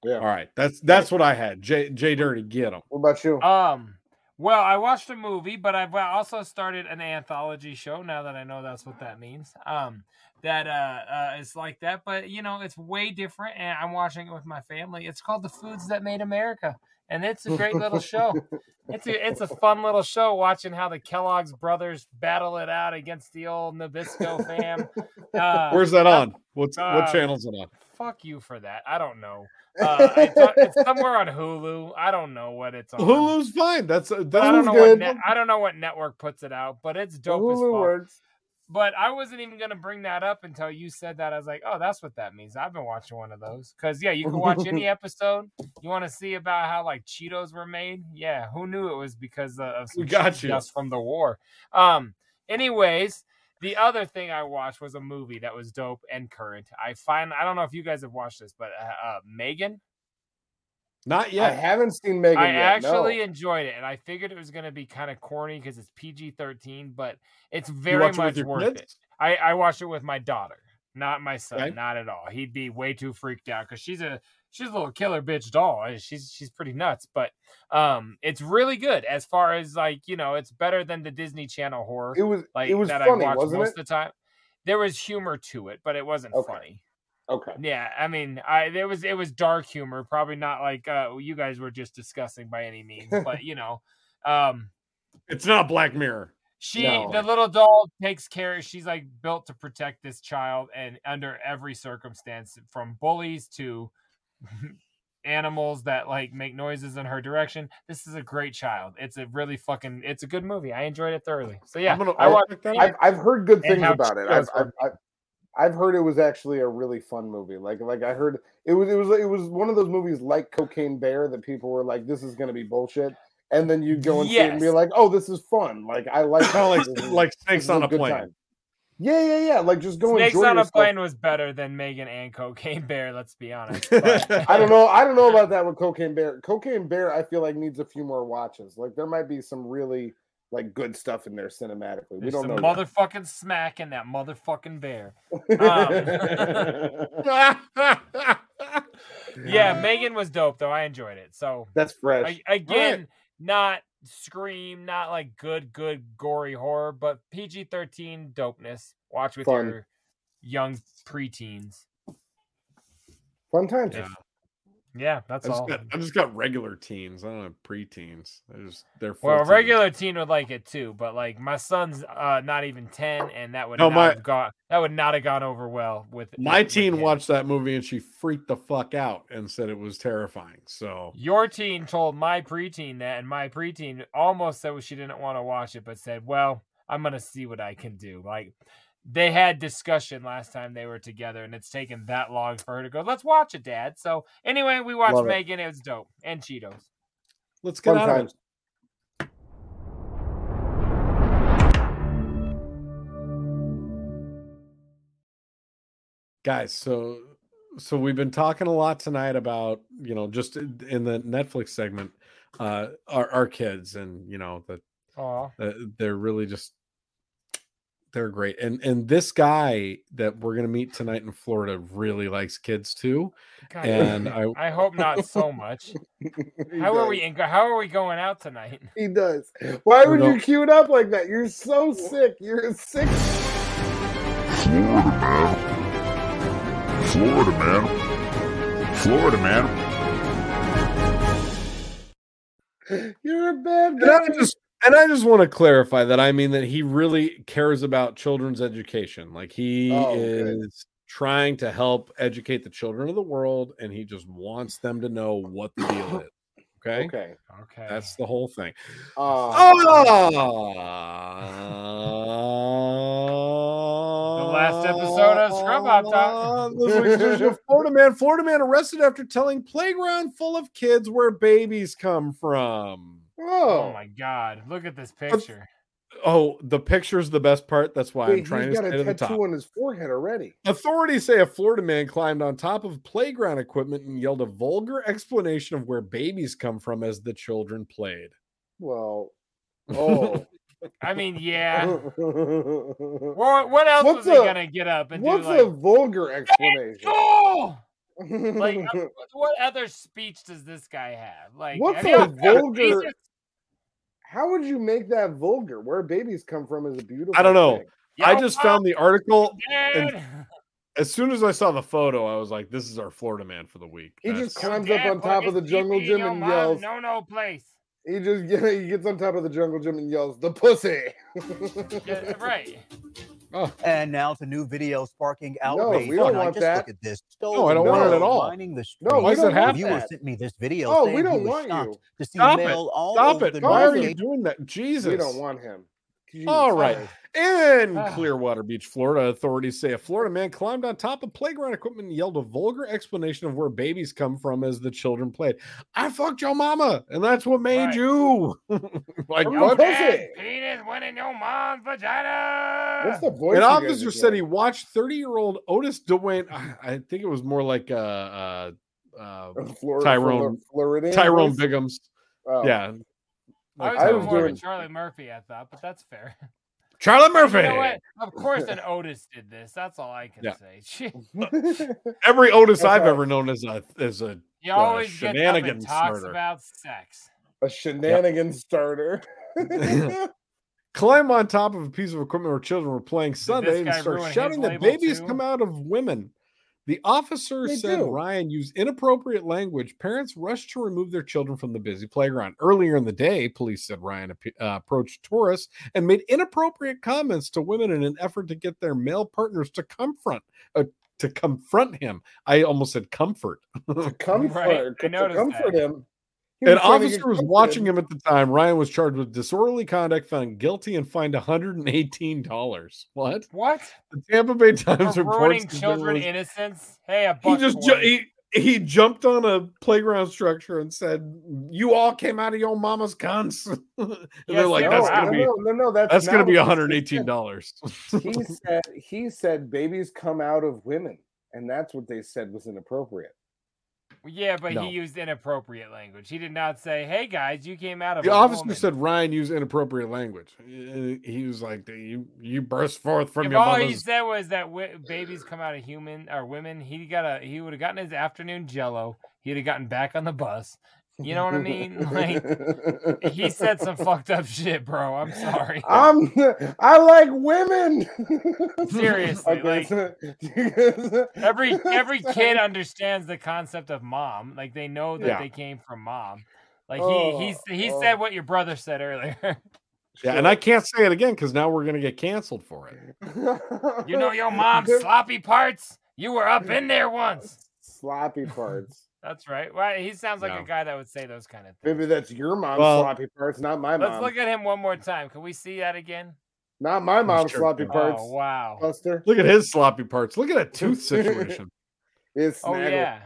Speaker 3: Yeah.
Speaker 1: all right that's that's what i had jay jay dirty get him
Speaker 3: What about you?
Speaker 2: Um, well, I watched a movie, but I've also started an anthology show now that I know that's what that means. Um,
Speaker 12: that uh, uh, is like that, but you know, it's way different. And I'm watching it with my family. It's called The Foods That Made America, and it's a great little show. It's a it's a fun little show watching how the Kellogg's brothers battle it out against the old Nabisco fam. Uh,
Speaker 1: Where's that on? What's what
Speaker 12: uh,
Speaker 1: channel's it on?
Speaker 12: Fuck you for that. I don't know. Uh, it's, on- it's somewhere on Hulu. I don't know what it's on.
Speaker 1: Hulu's fine. That's that's
Speaker 12: I don't know
Speaker 1: good.
Speaker 12: what net, I don't know what network puts it out, but it's dope as
Speaker 1: Hulu
Speaker 12: fuck.
Speaker 1: works.
Speaker 12: But I wasn't even gonna bring that up until you said that. I was like, oh, that's what that means. I've been watching one of those because yeah, you can watch any episode. You want to see about how like Cheetos were made? Yeah, who knew it was because of- of some
Speaker 1: We got
Speaker 12: cheap
Speaker 1: you.
Speaker 12: dust from the war. Um, anyways. The other thing I watched was a movie that was dope and current. I find I don't know if you guys have watched this, but uh, uh, Megan,
Speaker 1: Not
Speaker 3: yet. I haven't seen Megan
Speaker 12: I
Speaker 3: yet.
Speaker 12: actually
Speaker 3: no.
Speaker 12: enjoyed it, and I figured it was going to be kind of corny because it's PG thirteen, but it's
Speaker 1: you
Speaker 12: very
Speaker 1: watch it
Speaker 12: much
Speaker 1: with your
Speaker 12: worth
Speaker 1: kids?
Speaker 12: it. I, I watched it with my daughter, not my son,
Speaker 1: Okay.
Speaker 12: not at all. He'd be way too freaked out because she's a she's a little killer bitch doll. and She's she's pretty nuts, but um, it's really good as far as like you know, it's better than the Disney Channel horror.
Speaker 3: It was-
Speaker 12: like
Speaker 3: it was
Speaker 12: that
Speaker 3: funny,
Speaker 12: I watched
Speaker 3: wasn't
Speaker 12: most
Speaker 3: it?
Speaker 12: of the time. There was humor to it, but it wasn't funny.
Speaker 3: Okay.
Speaker 12: Yeah, I mean, I there was it was dark humor, probably not like uh you guys were just discussing by any means, but you know, um
Speaker 1: It's not Black Mirror.
Speaker 12: she
Speaker 1: No.
Speaker 12: the little doll takes care she's like built to protect this child and under every circumstance from bullies to animals that like make noises in her direction. This is a great child. It's a really fucking it's a good movie. I enjoyed it thoroughly. So yeah,
Speaker 3: I'm gonna-
Speaker 12: I watched it.
Speaker 3: I've, I've heard good
Speaker 12: And
Speaker 3: things
Speaker 12: how
Speaker 3: about it.
Speaker 12: cheetos
Speaker 3: I've,
Speaker 12: were
Speaker 3: I've, I've, I've heard it was actually a really fun movie. Like like I heard it was it was it was one of those movies like Cocaine Bear that people were like, this is gonna be bullshit. And then you go and see it and be
Speaker 1: Yes.
Speaker 3: like, oh, this is fun. Like I like
Speaker 1: Kinda like-
Speaker 3: this is-
Speaker 1: like
Speaker 3: this
Speaker 1: Snakes
Speaker 3: is a
Speaker 1: on a
Speaker 3: good
Speaker 1: Plane.
Speaker 3: time. Yeah, yeah, yeah. Like just go
Speaker 12: Snakes
Speaker 3: enjoy
Speaker 12: on a
Speaker 3: yourself.
Speaker 12: plane was better than Megan and Cocaine Bear. Let's be honest.
Speaker 3: I don't know. I don't know about that with Cocaine Bear. Cocaine Bear, I feel like needs a few more watches. Like there might be some really like good stuff in there cinematically. We
Speaker 12: There's
Speaker 3: don't
Speaker 12: some
Speaker 3: know. yet.
Speaker 12: motherfucking smack in that motherfucking bear. Um, yeah, Megan was dope though. I enjoyed it. So
Speaker 3: That's fresh.
Speaker 12: a- again, not scream, not like good, good gory horror, but PG thirteen dopeness. Watch with
Speaker 3: Fun.
Speaker 12: your young preteens.
Speaker 3: Fun times.
Speaker 12: Yeah, that's
Speaker 1: I just
Speaker 12: all.
Speaker 1: got- I just got regular teens. I don't have preteens. I just they're
Speaker 12: Well, a
Speaker 1: 14.
Speaker 12: regular teen would like it too, but like my son's uh, not even ten, and that would
Speaker 1: No,
Speaker 12: not
Speaker 1: my-
Speaker 12: have gone. That would not have gone over well with
Speaker 1: My teen watched that movie and she freaked the fuck out and said it was terrifying. So
Speaker 12: Your teen told my preteen that, and my preteen almost said she didn't want to watch it, but said, "Well, I'm gonna see what I can do." Like they had discussion last time they were together, and it's taken that long for her to go. Let's watch it, Dad. So anyway, we watched
Speaker 1: Love it.
Speaker 12: Megan. It. was dope, and Cheetos.
Speaker 1: let's get
Speaker 3: Fun
Speaker 1: out of
Speaker 3: times.
Speaker 1: it. guys so so we've been talking a lot tonight about you know just in in the netflix segment uh our, our kids and you know that
Speaker 12: Aw.
Speaker 1: uh, they're really just they're great and and this guy that we're gonna meet tonight in florida really likes kids too
Speaker 12: God,
Speaker 1: and i
Speaker 12: I, hope not so much.
Speaker 3: He
Speaker 12: How are
Speaker 3: does.
Speaker 12: we? In, how are we going out tonight?
Speaker 3: He does. Why
Speaker 1: We
Speaker 3: would you
Speaker 1: don't-
Speaker 3: cue it up like that? You're so sick. You're a sick.
Speaker 15: Florida man. Florida man. Florida man.
Speaker 3: You're a bad
Speaker 1: and
Speaker 3: guy.
Speaker 1: I just and I just want to clarify that I mean that he really cares about children's education. Like he
Speaker 3: Oh,
Speaker 1: is
Speaker 3: good.
Speaker 1: trying to help educate the children of the world, and he just wants them to know what the deal is. Okay,
Speaker 3: Okay. Uh,
Speaker 12: Okay.
Speaker 1: that's the whole thing.
Speaker 12: Oh, The
Speaker 1: Oh,
Speaker 12: last episode of Scrub Hop Talk.
Speaker 1: this week's edition of Florida man, Florida man arrested after telling playground full of kids where babies come from.
Speaker 12: Oh
Speaker 3: Oh,
Speaker 12: my God! Look at this picture.
Speaker 1: Oh, the picture's the best part. That's why
Speaker 3: Wait,
Speaker 1: I'm trying to
Speaker 3: he's got
Speaker 1: stay to
Speaker 3: a
Speaker 1: the top.
Speaker 3: tattoo on his forehead already.
Speaker 1: Authorities say a Florida man climbed on top of playground equipment and yelled a vulgar explanation of where babies come from as the children played.
Speaker 3: Well, oh.
Speaker 12: I mean, yeah.
Speaker 3: What's
Speaker 12: What, what else was
Speaker 3: What's
Speaker 12: he
Speaker 3: a-
Speaker 12: gonna get up and do?
Speaker 3: a
Speaker 12: Like,
Speaker 3: vulgar explanation?
Speaker 12: oh! like I'm- what other speech does this guy have? Like,
Speaker 3: What's
Speaker 12: have you-
Speaker 3: a vulgar?
Speaker 12: Jesus-
Speaker 3: How would you make that vulgar? Where babies come from is a beautiful.
Speaker 1: I don't know.
Speaker 3: thing.
Speaker 1: I just found the article, and as soon as I saw the photo, I was like, "This is our Florida man for the week."
Speaker 3: He just
Speaker 1: That's-
Speaker 3: climbs up on top of the jungle gym and yells.
Speaker 2: No, no place.
Speaker 3: He just he gets on top of the jungle gym and yells, "The pussy!"
Speaker 2: Yeah, right.
Speaker 16: And now it's a new video sparking
Speaker 3: we
Speaker 16: outrage.
Speaker 3: don't
Speaker 16: Oh, no,
Speaker 3: want
Speaker 16: just
Speaker 3: that.
Speaker 16: Look at this.
Speaker 3: No,
Speaker 16: Stolen
Speaker 3: I don't want it
Speaker 16: girl
Speaker 3: at all.
Speaker 16: Lining the
Speaker 3: No, we
Speaker 16: streets.
Speaker 3: don't want
Speaker 16: Viewer
Speaker 3: that.
Speaker 16: sent me this video.
Speaker 3: Oh,
Speaker 16: saying
Speaker 3: we
Speaker 16: he
Speaker 3: don't
Speaker 16: was
Speaker 3: want
Speaker 16: shocked
Speaker 3: you.
Speaker 16: To see mail all
Speaker 1: Stop
Speaker 16: over
Speaker 1: it!
Speaker 16: the
Speaker 1: Why are you
Speaker 16: nation.
Speaker 1: doing that? Jesus!
Speaker 3: We don't want Ah. him. Jesus.
Speaker 1: All right. In Clearwater Beach, Florida, authorities say a Florida man climbed on top of playground equipment and yelled a vulgar explanation of where babies come from as the children played. I fucked your mama, and that's what made you. like,
Speaker 2: Your
Speaker 1: what?
Speaker 2: dad's penis went in your mom's vagina.
Speaker 3: What's the voice?
Speaker 1: An
Speaker 3: you guys
Speaker 1: officer
Speaker 3: are
Speaker 1: said he
Speaker 3: doing?
Speaker 1: watched 30 year old Otis Dwayne. I, I think it was more like uh, uh, uh,
Speaker 3: Flor-
Speaker 1: Tyrone,
Speaker 3: Flor- Floridian
Speaker 1: Tyrone
Speaker 3: voice?
Speaker 1: Biggums.
Speaker 3: Oh.
Speaker 1: Yeah.
Speaker 2: I
Speaker 1: Like
Speaker 2: was, going more
Speaker 1: Tyrone
Speaker 2: doing Charlie Murphy, I thought, but that's fair.
Speaker 1: Biggums. Charlie
Speaker 2: You
Speaker 1: Murphy.
Speaker 2: know what? Of course, an Otis did this. That's all I can
Speaker 1: Yeah.
Speaker 2: say. Shit.
Speaker 1: Every Otis
Speaker 3: That's
Speaker 1: I've
Speaker 3: right.
Speaker 1: ever known is a is a
Speaker 2: He
Speaker 1: uh,
Speaker 2: always gets up and
Speaker 1: shenanigans
Speaker 2: talks
Speaker 1: murder.
Speaker 2: about sex.
Speaker 3: a shenanigan starter.
Speaker 1: Climb on top of a piece of equipment where children were playing Sunday and
Speaker 3: guy
Speaker 1: start
Speaker 3: ruin his
Speaker 1: shouting that
Speaker 3: label
Speaker 1: babies
Speaker 3: too?
Speaker 1: come out of women. The officer
Speaker 3: They
Speaker 1: said
Speaker 3: do.
Speaker 1: Ryan used inappropriate language. Parents rushed to remove their children from the busy playground. Earlier in the day, police said Ryan appe- uh, approached tourists and made inappropriate comments to women in an effort to get their male partners to confront uh, to confront him. I almost said comfort.
Speaker 3: Comfort,
Speaker 2: I
Speaker 3: to
Speaker 2: noticed
Speaker 3: comfort
Speaker 2: that.
Speaker 3: him. He
Speaker 1: An
Speaker 3: was trying to get
Speaker 1: officer was
Speaker 3: comforted.
Speaker 1: watching him at the time. Ryan was charged with disorderly conduct, found guilty, and fined $118. What?
Speaker 2: What?
Speaker 1: The Tampa Bay Times
Speaker 2: For
Speaker 1: reports
Speaker 2: ruining
Speaker 1: that there
Speaker 2: children
Speaker 1: was-
Speaker 2: innocence. Hey, a
Speaker 1: he
Speaker 2: buck
Speaker 1: just ju-
Speaker 2: 20.
Speaker 1: he, he jumped on a playground structure and said, "You all came out of your mama's cunts." And
Speaker 3: Yes,
Speaker 1: they're like,
Speaker 3: no,
Speaker 1: "That's
Speaker 3: no,
Speaker 1: gonna be
Speaker 3: no, no, no, that's
Speaker 1: that's, gonna
Speaker 3: not
Speaker 1: be
Speaker 3: what he
Speaker 1: $118."
Speaker 3: he said he said babies come out of women, and that's what they said was inappropriate.
Speaker 2: Yeah, but
Speaker 1: No.
Speaker 2: he used inappropriate language. He did not say, "Hey guys, you came out of
Speaker 1: The
Speaker 2: a
Speaker 1: officer
Speaker 2: woman."
Speaker 1: said Ryan used inappropriate language. Uh, He was like, "You you burst forth from
Speaker 2: If
Speaker 1: your
Speaker 2: all he
Speaker 1: mama's."
Speaker 2: said was that wi- babies come out of human or women, he got a he would have gotten his afternoon jello. He'd have gotten back on the bus. You know what I mean? Like he said some fucked up shit, bro. I'm sorry.
Speaker 3: I'm I like women.
Speaker 2: Seriously,
Speaker 3: Okay,
Speaker 2: like
Speaker 3: so- you guys-
Speaker 2: every every kid understands the concept of mom. Like they know that
Speaker 1: Yeah.
Speaker 2: they came from mom. Like
Speaker 3: Oh,
Speaker 2: he he he
Speaker 3: oh.
Speaker 2: said what your brother said earlier.
Speaker 1: Yeah, and I can't say it again because now we're gonna get canceled for it.
Speaker 2: you know your mom's sloppy parts. You were up in there once.
Speaker 3: sloppy parts.
Speaker 2: That's right. Well, he sounds like
Speaker 1: No.
Speaker 2: a guy that would say those kind of things.
Speaker 3: Maybe that's your mom's
Speaker 1: Well-
Speaker 3: sloppy parts, not my
Speaker 2: Let's
Speaker 3: mom.
Speaker 2: look at him one more time. Can we see that again?
Speaker 3: Not my mom's
Speaker 1: sure
Speaker 3: sloppy
Speaker 1: can.
Speaker 3: parts.
Speaker 2: Oh wow.
Speaker 3: Buster.
Speaker 1: Look at his sloppy parts. Look at that tooth situation.
Speaker 3: It's
Speaker 2: Oh yeah.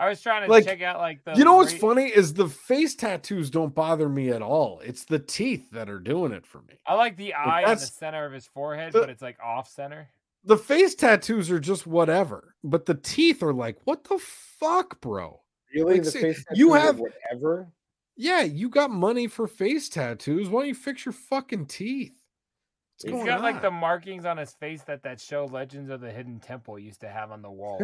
Speaker 2: I was trying to
Speaker 1: Like,
Speaker 2: check out like the
Speaker 1: you know what's
Speaker 2: re-
Speaker 1: funny is the face tattoos don't bother me at all. It's the teeth that are doing it for me.
Speaker 2: I like the eye in the
Speaker 1: that's-
Speaker 2: center of his forehead,
Speaker 1: the-
Speaker 2: but it's like off center.
Speaker 1: The face tattoos are just whatever, but the teeth are like, what the fuck, bro?
Speaker 3: really
Speaker 1: Like,
Speaker 3: the
Speaker 1: see,
Speaker 3: face
Speaker 1: you
Speaker 3: tattoo of
Speaker 1: have-
Speaker 3: whatever.
Speaker 1: Yeah, you got money for face tattoos. Why don't you fix your fucking teeth? What's
Speaker 2: He's
Speaker 3: Oh,
Speaker 1: going
Speaker 2: got like
Speaker 1: on?
Speaker 2: the markings on his face that that show Legends of the Hidden Temple used to have on the walls.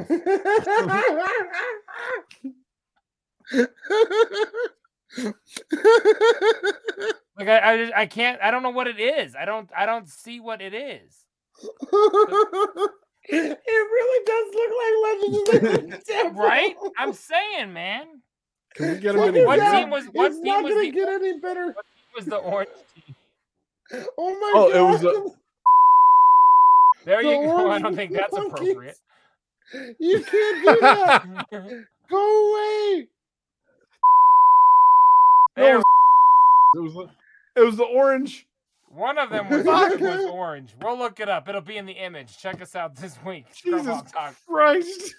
Speaker 2: like I, I, just, I can't. I don't know what it is. I don't. I don't see what it is.
Speaker 3: it really does look like Legend of the Temple.
Speaker 2: Right? I'm saying, man.
Speaker 1: Can we get him
Speaker 3: Look
Speaker 1: any
Speaker 3: at
Speaker 2: What
Speaker 3: that.
Speaker 2: team was- what
Speaker 3: it's
Speaker 2: team
Speaker 3: not
Speaker 2: was
Speaker 3: gonna
Speaker 2: the-
Speaker 3: get any better.
Speaker 2: It was the orange.
Speaker 3: Oh my
Speaker 1: Oh,
Speaker 3: god!
Speaker 1: it was
Speaker 2: There
Speaker 3: The
Speaker 2: you go. I
Speaker 3: orange
Speaker 2: don't think
Speaker 3: with
Speaker 2: that's
Speaker 3: the monkeys.
Speaker 2: appropriate.
Speaker 3: You can't do that. Go away.
Speaker 2: There,
Speaker 1: It was, the- it was the orange.
Speaker 2: one of them was,
Speaker 3: Fuck.
Speaker 2: was orange. We'll look it up. It'll be in the image. Check us out this week. Scrum
Speaker 1: Jesus
Speaker 2: Hawk Talk.
Speaker 1: Christ.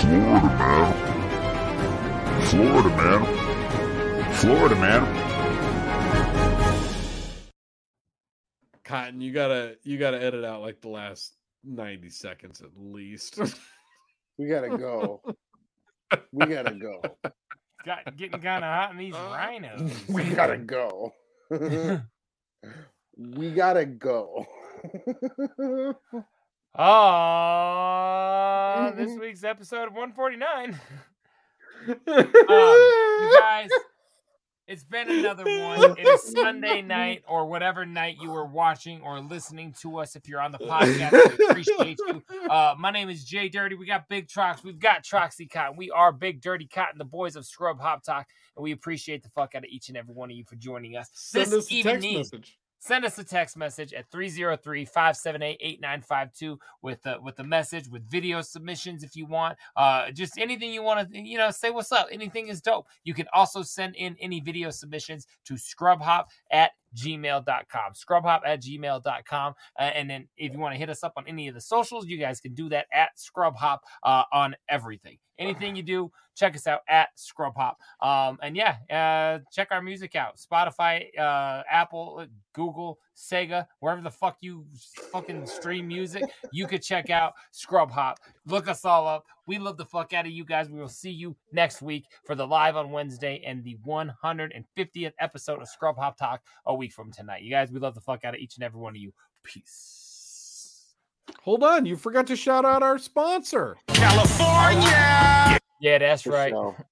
Speaker 17: Florida man. Florida man. Florida man.
Speaker 1: Cotton, you gotta you gotta edit out like the last 90 seconds at least.
Speaker 3: We gotta go. We gotta go.
Speaker 2: Got, getting kind of hot in these rhinos.
Speaker 3: We gotta go. we gotta go.
Speaker 2: Ah, this
Speaker 3: Mhm.
Speaker 2: week's episode of 149. Um, you guys, It's been another one. It is Sunday night or whatever night you were watching or listening to us. If you're on the podcast, we appreciate you. Uh, my name is Jay Dirty. We got Big Trox. We've got Troxy Cotton. We are Big Dirty Cotton, the boys of Scrub Hop Talk. And we appreciate the fuck out of each and every one of you for joining us
Speaker 1: Send
Speaker 2: this
Speaker 1: us a text
Speaker 2: evening.
Speaker 1: message.
Speaker 2: Send us a text message at 303-578-8952 with uh, with a message with video submissions if you want. Uh just anything you want to you know say what's up. Anything is dope. You can also send in any video submissions to scrubhop at gmail.com scrubhop at gmail.com uh, and then if you want to hit us up on any of the socials you guys can do that at scrubhop uh, on everything anything you do check us out at scrubhop um, and yeah uh, check our music out spotify uh, apple google sega wherever the fuck you fucking stream music you could check out scrubhop look us all up we love the fuck out of you guys we will see you next week for the live on wednesday and the 150th episode of scrub hop talk a week from tonight you guys we love the fuck out of each and every one of you peace
Speaker 1: Hold on, you forgot to shout out our sponsor.
Speaker 2: California. yeah that's right